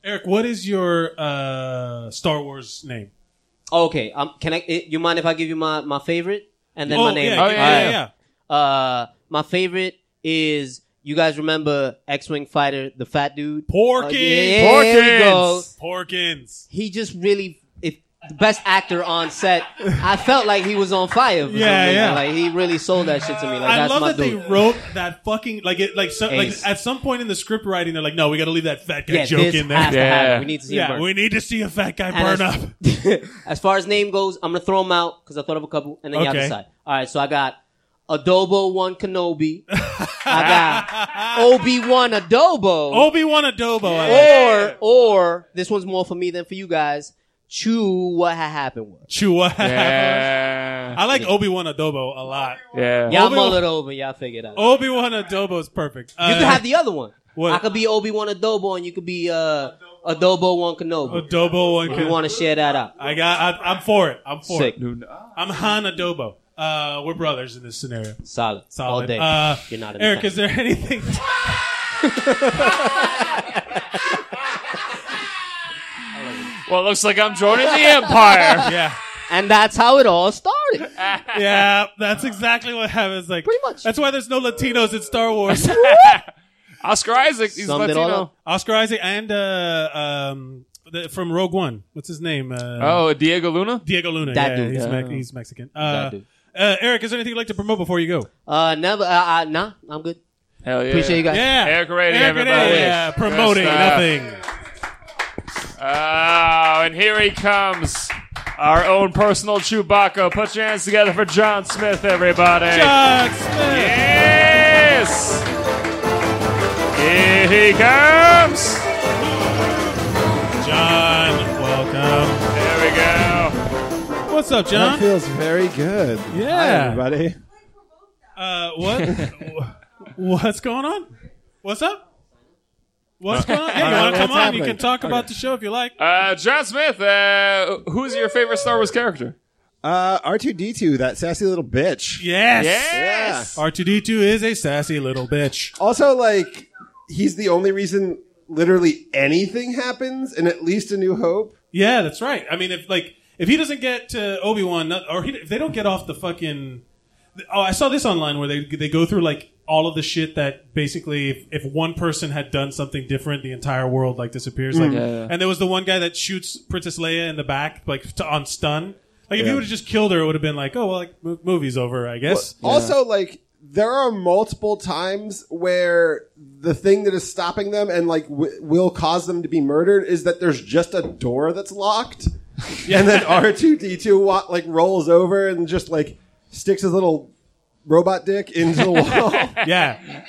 Eric, what is your uh, Star Wars name?
Okay, um, can I? eh, You mind if I give you my, my favorite and then
Oh,
my name?
yeah, Oh, yeah, yeah, yeah,
yeah. Uh, my favorite is you guys remember X-wing fighter, the fat dude, Uh,
Porkins.
Oh, yeah, There we go.
Porkins.
He just really, if the best actor on set, I felt like he was on fire. For
Yeah,
some reason.
yeah.
Like he really sold that shit to me. Like
I
that's
love
my
that
dude.
they wrote that fucking like it like, so, like
Ace.
at some point in the script writing they're like no we got to leave that fat guy
Yeah,
joke
this
in there
has to happen. Yeah. We need to see him
yeah
burn.
we need to see a fat guy
And
burn
as-
up
as far as name goes, I'm gonna throw them out because I thought of a couple, and then y'all
Okay.
decide. All right, so I got Adobo One Kenobi. I got Obi One Adobo.
Obi Wan Adobo. I
Or or this one's more for me than for you guys. Chew what ha- happened was.
Chew what
Yeah.
I like Obi Wan Adobo a lot
yeah
Y'all mull it over. Y'all figure it out.
Obi Wan Adobo is perfect
you could have the other one.
uh, what?
I could be Obi Wan Adobo, and you could be uh, Adobo One Kenobi.
Adobo One.
If you want to share that out.
I got I, I'm for it I'm for
Sick.
it I'm Han Adobo uh, we're brothers in this scenario
solid
solid
All day.
Uh,
You're not in
Eric
the
is there anything
Well, it looks like I'm joining the Empire.
yeah.
And that's how it all started.
Absolutely.
Ah.
yeah, that's exactly what happens. Like pretty much. That's why there's no Latinos in Star Wars.
Oscar Isaac, he's
Summed it all
Latino.
up. Oscar Isaac and uh, um, the, from Rogue One. What's his name? Uh,
Oh, Diego Luna?
Diego Luna. yeah,
That dude.
He's,
Oh.
Mex he's Mexican.
That
Uh,
dude.
uh, Eric, is there anything you'd like to promote before you go?
Uh, never. Uh, uh, nah, I'm good.
Hell yeah.
Appreciate you guys.
Yeah.
Eric Rady,
Eric Rady,
everybody.
yeah,
Good
promoting
stuff.
nothing.
Oh, and here he comes. Our own personal Chewbacca. Put your hands together for John Smith, everybody.
John Smith.
Yes. Here he comes.
John, welcome.
There
we go. What's up, John?
That feels very good.
Yeah.
Hi, everybody.
Uh, what? What's going on? What's up? What's going on? Yeah, you
Uh,
want to come
what's
on?
happening?
You can talk
Okay.
about the show if you like.
Uh, John Smith, uh, who's your favorite Star Wars character?
Uh, R2D2, that sassy little bitch.
Yes.
Yes.
R2D2 is a sassy little bitch.
Also, like, he's the only reason literally anything happens, and at least A New Hope.
Yeah, that's right. I mean, if like if he doesn't get to Obi Wan, or he, if they don't get off the fucking. Oh, I saw this online where they they go through like all of the shit that basically if, if one person had done something different, the entire world like disappears. Like,
Mm. Yeah, yeah.
and there was the one guy that shoots Princess Leia in the back, like to, on stun. Like if he
Yeah.
would have just killed her, it would have been like, oh well, like mo- movie's over, I guess.
Well, Also, like there are multiple times where the thing that is stopping them and like w- will cause them to be murdered is that there's just a door that's locked, and then R two D two like rolls over and just like sticks his little robot dick into the wall.
yeah.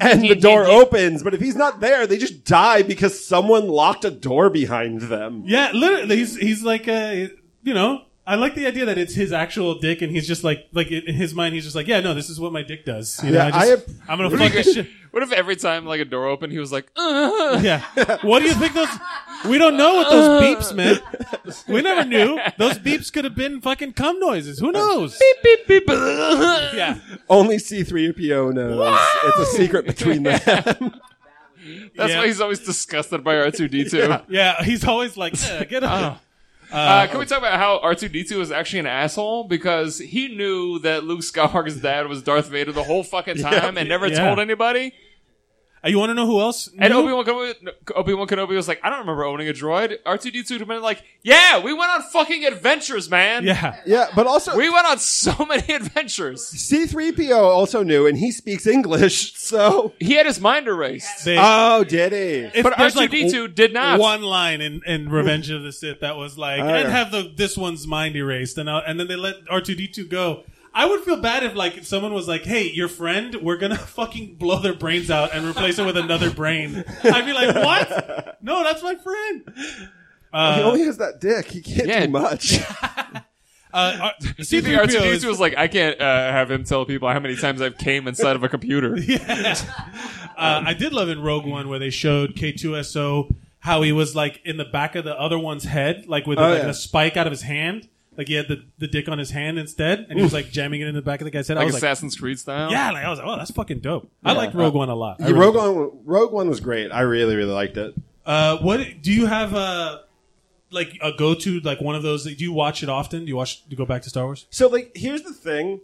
And the door opens, but if he's not there, they just die because someone locked a door behind them.
Yeah, literally, he's he's like a you know. I like the idea that it's his actual dick, and he's just like like in his mind, he's just like, yeah, no, this is what my dick does. You know,
Yeah,
I
I
just,
have-
I'm gonna fuck this shit.
What if every time like a door opened, he was like,
Yeah. What do you think those? We don't know what those beeps meant. We never knew. Those beeps could have been fucking cum noises. Who knows? Beep beep beep. Yeah.
Only C three PO knows. It's a secret between them.
That's
Yeah.
why he's always disgusted by R two D two.
Yeah. He's always like, "Yeah, get up.
Uh, can we talk about how R two D two was actually an asshole because he knew that Luke Skywalker's dad was Darth Vader the whole fucking
Yeah.
time and never
Yeah.
told anybody?
Uh, you want to know who else?
And
knew?
Obi Wan Kenobi, no, Obi-Wan Kenobi was like, I don't remember owning a droid. R two D two would have been like, Yeah, we went on fucking adventures, man.
Yeah.
Yeah, but also
we went on so many adventures.
C3PO also knew, and he speaks English, so.
He had his mind erased.
oh, did he?
If
But
there's, like,
R2D2
w-
did not.
One line in, in Revenge of the Sith that was like,
I
and
don't-
have the this one's mind erased, and I, and then they let R two D two go. I would feel bad if like someone was like, "Hey, your friend, we're gonna fucking blow their brains out and replace it with another brain." I'd be like, "What? No, that's my friend."
he
Uh,
only has that dick. He can't do much.
uh,
C three R two
C-3PO
D
is-
two was like, I can't uh, have him tell people how many times I've came inside of a computer.
Uh, I did love in Rogue One where they showed K2SO how he was like in the back of the other one's head, like with
Oh,
like
yeah.
a spike out of his hand. Like he had the, the dick on his hand instead, and he was like jamming it in the back of the guy's head. I
Like
was
Assassin's Creed style?
Yeah, like I was like, oh, that's fucking dope. I liked Rogue One a lot. I
Yeah,
really
Rogue,
did.
One, Rogue One was great. I really, really liked it.
Uh, what do you have? Uh, like a go to like one of those? Do you watch it often? Do you watch? Do you go back to Star Wars?
So, like, here's the thing.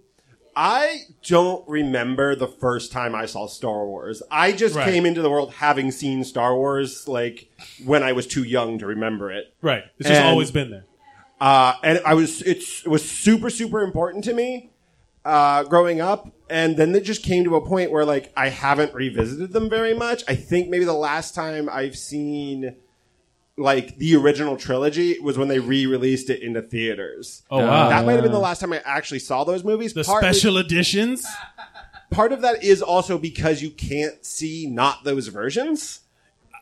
I don't remember the first time I saw Star Wars. I just
Right.
came into the world having seen Star Wars, like, when I was too young to remember it.
Right. It's just
And-
always been there.
Uh, and I was, it's, it was super, super important to me, uh, growing up. And then it just came to a point where, like, I haven't revisited them very much. I think maybe the last time I've seen, like, the original trilogy was when they re-released it into theaters.
Oh, wow.
That might have been the last time I actually saw those movies.
The
Partly-
special editions.
part of that is also because you can't see not those versions.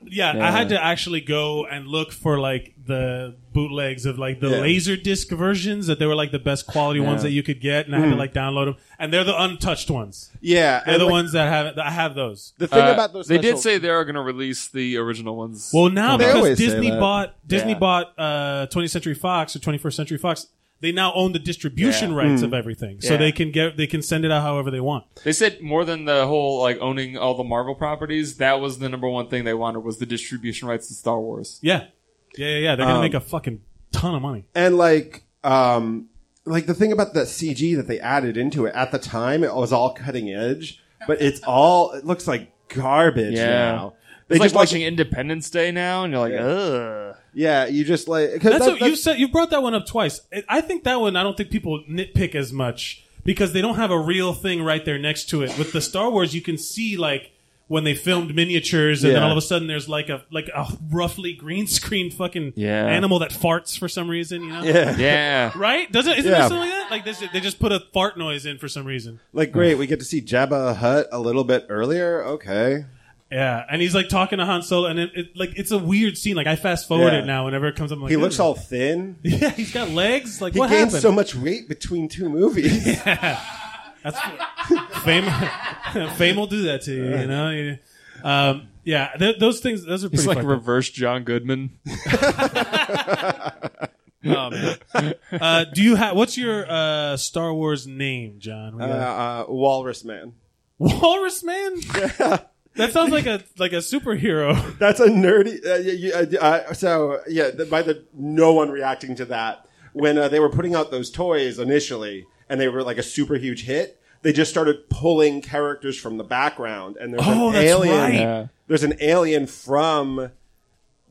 Yeah, I
Yeah.
had to actually go and look for like the bootlegs of like the
Yeah.
laser disc versions that they were like the best quality ones
Yeah.
that you could get, and I had to
Mm.
like download them. And they're the untouched ones.
Yeah,
they're
and,
the
like-
ones that have that I have those.
The
Uh, they did say they are going to release the original ones.
Well, now
They
because
always say
Disney
that.
bought Disney
Yeah.
bought uh, 20th Century Fox or 21st Century Fox, they now own the distribution
Yeah.
rights
Mm.
of everything, so
Yeah.
they can get they can send it out however they want.
They said more than the whole like owning all the Marvel properties. That was the number one thing they wanted was the distribution rights to Star Wars.
Yeah, yeah, yeah. yeah. They're gonna
Um,
make a fucking ton of money.
And like, um, like the thing about the CG that they added into it at the time, it was all cutting edge, but it's all it looks like garbage
Yeah.
now. They
it's like
just like,
watching Independence Day now, and you're like, ugh.
yeah, you just like 'cause
That's,
that-
what you said. You brought that one up twice. I- I think that one. I don't think people nitpick as much because they don't have a real thing right there next to it. With the Star Wars, you can see like when they filmed miniatures, and then
Yeah.
all of a sudden there's like a like a roughly green screen fucking
Yeah.
animal that farts for some reason. You know?
Yeah.
Yeah.
right? Doesn't isn't there
Yeah.
something like that? Like this, they just put a fart noise in for some reason.
like great, we get to see Jabba Hut a little bit earlier. Okay,
Yeah, and he's like talking to Han Solo, and it, it like it's a weird scene. Like I fast forward
Yeah.
it now whenever it comes up. I'm like,
he looks
"Ooh."
all thin.
Oh Yeah, he's got legs. Like
he
what
gained
happened?
so much weight between two movies.
That's fame. fame will do that to you. You know. You- Um, yeah, th- those things. Those are pretty.
He's like
fucked up.
reverse John Goodman.
Oh, man. Uh, do you have what's your uh, Star Wars name, John? We
Uh,
gotta-
uh, Walrus Man.
Walrus Man. That sounds like a like a superhero.
That's a nerdy. Uh, you, uh, uh, so yeah, the, by the no one reacting to that when uh, they were putting out those toys initially, and they were like a super huge hit. They just started pulling characters from the background, and there's
Oh,
an
that's
alien.
right. Yeah.
There's an alien from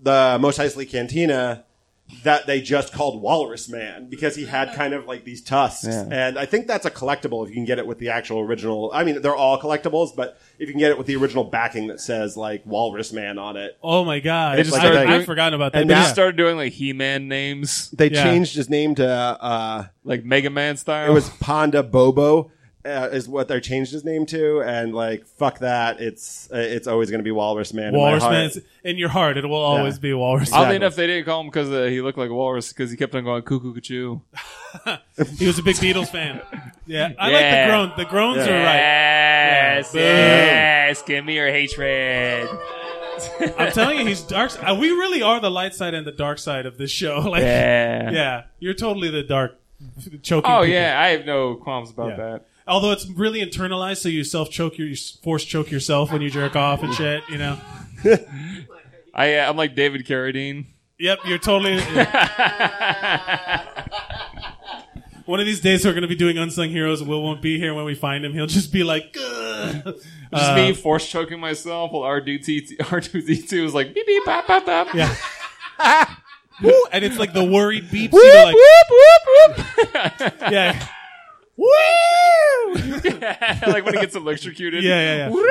the Mos Eisley Cantina that they just called Walrus Man because he had kind of like these tusks,
Yeah.
and I think that's a collectible if you can get it with the actual original. I mean, they're all collectibles, but if you can get it with the original backing that says like Walrus Man on it,
Oh my god!
They just
I,
started
I,
doing-
I've forgotten about that.
and
they
now-
just started doing like He-Man names.
They changed his name to uh,
like Mega Man style.
it was Panda Bobo uh, is what they changed his name to, and like fuck that, it's uh, it's always going to be Walrus Man. in my
Walrus
heart.
Man is- in your heart. It will always be Walrus.
Oddly
Man.
enough, they didn't call him because uh, he looked like a walrus because he kept on going cuckoo cuckoo.
he was a big Beatles fan. Yeah, I
Yeah.
like the groan. The groans
Yeah.
are right.
Yes, yes, give me your hatred.
I'm telling you, he's dark. uh, We really are the light side and the dark side of this show. Like,
Yeah.
yeah, you're totally the dark, choking.
Oh
people.
yeah, I have no qualms about
Yeah.
that.
Although it's really internalized, so you self choke your, you force choke yourself when you jerk off and shit. You know.
I uh, I'm like David Carradine.
Yep, you're totally. One of these days, we're going to be doing unsung heroes. Will won't be here when we find him. He'll just be like, "Ugh."
Just
Uh,
me force choking myself while R two D R two D two is like beep beep pop pop pop.
Yeah. Woo, and it's like the worried beeps.
Whoop,
you know, like,
whoop, whoop, whoop.
yeah.
Woo! like when he gets electrocuted.
Yeah, yeah, yeah.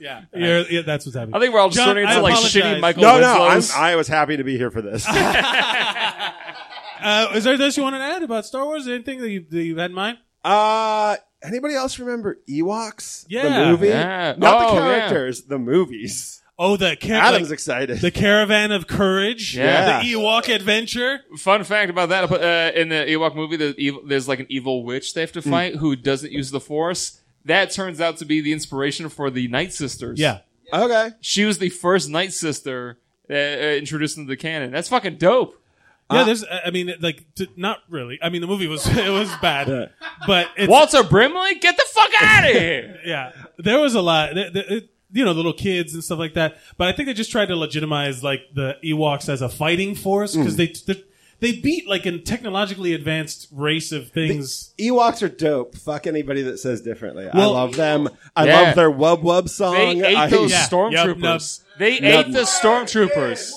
yeah.
You're- yeah, that's what's happening.
I think we're all just
John,
turning into
I
like shitty
apologize.
Michael
No, no, I'm,
Winslow's.
I was happy to be here for this.
Uh, is there anything else you want to add about Star Wars? Anything that you that you had in mind?
uh, anybody else remember Ewoks?
Yeah.
the movie,
Yeah.
not
Oh,
the
yeah.
characters, the movies.
Oh, the car-
Adam's
like,
excited.
The caravan of courage.
Yeah.
The Ewok adventure.
Fun fact about that: uh, in the Ewok movie, the evil, there's like an evil witch they have to
Mm.
fight who doesn't use the Force. That turns out to be the inspiration for the Night Sisters.
Yeah.
Okay.
She was the first Night Sister uh, uh, introduced into the canon. That's fucking dope.
Uh,
Yeah, there's. uh, I mean, like, t- not really. I mean, the movie was it was bad, but it's,
Walter Brimley, get the fuck out of here!
yeah, there was a lot. Th- th- it- you know, little kids and stuff like that. But I think they just tried to legitimize like the Ewoks as a fighting force because they,
Mm.
they they beat like a technologically advanced race of things.
Ewoks are dope. Fuck anybody that says differently.
Well-
I love them. I
Yeah.
love their Wub Wub song.
They ate
I-
those stormtroopers. They
Yep.
ate the stormtroopers.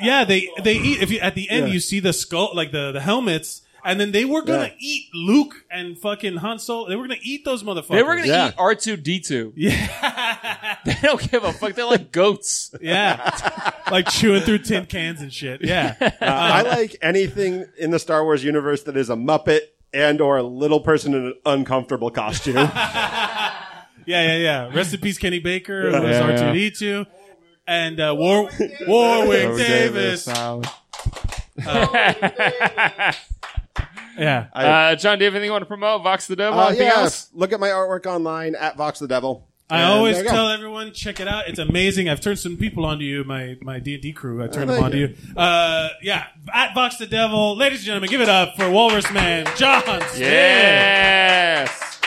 Yeah, they they eat. If you at the end
Yeah.
you see the skull, like the the helmets, and then they were gonna
Yeah.
eat Luke and fucking Han Solo. They were gonna eat those motherfuckers.
They were gonna eat R two D two.
Yeah,
they don't give a fuck. They're like goats.
Yeah, like chewing through tin cans and shit. Yeah,
Uh, I like anything in the Star Wars universe that is a Muppet and or a little person in an uncomfortable costume.
yeah, yeah, yeah. Rest in peace, Kenny Baker.
Yeah.
who was
Yeah.
R two D two, and uh, War Warwick
Warwick
Davis. Uh,
Davis.
Oh, Yeah.
uh, John, do you have anything you want to promote? Vox the Devil?
Uh,
anything
yeah,
else?
Look at my artwork online at Vox the Devil.
I
And
always
there you go.
tell everyone, check it out. It's amazing. I've turned some people onto you, my my D and D crew. I turned
Oh,
them
thank
onto you.
you.
Uh, yeah, at Box the Devil, ladies and gentlemen, give it up for Walrus Man, John. Steele.
Yes.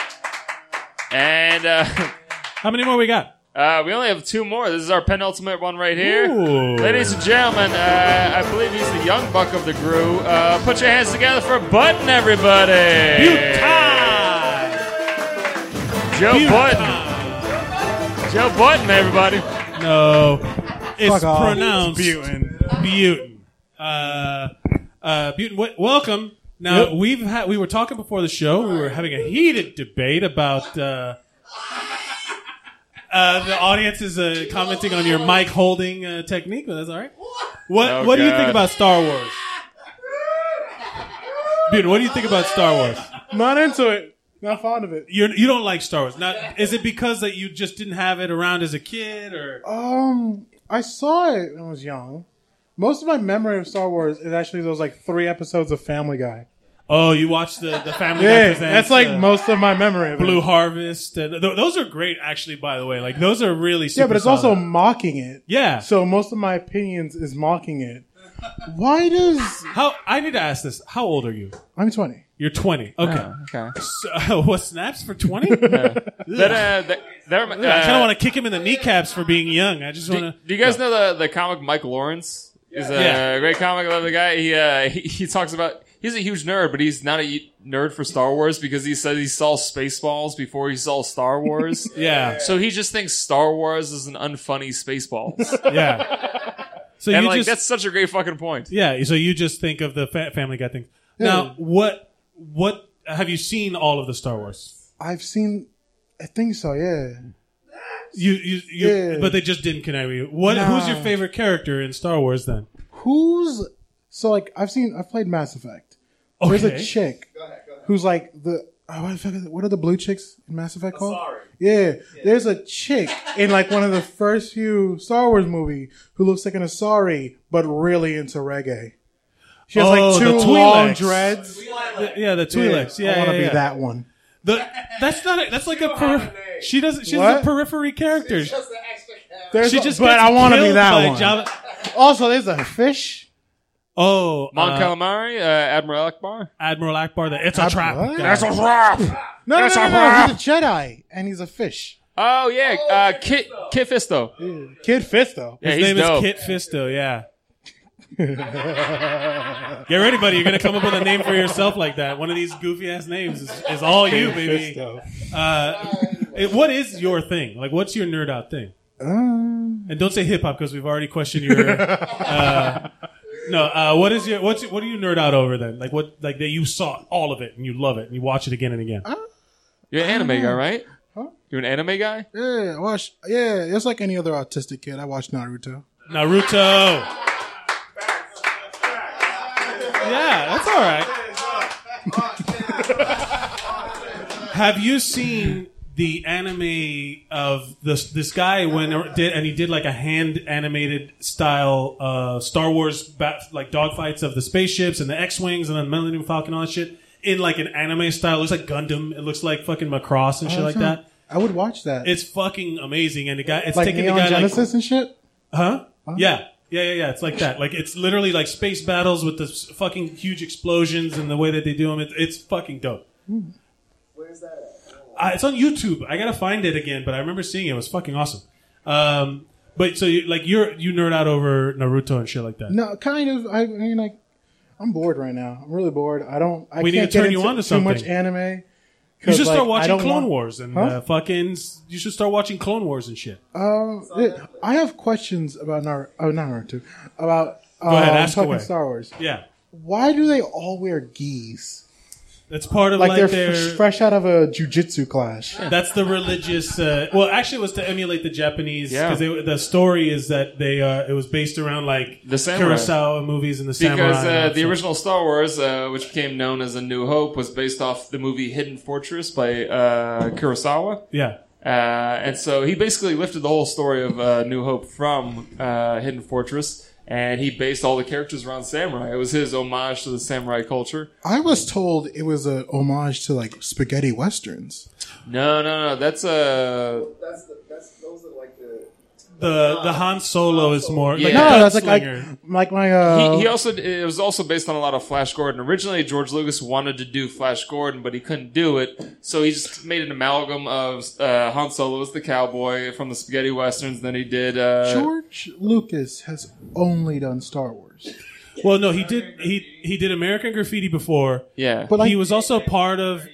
And uh,
how many more we got?
Uh, we only have two more. This is our penultimate one right here.
Ooh.
Ladies and gentlemen, uh, I believe he's the young buck of the crew. Uh, put your hands together for Button, everybody.
Ah,
Joe Button. Joe Button, everybody.
No, it's
Fuck off.
pronounced Buten. Buten. Uh, uh, Buten, w- welcome. Now
Yep.
we've had we were talking before the show. We were having a heated debate about. Uh, uh, the audience is uh, commenting on your mic holding uh, technique, but that's all right. What
Oh,
What do you
God.
think about Star Wars? Buten, what do you think about Star Wars?
Not into it. Not fond of it.
You're, you don't like Star Wars. Not is it because that you just didn't have it around as a kid, or
Um, I saw it when I was young. Most of my memory of Star Wars is actually those like three episodes of Family Guy.
oh, you watched the the Family Guy
yeah,
Presents,
that's like
uh,
most of my memory. Of
Blue
it.
Harvest. Uh, th- those are great, actually. By the way, like those are really super
Yeah, but it's
solid.
also mocking it.
Yeah.
So most of my opinions is mocking it. Why does
how I need to ask this? How old are you?
I'm 20.
You're 20. Okay.
Oh,
okay.
So, what snaps for 20?
That, uh, that, that, uh,
I kind of want to kick him in the kneecaps for being young. I just want to.
Do, do you guys know the, the comic Mike Lawrence? He's a
Yeah.
great comic. I love the guy. He, uh, he he talks about he's a huge nerd, but he's not a y- nerd for Star Wars because he says he saw Spaceballs before he saw Star Wars.
Yeah.
So he just thinks Star Wars is an unfunny Spaceballs.
Yeah. So
and
you
like
just-
that's such a great fucking point.
Yeah. So you just think of the fa- Family Guy thing.
Yeah.
Now, what what have you seen all of the Star Wars?
I've seen. I think so. Yeah.
You you, you
Yeah.
but they just didn't connect with you. What who's your
Nah.
favorite character in Star Wars then?
Who's so like I've seen I've played Mass Effect. There's a
Okay.
chick who's like the oh, what, the fuck is it? What are the blue chicks in Mass Effect called? Yeah, there's a chick in like one of the first few Star Wars movie who looks like an Asari but really into reggae. She has
Oh,
like
the
two long
Twi'leks.
dreads.
The- yeah, the Twi'leks. Yeah,
I want to
yeah,
be
yeah.
that one.
The that's not a, that's like a per, she doesn't she's a
What?
periphery character.
There's
she
a-
just
but
gets
I want to be
killed by
that one.
Java-
Also, there's a fish.
Oh,
Mon
uh,
Calamari, uh, Admiral Akbar.
Admiral Akbar. The, it's a trap.
What?
guy.
That's a trap. No, no, no, no, no, he's a Jedi and he's a fish.
Oh yeah, uh, Kit Kit Fisto.
Kid Fisto.
Yeah,
His
he's
name is
dope.
Kit Fisto. Yeah. Get ready, buddy. You're gonna come up with a name for yourself like that. One of these goofy ass names is, is all you,
Kit
baby.
Fisto.
Uh, it- what is your thing? Like, what's your nerd out thing?
Uh,
And don't say hip hop because we've already questioned your. Uh, no, uh, what is your what's what do you nerd out over then? Like what like that you saw all of it and you love it and you watch it again and
Uh,
again.
You're an anime guy, right?
Huh?
You're an anime guy.
Yeah, I watch. Yeah, it's like any other autistic kid. I watch Naruto.
Naruto. Yeah, that's all right. Have you seen the anime of this this guy when did and he did like a hand animated style uh, Star Wars bat, like dogfights of the spaceships and the X wings and the Millennium Falcon and all that shit in like an anime style. It looks like Gundam. It looks like fucking Macross and shit
Oh,
like
that's
that.
not- I would watch that.
It's fucking amazing, and the guy it's
like
taking
Neon
the guy like
Genesis and shit.
Huh? Yeah. Yeah, yeah, yeah. It's like that. Like it's literally like space battles with the s- fucking huge explosions and the way that they do them. It, it's fucking dope.
Where's that?
Uh, it's on YouTube. I gotta find it again, but I remember seeing it. It was fucking awesome. Um, but so you, like you're you nerd out over Naruto and shit like that.
No, kind of. I mean, like, I'm bored right now. I'm really bored. I don't. I
We need
can't
to turn
get
you
into
on to
too much
something.
anime.
You
'cause,
should start
like, I
watching
don't
Clone
want-
Wars and
Huh?
uh, fucking. s- You should start watching Clone Wars and shit.
Um, yeah, I have questions about Naruto. Oh, not Naruto. About
Go ahead,
um,
ask
fucking
away.
Star Wars.
Yeah.
Why do they all wear geese?
That's part of like,
they're
their.
f- fresh out of a jujitsu class.
That's the religious. Uh, well, actually, it was to emulate the Japanese
Yeah.
because the story is that they uh, it was based around like
the samurai.
Kurosawa movies and the samurai.
because
and
uh,
all
the
that.
original Star Wars, uh, which became known as A New Hope, was based off the movie Hidden Fortress by uh, Kurosawa.
Yeah.
uh, and so he basically lifted the whole story of uh, New Hope from uh, Hidden Fortress, and he based all the characters around samurai. It was his homage to the samurai culture.
I was told it was a homage to like spaghetti westerns.
No, no, no, that's uh, a.
That's the. That's those are like the.
the the Han Solo is more like
Yeah.
no, that's like, like
Gunslinger.
like my uh,
he, he also it was also based on a lot of Flash Gordon. Originally, George Lucas wanted to do Flash Gordon, but he couldn't do it, so he just made an amalgam of uh, Han Solo as the cowboy from the spaghetti westerns. Then he did uh,
George Lucas has only done Star Wars.
Well, no, he did he he did American Graffiti before.
Yeah,
but he was also part of.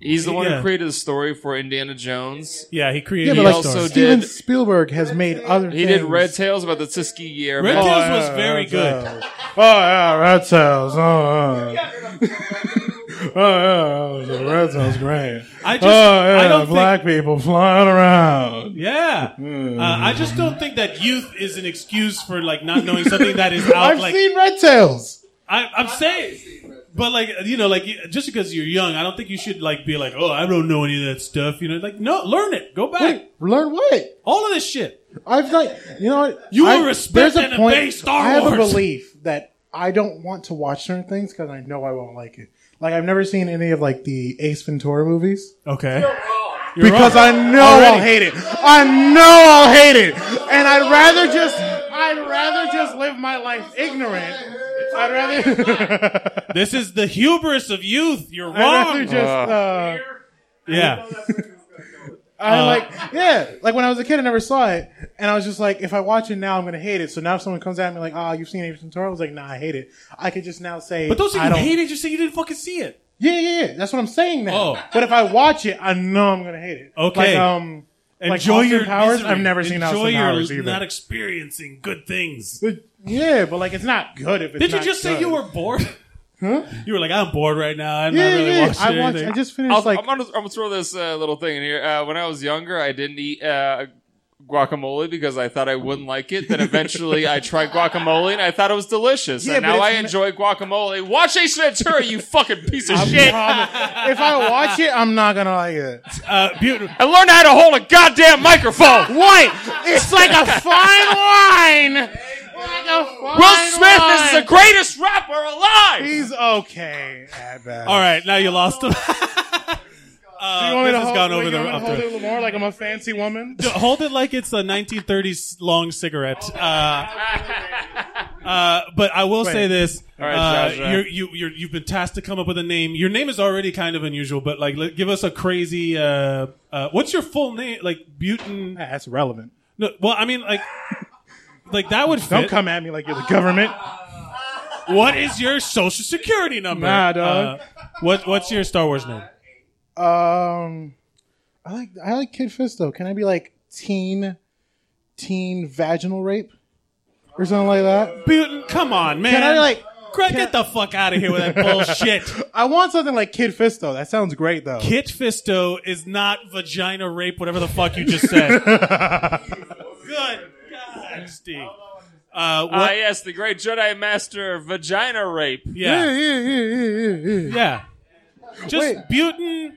He's the one
yeah.
who created the story for Indiana Jones.
Yeah, he created.
Yeah,
he
but like
also
Steven
did.
Spielberg has made other.
He
things.
did Red Tails about the Tuskegee Airmen.
Oh,
Red Tails was very
good. Oh yeah, Red Tails. Oh, yeah. oh yeah, the Red Tails great.
I just-
oh yeah,
I don't
black people flying around.
Yeah, uh, I just don't think that youth is an excuse for like not knowing something that is out.
I've
like
seen Red Tails.
I, I'm saying, but like you know, like just because you're young, I don't think you should like be like, oh, I don't know any of that stuff. You know, like no, learn it, go back,
learn what,
all of this shit.
I've like you know what?
You
I-
will respect and obey Star
I have a
Wars.
belief that I don't want to watch certain things because I know I won't like it. Like I've never seen any of like the Ace Ventura movies.
Okay.
You're
because
wrong.
I know
Already.
I'll hate it. I know I'll hate it, and I'd rather just I'd rather just live my life ignorant. I'd rather
This is the hubris of youth. You're wrong.
I'd rather just uh,
yeah.
I
Uh,
like yeah, like when I was a kid, I never saw it, and I was just like, if I watch it now, I'm gonna hate it. So now if someone comes at me like, ah, you've seen Ace Ventura, I was like, nah, I hate it. I could just now say,
But don't say
I
you
don't
hate it. Just say you didn't fucking see it.
Yeah, yeah, yeah. That's what I'm saying now.
Oh.
But if I watch it, I know I'm gonna hate it.
Okay.
Like, um, like
Enjoy
Austin
your
powers.
misery.
I've never seen
Enjoy
Austin
your
powers either.
not experiencing good things.
yeah, but like it's not good if it's
Did you
not
just
good.
say you were bored?
Huh?
You were like, I'm bored right now. I'm
Yeah,
not really
yeah,
watching
I watched-
anything.
I just finished,
I'll,
like-
I'm, gonna, I'm gonna throw this uh, little thing in here. Uh, when I was younger, I didn't eat uh, guacamole because I thought I wouldn't like it. Then eventually, I tried guacamole and I thought it was delicious.
Yeah,
and
but
now I
it's-
enjoy guacamole. Watch Ace Ventura, you fucking piece of shit.
if I watch it, I'm not gonna like it.
Uh, beautiful.
I learned how to hold a goddamn microphone.
Wait, it's like a fine wine. Like a fine
Will Smith is
wine.
the greatest rapper alive.
He's okay at best.
All right, now you lost him.
Do you want me
this
to
Uh, has
hold,
gone
wait,
over
you
the-
want me to
up
hold
to-
it a little more like I'm a fancy woman?
D- Hold it like it's a 1930s long cigarette. Uh, uh, but I will
Wait.
say this:
All right,
uh,
Joshua.
you're, you, you're, you've been tasked to come up with a name. Your name is already kind of unusual, but like, let- give us a crazy. Uh, uh, what's your full name? Like Butin?
Ah, That's relevant.
No, well, I mean, like, like that would. Fit.
Don't come at me like you're the government.
What is your social security number?
Nah, dog.
Uh, what What's your Star Wars name?
Um, I like I like Kid Fisto. Can I be like teen, teen vaginal rape, or something like that?
Butin, come on, man.
Can I like?
Greg, get the fuck out of here with that bullshit.
I want something like Kid Fisto. That sounds great though.
Kit Fisto is not vagina rape, whatever the fuck you just said. Good God, Steve. Uh,
Ah,
what-
yes, the great Jedi Master vagina rape.
Yeah.
yeah, yeah, yeah,
yeah. Just Butin.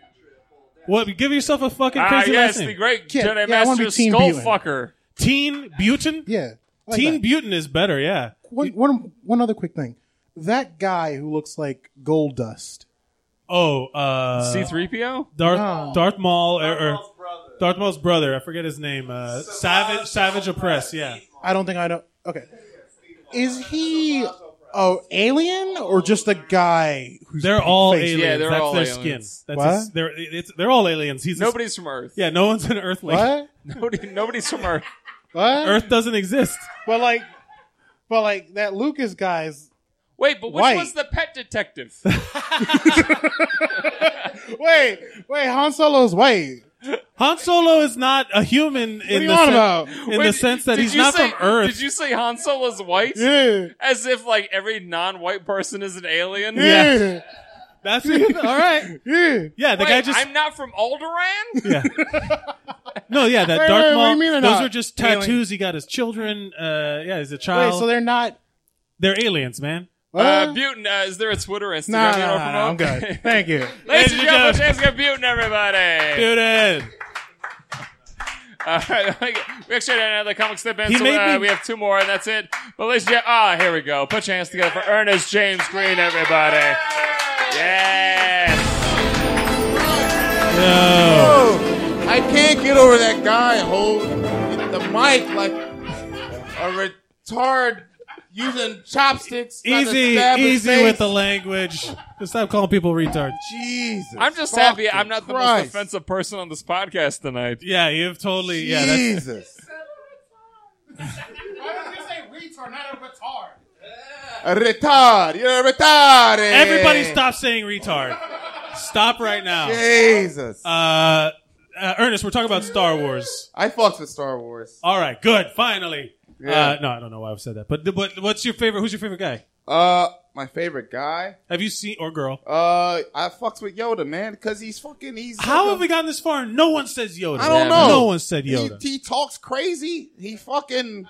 What? Give yourself a fucking
Ah,
crazy
yes,
last name.
the great Kid. Jedi Yeah, I wanna be Master Teen Skull Butin. Fucker.
Teen Butin.
Yeah, I like
Teen
that.
Butin is better. Yeah.
One, one, one other quick thing. That guy who looks like gold dust.
Oh, uh,
C-3PO?
Darth
No.
Darth Maul or, or Darth Maul's brother. I forget his name. Uh, Savage Savage Oppress. Yeah.
I don't think I know. Okay, is he a alien or just a guy? Who's
They're all
pink-faced?
aliens.
Yeah, they're
That's
all
their
aliens.
skin.
What?
That's his- they're it's, they're all aliens. He's a-
Nobody's from Earth.
Yeah, no one's an Earthling.
What?
Nobody, nobody's from Earth.
What?
Earth doesn't exist.
But like, but like that Lucas guy's.
Wait, but which
White.
was the pet detective?
Wait, wait, Han Solo's white.
Han Solo is not a human in
are you
the
on
sen-
about?
in
Wait,
the sense that
did
he's
you
not
say-
from Earth.
Did you say Han Solo's white?
Yeah.
As if like every non-white person is an alien.
Yeah.
That's it. All right.
Yeah.
Yeah, the
Wait,
guy just
I'm not from Alderaan.
yeah. No, yeah, that
Wait,
Darth
wait, what
Maul.
do you mean they're
those
not?
are just
Alien.
tattoos he got as children. Uh, yeah, he's a
Wait,
child.
so they're not.
they're aliens, man.
Uh, Butin, uh, is there a Twitter Instagram?
Nah,
you
nah,
wanna
nah, nah, I'm
promote?
good. Thank you.
Ladies and
Ladies and
gentlemen, Jessica Butin, everybody.
Butin.
All right, we actually had another comic slip in,
He
so
made
uh,
me-
we have two more, and that's it. But ladies and gentlemen, ah, here we go. Put your hands together for Ernest James Green, everybody. Yes.
No.
I can't get over that guy holding the mic like
tarred using chopsticks. trying to
Easy,
stab his
easy
face.
with the language. Just stop calling people retards.
Jesus.
I'm just happy I'm not the most offensive person on this podcast tonight.
Yeah, you've totally.
yeah, that's- Jesus.
Why did you say retard, not a retard?
retard. You're a retard.
Everybody stop saying retard. Stop right now.
Jesus.
Uh, uh, Ernest, we're talking about Star Wars.
I fucked with Star Wars.
All right, good. Finally.
Yeah.
Uh, no, I don't know why I've said that. But, but what's your favorite? Who's your favorite guy?
Uh, my favorite guy.
Have you seen or girl?
Uh, I fucks with Yoda, man, because he's fucking. He's
How have we gotten this far? and No one says Yoda.
I don't know.
No one said Yoda.
He, he talks crazy. He fucking.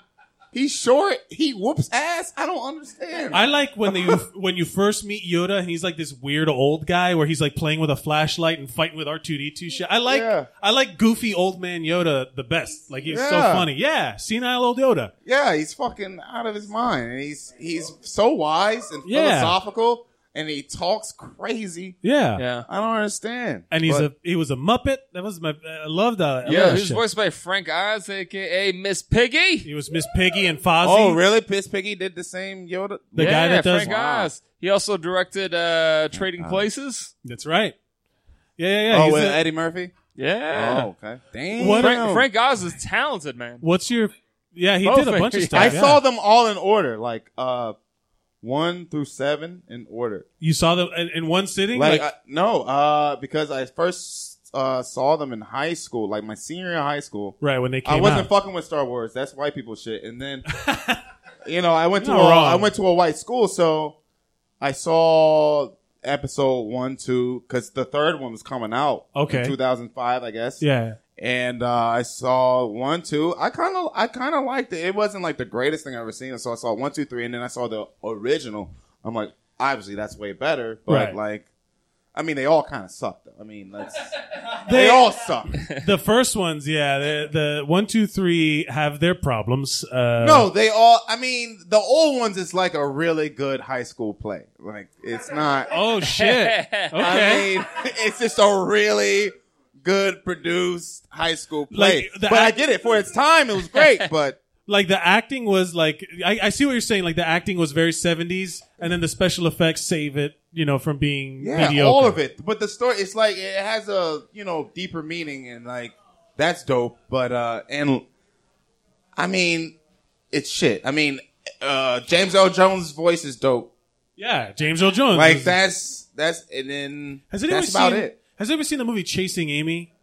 He's short. He whoops ass. I don't understand.
I like when they when you first meet Yoda and he's like this weird old guy where he's like playing with a flashlight and fighting with R two D two shit. I like I like goofy old man Yoda the best. Like he's so
Yeah.
funny. Yeah, senile old Yoda.
Yeah, he's fucking out of his mind. And he's he's so wise and
Yeah.
philosophical, and he talks crazy.
Yeah,
yeah.
I don't understand.
And he's
But-
a he was a Muppet. That was my I loved that. I
Yeah,
loved that
who's
shit.
voiced by Frank Oz, aka Miss Piggy.
He was Miss Piggy and Fozzie.
Oh, really? Piss Piggy did the same Yoda.
The guy that does-
Frank
Wow.
Oz. He also directed uh, Trading Places.
That's right. Yeah, yeah, yeah.
Oh,
He's
with
a-
Eddie Murphy.
Yeah.
Oh, okay. Damn.
What-
Frank, Frank Oz is talented, man.
What's your? Yeah, he
Both
did a
of-
bunch of stuff.
I
yeah.
saw them all in order, like uh, one through seven in order.
You saw them in, in one sitting.
Like,
Like,
I, no, uh, because I first uh, saw them in high school, like my senior year of high school.
Right, when they
I
came
wasn't
out.
fucking with Star Wars. That's white people shit. And then, you know, I went to
You're
a,
not wrong.
I went to a white school, so I saw episode one, two, because the third one was coming out.
Okay.
in 2005, I guess.
Yeah.
And uh, I saw one, two. I kind of, I kind of liked it. It wasn't like the greatest thing I've ever seen. So I saw one, two, three, and then I saw the original. I'm like, obviously that's way better, but
Right.
like, I mean, they all kind of suck. Though. I mean, let's,
They-
they, all suck.
the first ones, yeah. The, the one, two, three have their problems. Uh,
no, they all. I mean, the old ones is like a really good high school play. Like, it's not.
Oh shit. Okay.
I mean, it's just a really good produced high school play.
Like, the
but I
act-
get it for its time. It was great, but
like the acting was like I, I see what you're saying. Like the acting was very 70s, and then the special effects save it, you know, from being
Yeah,
mediocre.
all of it. But the story, it's like it has a you know deeper meaning, and like that's dope. But uh, and I mean, it's shit. I mean, uh, James L. Jones' voice is dope.
Yeah, James Earl Jones.
Like
is-
that's that's and then
Has anyone
that's about
seen?
it.
Has anyone seen the movie Chasing Amy?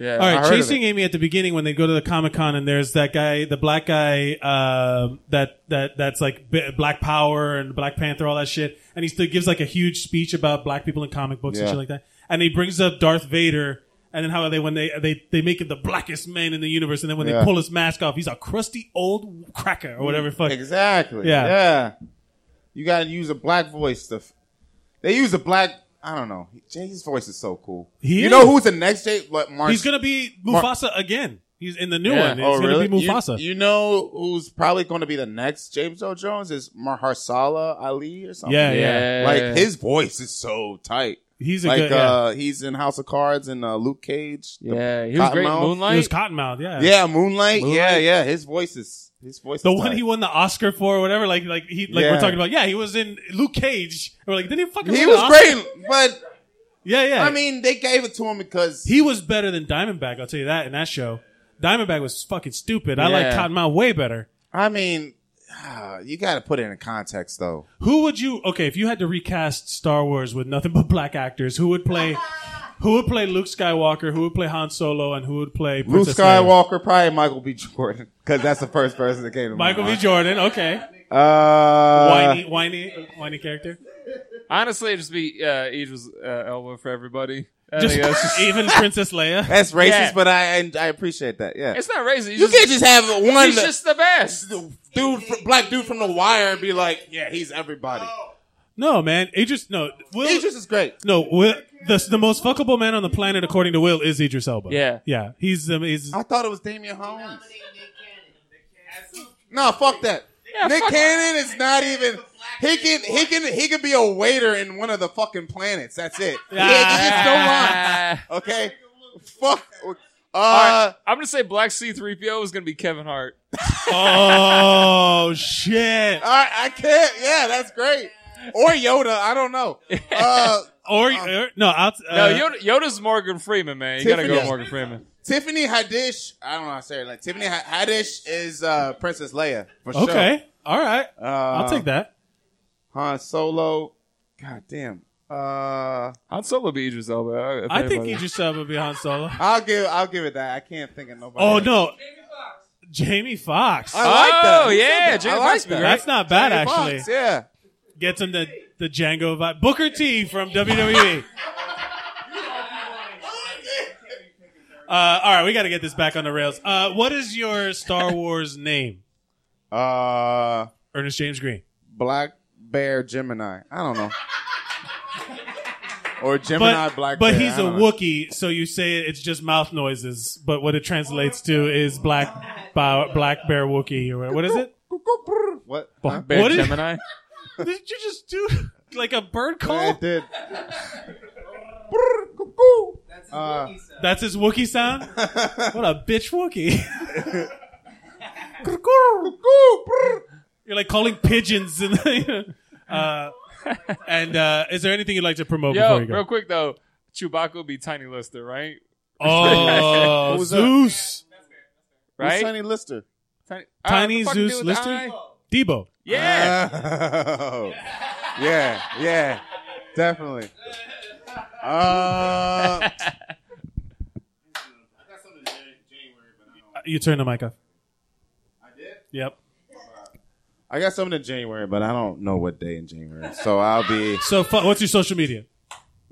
Yeah,
All right,
I heard of
chasing Amy at the beginning when they go to the Comic Con and there's that guy, the black guy, uh, that that that's like b- Black Power and Black Panther, all that shit, and he still gives like a huge speech about black people in comic books and
Yeah.
shit like that, and he brings up Darth Vader. And then how they when they they they make him the blackest man in the universe, and then when they
Yeah.
pull his mask off, he's a crusty old cracker or whatever. Fuck.
Exactly.
Yeah.
Yeah. Yeah. You gotta use a black voice to. F- they use a black. I don't know. Jay's voice is so cool.
He
you
is.
know who's the next Jay? Like Mark.
He's gonna be
Mar-
Mufasa again. He's in the new
Yeah.
one. It's
Oh,
gonna
really?
be Mufasa.
You, you know who's probably going to be the next James Earl Jones is Mahershala Ali or something.
Yeah, yeah. Yeah.
Like his voice is so tight.
He's a
like
good-
uh, he's in House of Cards and uh, Luke Cage. the
Yeah, he was great in
Cottonmouth.
Moonlight. He was Cottonmouth, yeah.
yeah, Moonlight. Yeah,
Moonlight.
yeah. His voice is his voice.
the
is
one
tight.
he won the Oscar for, or whatever. Like, like he, like we're
Yeah.
talking about. Yeah, he was in Luke Cage. We're like, didn't he fucking?
He
win
was
an Oscar?
great, but
Yeah, yeah.
I mean, they gave it to him because
he was better than Diamondback. I'll tell you that in that show. Diamondback was fucking stupid. I like
Yeah.
Cottonmouth way better.
I mean, ah, you got to put it in context though.
Who would you? Okay, if you had to recast Star Wars with nothing but black actors, who would play? Who would play Luke Skywalker? Who would play Han Solo? And who would play
Luke
Princess Leia?
Skywalker, probably Michael B. Jordan, because that's the first person that came to my
Michael B.
mind.
Jordan. Okay,
Uh,
whiny, whiny, whiny character.
Honestly, it'd just be uh, Idris uh, Elba for everybody. I
Just
think that's
even Princess Leia.
That's racist,
Yeah.
but I and I appreciate that. Yeah,
It's not racist. he's
You can't just have one.
He's just the best
dude, fr- black dude from The Wire, and be like, yeah, he's everybody.
No, man. Idris, no. Will, Idris
is great.
No, Will, the, the most fuckable man on the planet, according to Will, is Idris Elba.
Yeah.
Yeah. He's, um, he's
I thought it was Damian Holmes. No, fuck that.
Yeah,
Nick
fuck-
Cannon is not even. He can he can he can be a waiter in one of the
Uh,
fucking planets. That's it. Yeah, he just don't lie. Okay, fuck.
All right, I'm gonna say Black C-3PO is gonna be Kevin Hart.
Oh shit!
All right, I can't. Yeah, that's great. Or Yoda, I don't know. Uh,
or, or- no, out,
no,
uh,
Yoda, Yoda's Morgan Freeman, man. You gotta go
Tiffany-
Morgan Freeman.
Tiffany Haddish, I don't know how to say it. Like Tiffany Ha- Haddish is uh, Princess Leia for sure.
Okay. All right.
Uh,
I'll take that.
Han Solo. God damn. Uh,
Han Solo be uh, Idris Elba.
I think Idris Elba would be Han Solo.
I'll give. I'll give it that. I can't think of nobody.
Oh
else.
no, Jamie Foxx.
I like that.
Oh, yeah, Jamie
I
Foxx would be great.
That's not bad
Jamie Foxx,
actually.
yeah,
gets him the the Django vibe. Booker T from E. WWE. Uh, all right, we got to get this back on the rails. Uh, what is your Star Wars name?
Uh,
Ernest James Green.
Black Bear Gemini. I don't know. or Gemini
but,
Black.
But
Bear.
he's a
I don't know.
Wookiee, so you say it's just mouth noises. But what it translates to is black bow, black bear Wookiee or what is it?
What?
Black
Bear
What is-
Gemini.
Did you just do like a bird call?
it did. Uh,
That's his Wookiee sound. what a bitch Wookiee. You're like calling pigeons and. uh, and uh, is there anything you'd like to promote
Yo,
before you go?
real quick though, Chewbacca would be Tiny Lister, right?
Oh,
What was that?
Zeus.
Right?
Tiny Lister.
Tiny,
Tiny
Ah, what the fuck
Zeus
do with
Lister?
I?
Debo.
Yeah.
Oh. yeah, yeah, definitely. Uh,
Uh, You turn the mic off. I did? Yep.
I got something in January, but I don't know what day in January. So I'll be.
So, fu- what's your social media?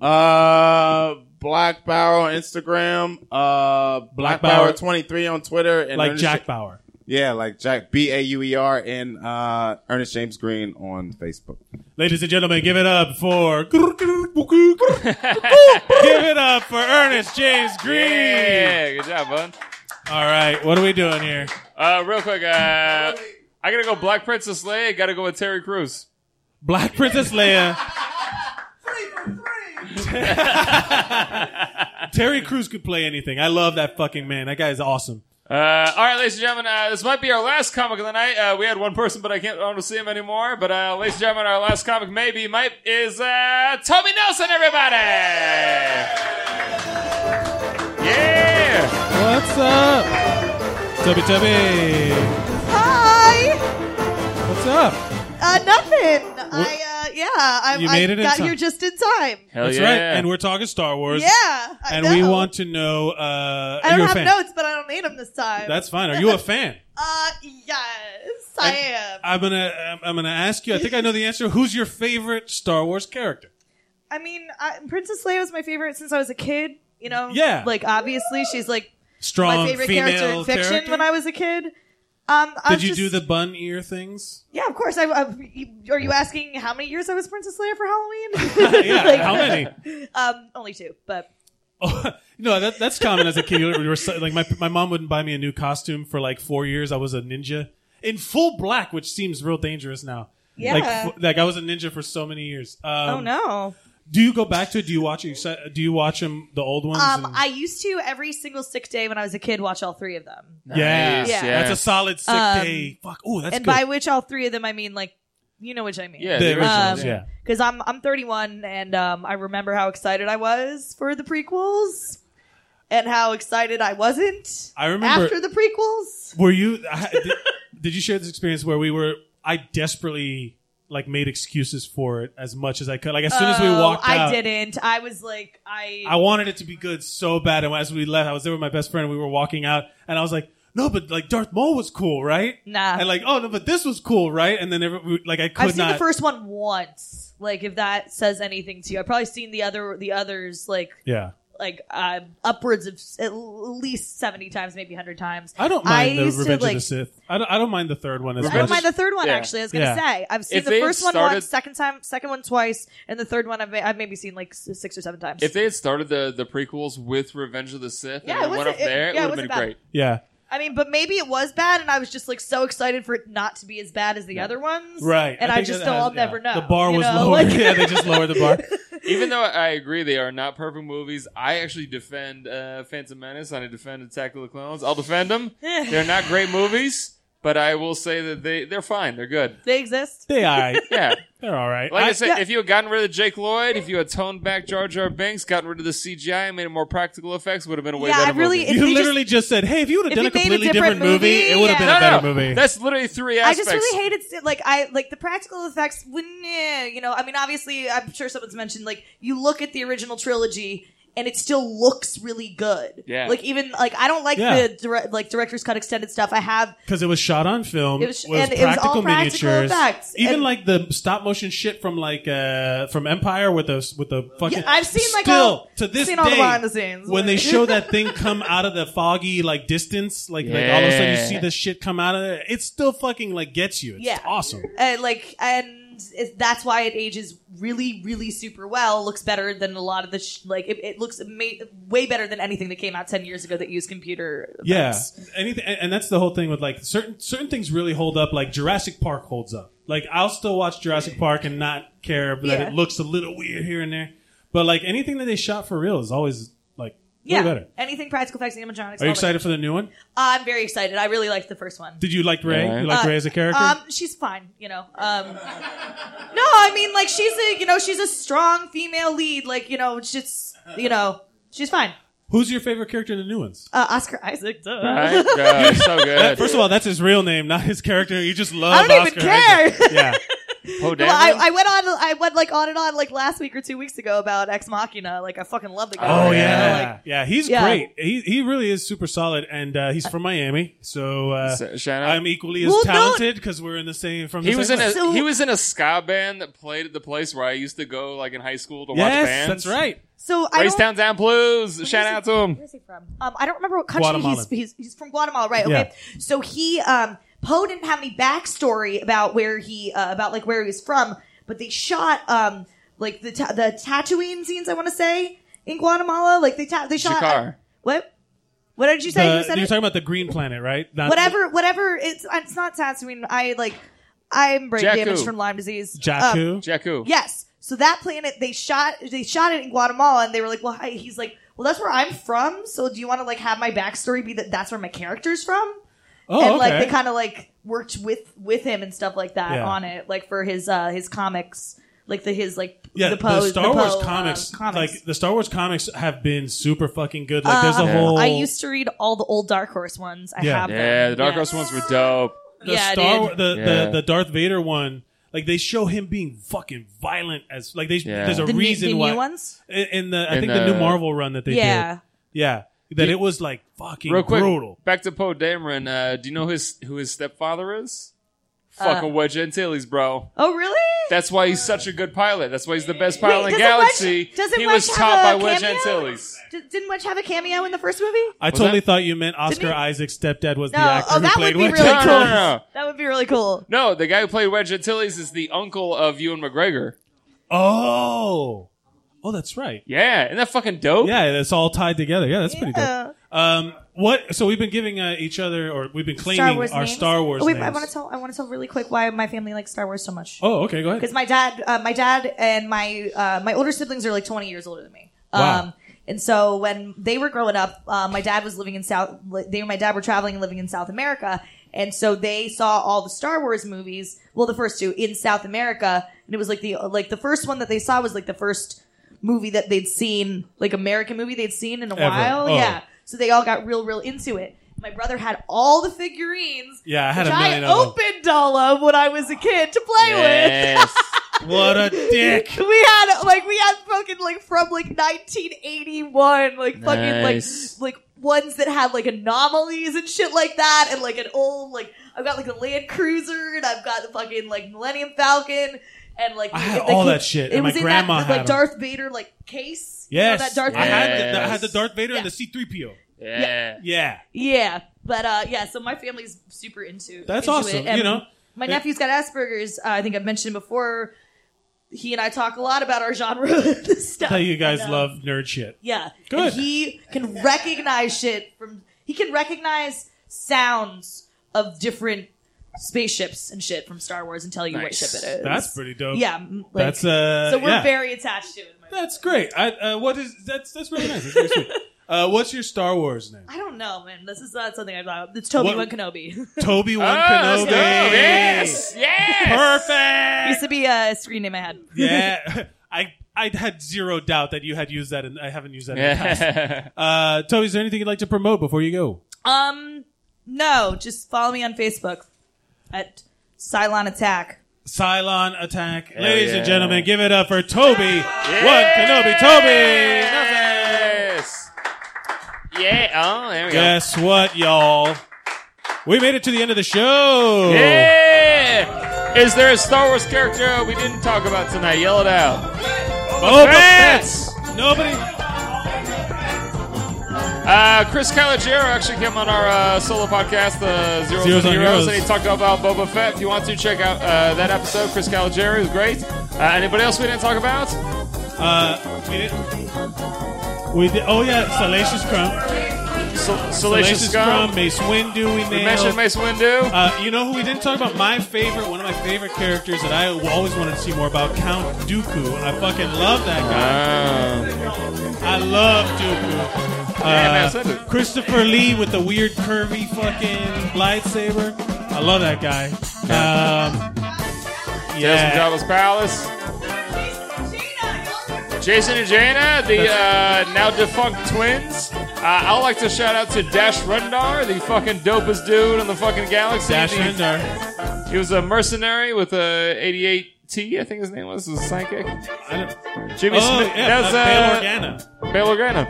Uh, Black Power on Instagram. Uh, Black, Power.
Bauer.
23 on Twitter. And
Like
Ernest
Jack
Ja-
Bauer.
Yeah, like Jack B A U E R and uh, Ernest James Green on Facebook.
Ladies and gentlemen, give it up for. give it up for Ernest James Green.
Yeah, good job, bud.
All right, what are we doing here?
Uh, real quick, uh, I gotta go Black Princess Leia. Gotta go with Terry Crews.
Black Princess Leia. Terry Crews could play anything. I love that fucking man. That guy is awesome.
Uh, all right, ladies and gentlemen, uh, this might be our last comic of the night. Uh, we had one person, but I can't I don't see him anymore. But uh, ladies and gentlemen, our last comic maybe might is uh, Tommy Nelson. Everybody, yeah.
What's up? Tubby Tubby.
Hi.
What's up?
Uh, nothing. I uh, yeah. I,
You made
I
it in
got
time.
here just in time.
Hell
That's
yeah.
right. And we're talking Star Wars.
Yeah, I
and we
know.
want to know. Uh,
I
you're
don't
a
have
fan.
notes, but I don't need them this time.
That's fine. Are you a fan?
Uh, yes, I am.
I'm gonna I'm- I'm gonna ask you. I think I know the answer. Who's your favorite Star Wars character?
I mean, I, Princess Leia was my favorite since I was a kid. You know,
Yeah.
Like obviously, she's like
Strong
my favorite
female
character in fiction
character?
when I was a kid. Um, I
Did
was
you
just,
do the bun ear things?
Yeah, of course. I, I are you asking how many years I was Princess Leia for Halloween?
yeah. how many?
um, only two, but
No, that, that's common as a kid. You were so- like my my mom wouldn't buy me a new costume for like four years. I was a ninja in full black, which seems real dangerous now.
Yeah.
Like, f- like I was a ninja for so many years. Um,
oh no.
Do you go back to? it? Do you watch? it? Do you watch them? The old ones?
Um,
and-
I used to every single sick day when I was a kid watch all three of them.
yeah,
Yeah.
that's a solid sick
Um,
day. Fuck. Oh, that's
and
good.
by which all three of them I mean like you know which I mean.
Yeah, the originals, yeah.
Because I'm I'm 31 and um, I remember how excited I was for the prequels and how excited I wasn't
I remember
after the prequels.
Were you? I, did, did you share this experience where we were? I desperately like made excuses for it as much as I could. Like as soon as we
Oh,
walked
I
out,
didn't. I was like I
I wanted it to be good so bad. And as we left, I was there with my best friend. and We were walking out, and I was like, "No, but like Darth Maul was cool, right?"
Nah.
And like, "Oh no, but this was cool, right?" And then every, we- like I could
I've seen
not.
the first one once. Like if that says anything to you, I've probably seen the other the others like
Yeah.
like uh, upwards of s- at least 70 times, maybe 100 times.
I don't mind the
used to,
Revenge of
like,
the Sith. I don't, I don't mind the third one as
I don't
much.
mind the third one
Yeah.
actually. I was gonna
Yeah.
say I've seen
If
the
they
first one
started-
once, second time, second one twice, and the third one I've, I've maybe seen like s- six or seven times.
If they had started the the prequels with Revenge of the Sith
Yeah, it
and went
wasn't-
up there,
it- yeah, it
it, would have
wasn't
been
bad.
great.
Yeah.
I mean, but maybe it was bad, and I was just like so excited for it not to be as bad as the other ones,
Right.
And I,
think
just
that
don't.
has-
I'll never
yeah.
know.
The bar
you
was
know?
lower.
Like-
yeah, they just lowered the bar.
Even though I agree they are not perfect movies, I actually defend uh, Phantom Menace and I defend Attack of the Clones. I'll defend them. They're not great movies, but I will say that they they're fine. They're good.
They exist.
They all right.
Yeah.
They're all right.
Like I, said, if you had gotten rid of Jake Lloyd, if you had toned back Jar Jar Binks, gotten rid of the CGI, and made it more practical effects, would have been a way
Yeah, I
better
really-
movie.
if You they literally just said, "Hey, if you would've
if done you a made a completely different different
movie, movie, it would've been a
No, no,
better
no.
movie."
That's literally three
I
aspects.
just really hated st- like I like the practical effects. Wouldn't eh, you know? I mean, obviously, I'm sure someone's mentioned like you look at the original trilogy and it still looks really good.
Yeah.
Like even like I don't like
Yeah.
the dire- like director's cut extended stuff. I have
because it was shot on film.
It
It
was-
was,
and it was all
practical
practical
miniatures.
effects,
Even
and-
like the stop motion shit from like uh from Empire with the with the fucking.
Yeah, I've seen, like,
still
all-
to this
seen
day
all the behind the scenes.
when they show that thing come out of the foggy like distance, like, like all of a sudden you
Yeah.
see the shit come out of there. It still fucking like gets you. It's
Yeah.
awesome.
uh, like and it, that's why it ages really really super well. Looks better than a lot of the sh- like it, it looks ama- way better than anything that came out ten years ago that used computer.
Yeah, anything, and and that's the whole thing with like certain certain things really hold up. Like Jurassic Park holds up. Like I'll still watch Jurassic Park and not care that
Yeah.
it looks a little weird here and there. But like anything that they shot for real is always like way
Yeah,
better.
anything practical effects, animatronics.
Are you
all that.
excited for the new one?
I'm very excited. I really liked the first one.
Did you like Ray? You like
Uh,
Ray as a character?
Um, she's fine, you know. Um, no, I mean, like she's a, you know, she's a strong female lead. Like you know, it's just, you know, she's fine.
Who's your favorite character in the new ones?
Uh, Oscar Isaac. Duh.
Right?
Yeah, so good.
That- first of all, that's his real name, not his character. You just love.
I don't even
Oscar
care.
Isaac. Yeah.
Poe
Well, I, I went on, I went like on and on like last week or two weeks ago about Ex Machina. Like I fucking love the guy.
Oh
You know,
yeah,
like-
yeah. He's
Yeah.
great. He he really is super solid, and uh, he's from Miami, so uh, I'm equally as
Well, don't-
talented because we're in the same from. The
He was
same
in a
place.
he was in a ska band that played at the place where I used to go, like in high school, to watch
Yes,
bands.
that's right.
So I
Race
don't-
Town Down Blues. Shout out to him.
Where's he from? Um, I don't remember what country he's,
Guatemalan.
he's. He's from Guatemala, right? Okay. So he, um, Poe didn't have any backstory about where he, uh, about like where he was from, but they shot, um, like the ta- the Tatooine scenes. I want to say in Guatemala, like they ta- they shot.
Shakar.
what? What uh, did you say?
The-
Who said
you're
it?
talking about the Green Planet, right? Not-
whatever, whatever. It's it's not Tatooine. I like. I'm brain
Jakku.
damaged from Lyme disease.
Jakku?
Um,
Jakku.
Yes. So that planet they shot they shot it in Guatemala and they were like, well, hi- he's like, well, that's where I'm from. So do you want to like have my backstory be that that's where my character's from?
Oh,
and like
okay.
they kind of like worked with with him and stuff like that
Yeah.
on it, like for his uh his comics, like the his like
Yeah,
the pose,
Star Wars
Poe, uh,
comics,
comics.
like the Star Wars comics, have been super fucking good. Like, there's a
Uh,
whole.
I used to read all the old Dark Horse ones. I have them.
Yeah, the Dark Horse ones were dope.
the
Yeah,
Star
dude.
Wa- the,
Yeah.
the the Darth Vader one. Like they show him being fucking violent as like they,
Yeah.
there's a
The new-
reason
the new
why
ones?
in, in the I
In
think the, new
the-
Marvel run that they
Yeah.
did yeah that
You-
it was like fucking
Real quick,
brutal
back to Poe Dameron. Uh, do you know his who his stepfather is?
Uh,
Fucking Wedge Antilles, bro.
Oh, really?
That's why he's such a good pilot. That's why he's the best pilot
Wait,
in
doesn't
Galaxy.
Wedge- doesn't
he
Wedge
was
have
taught
a
by Wedge
cameo?
Antilles.
D- didn't Wedge have a cameo in the first movie?
I totally thought you meant Oscar
Didn't
Isaac's stepdad was the
No,
actor
oh,
who
that would
played
be
Wedge.
really cool.
No, no, no.
That would be really cool.
No, the guy who played Wedge Antilles is the uncle of Ewan McGregor.
Oh, oh, that's right.
Yeah, isn't that fucking dope?
Yeah, it's all tied together. Yeah, that's pretty
Yeah.
dope. Um, what? So we've been giving uh, each other, or we've been claiming our
names?
Star Wars
Oh, wait, I
names.
want to tell. I want to tell really quick why my family likes Star Wars so much.
Oh, okay, go ahead.
Because my dad, uh, my dad, and my uh, my older siblings are like 20 years older than me.
Wow.
Um, and so when they were growing up, uh, my dad was living in South. li- They and my dad were traveling and living in South America, and so they saw all the Star Wars movies. Well, the first two in South America, and it was like the like the first one that they saw was like the first movie that they'd seen, like American movie they'd seen in a
Ever.
while.
Oh.
Yeah. So they all got real, real into it. My brother had all the figurines.
Yeah, I had
which
a million
I
of them.
opened all of when I was a kid to play
what a
with.
dick.
We had like we had fucking like from like 1981, like
Nice.
fucking like like ones that had like anomalies and shit like that, and like an old like I've got like a Land Cruiser, and I've got the fucking like Millennium Falcon, and like
I had
it- like,
all
it-
that shit,
It
and
was
my
in
grandma
that,
had
like
'em.
Darth Vader like case. You know,
Yes,
that Darth
I had
Vader-
the, I had the Darth Vader and the C three PO.
Yeah,
yeah.
Yeah, but uh, yeah. So my family's super into.
That's
into
awesome,
It. And
you know.
my
It-
nephew's got Asperger's. Uh, I think I've mentioned before. He and I talk a lot about our genre
I
stuff.
tell you guys
And, uh,
love nerd shit.
Yeah, And
Good.
he can recognize shit from. He can recognize sounds of different spaceships and shit from Star Wars and tell you what
Nice.
ship it is.
That's pretty dope.
Yeah, m- like,
That's, uh,
so we're
yeah.
very attached to it.
That's great. I, uh, what is that's that's really nice. That's very sweet. Uh, what's your Star Wars name?
I don't know, man. This is not something I thought. It's Toby One
What-
Kenobi.
Toby One
Oh, that's
Kenobi.
good.
Yes,
yes.
Perfect.
Used to be a screen name I had.
Yeah, I I had zero doubt that you had used that, and I haven't used that. In
Yeah.
the past. Uh, Toby, is there anything you'd like to promote before you go?
Um, no, just follow me on Facebook at Cylon Attack.
Cylon attack,
Hell
ladies
yeah.
and gentlemen, give it up for Toby One Kenobi. Toby.
Yes. Yeah. Oh, there we
Guess what, y'all? We made it to the end of the show.
go. Yeah. Is there a Star Wars character we didn't talk about tonight? Yell it out.
Boba Fett. Nobody.
Uh, Chris Calogero actually came on our uh, solo podcast, the Zeros,
Zeros
and
on
Heroes,
Heroes.
and he talked about Boba Fett. If you want to check out uh, that episode, Chris Calogero is great. Uh, anybody else we didn't talk about?
Uh, we didn't. We did, oh yeah, Salacious Crumb.
Salacious Crumb.
Mace Windu. We,
We mentioned Mace Windu.
Uh, you know who we didn't talk about? My favorite, one of my favorite characters that I always wanted to see more about, Count Dooku. I fucking love that guy. I love Dooku. Uh,
Yeah, man, send
Christopher Lee with the weird curvy fucking lightsaber. I love that guy. Um,
Tales
yeah.
from Jabba's Palace. Jason and Jana, the uh, now defunct twins. Uh, I'd like to shout out to Dash Rendar, the fucking dopest dude in the fucking galaxy.
Dash
The-
Rendar.
He was a mercenary with a 88T, I think his name was, was a psychic. Jimmy
Oh,
Smith.
yeah,
that's,
uh,
uh, Bail Organa.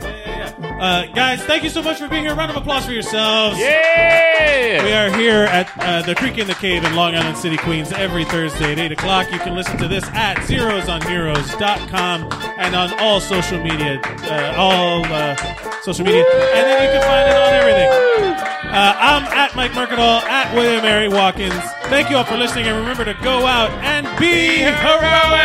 Uh, guys, thank you so much for being here. Round of applause for yourselves.
Yeah!
We are here at uh, the Creek in the Cave in Long Island City, Queens, every Thursday at 8 o'clock. You can listen to this at zerosonheroes.com and on all social media. Uh, all uh, social media. And then you can find it on everything. Uh, I'm at Mike Mercadal, at William Mary Watkins. Thank you all for listening, and remember to go out and be heroic! Uh,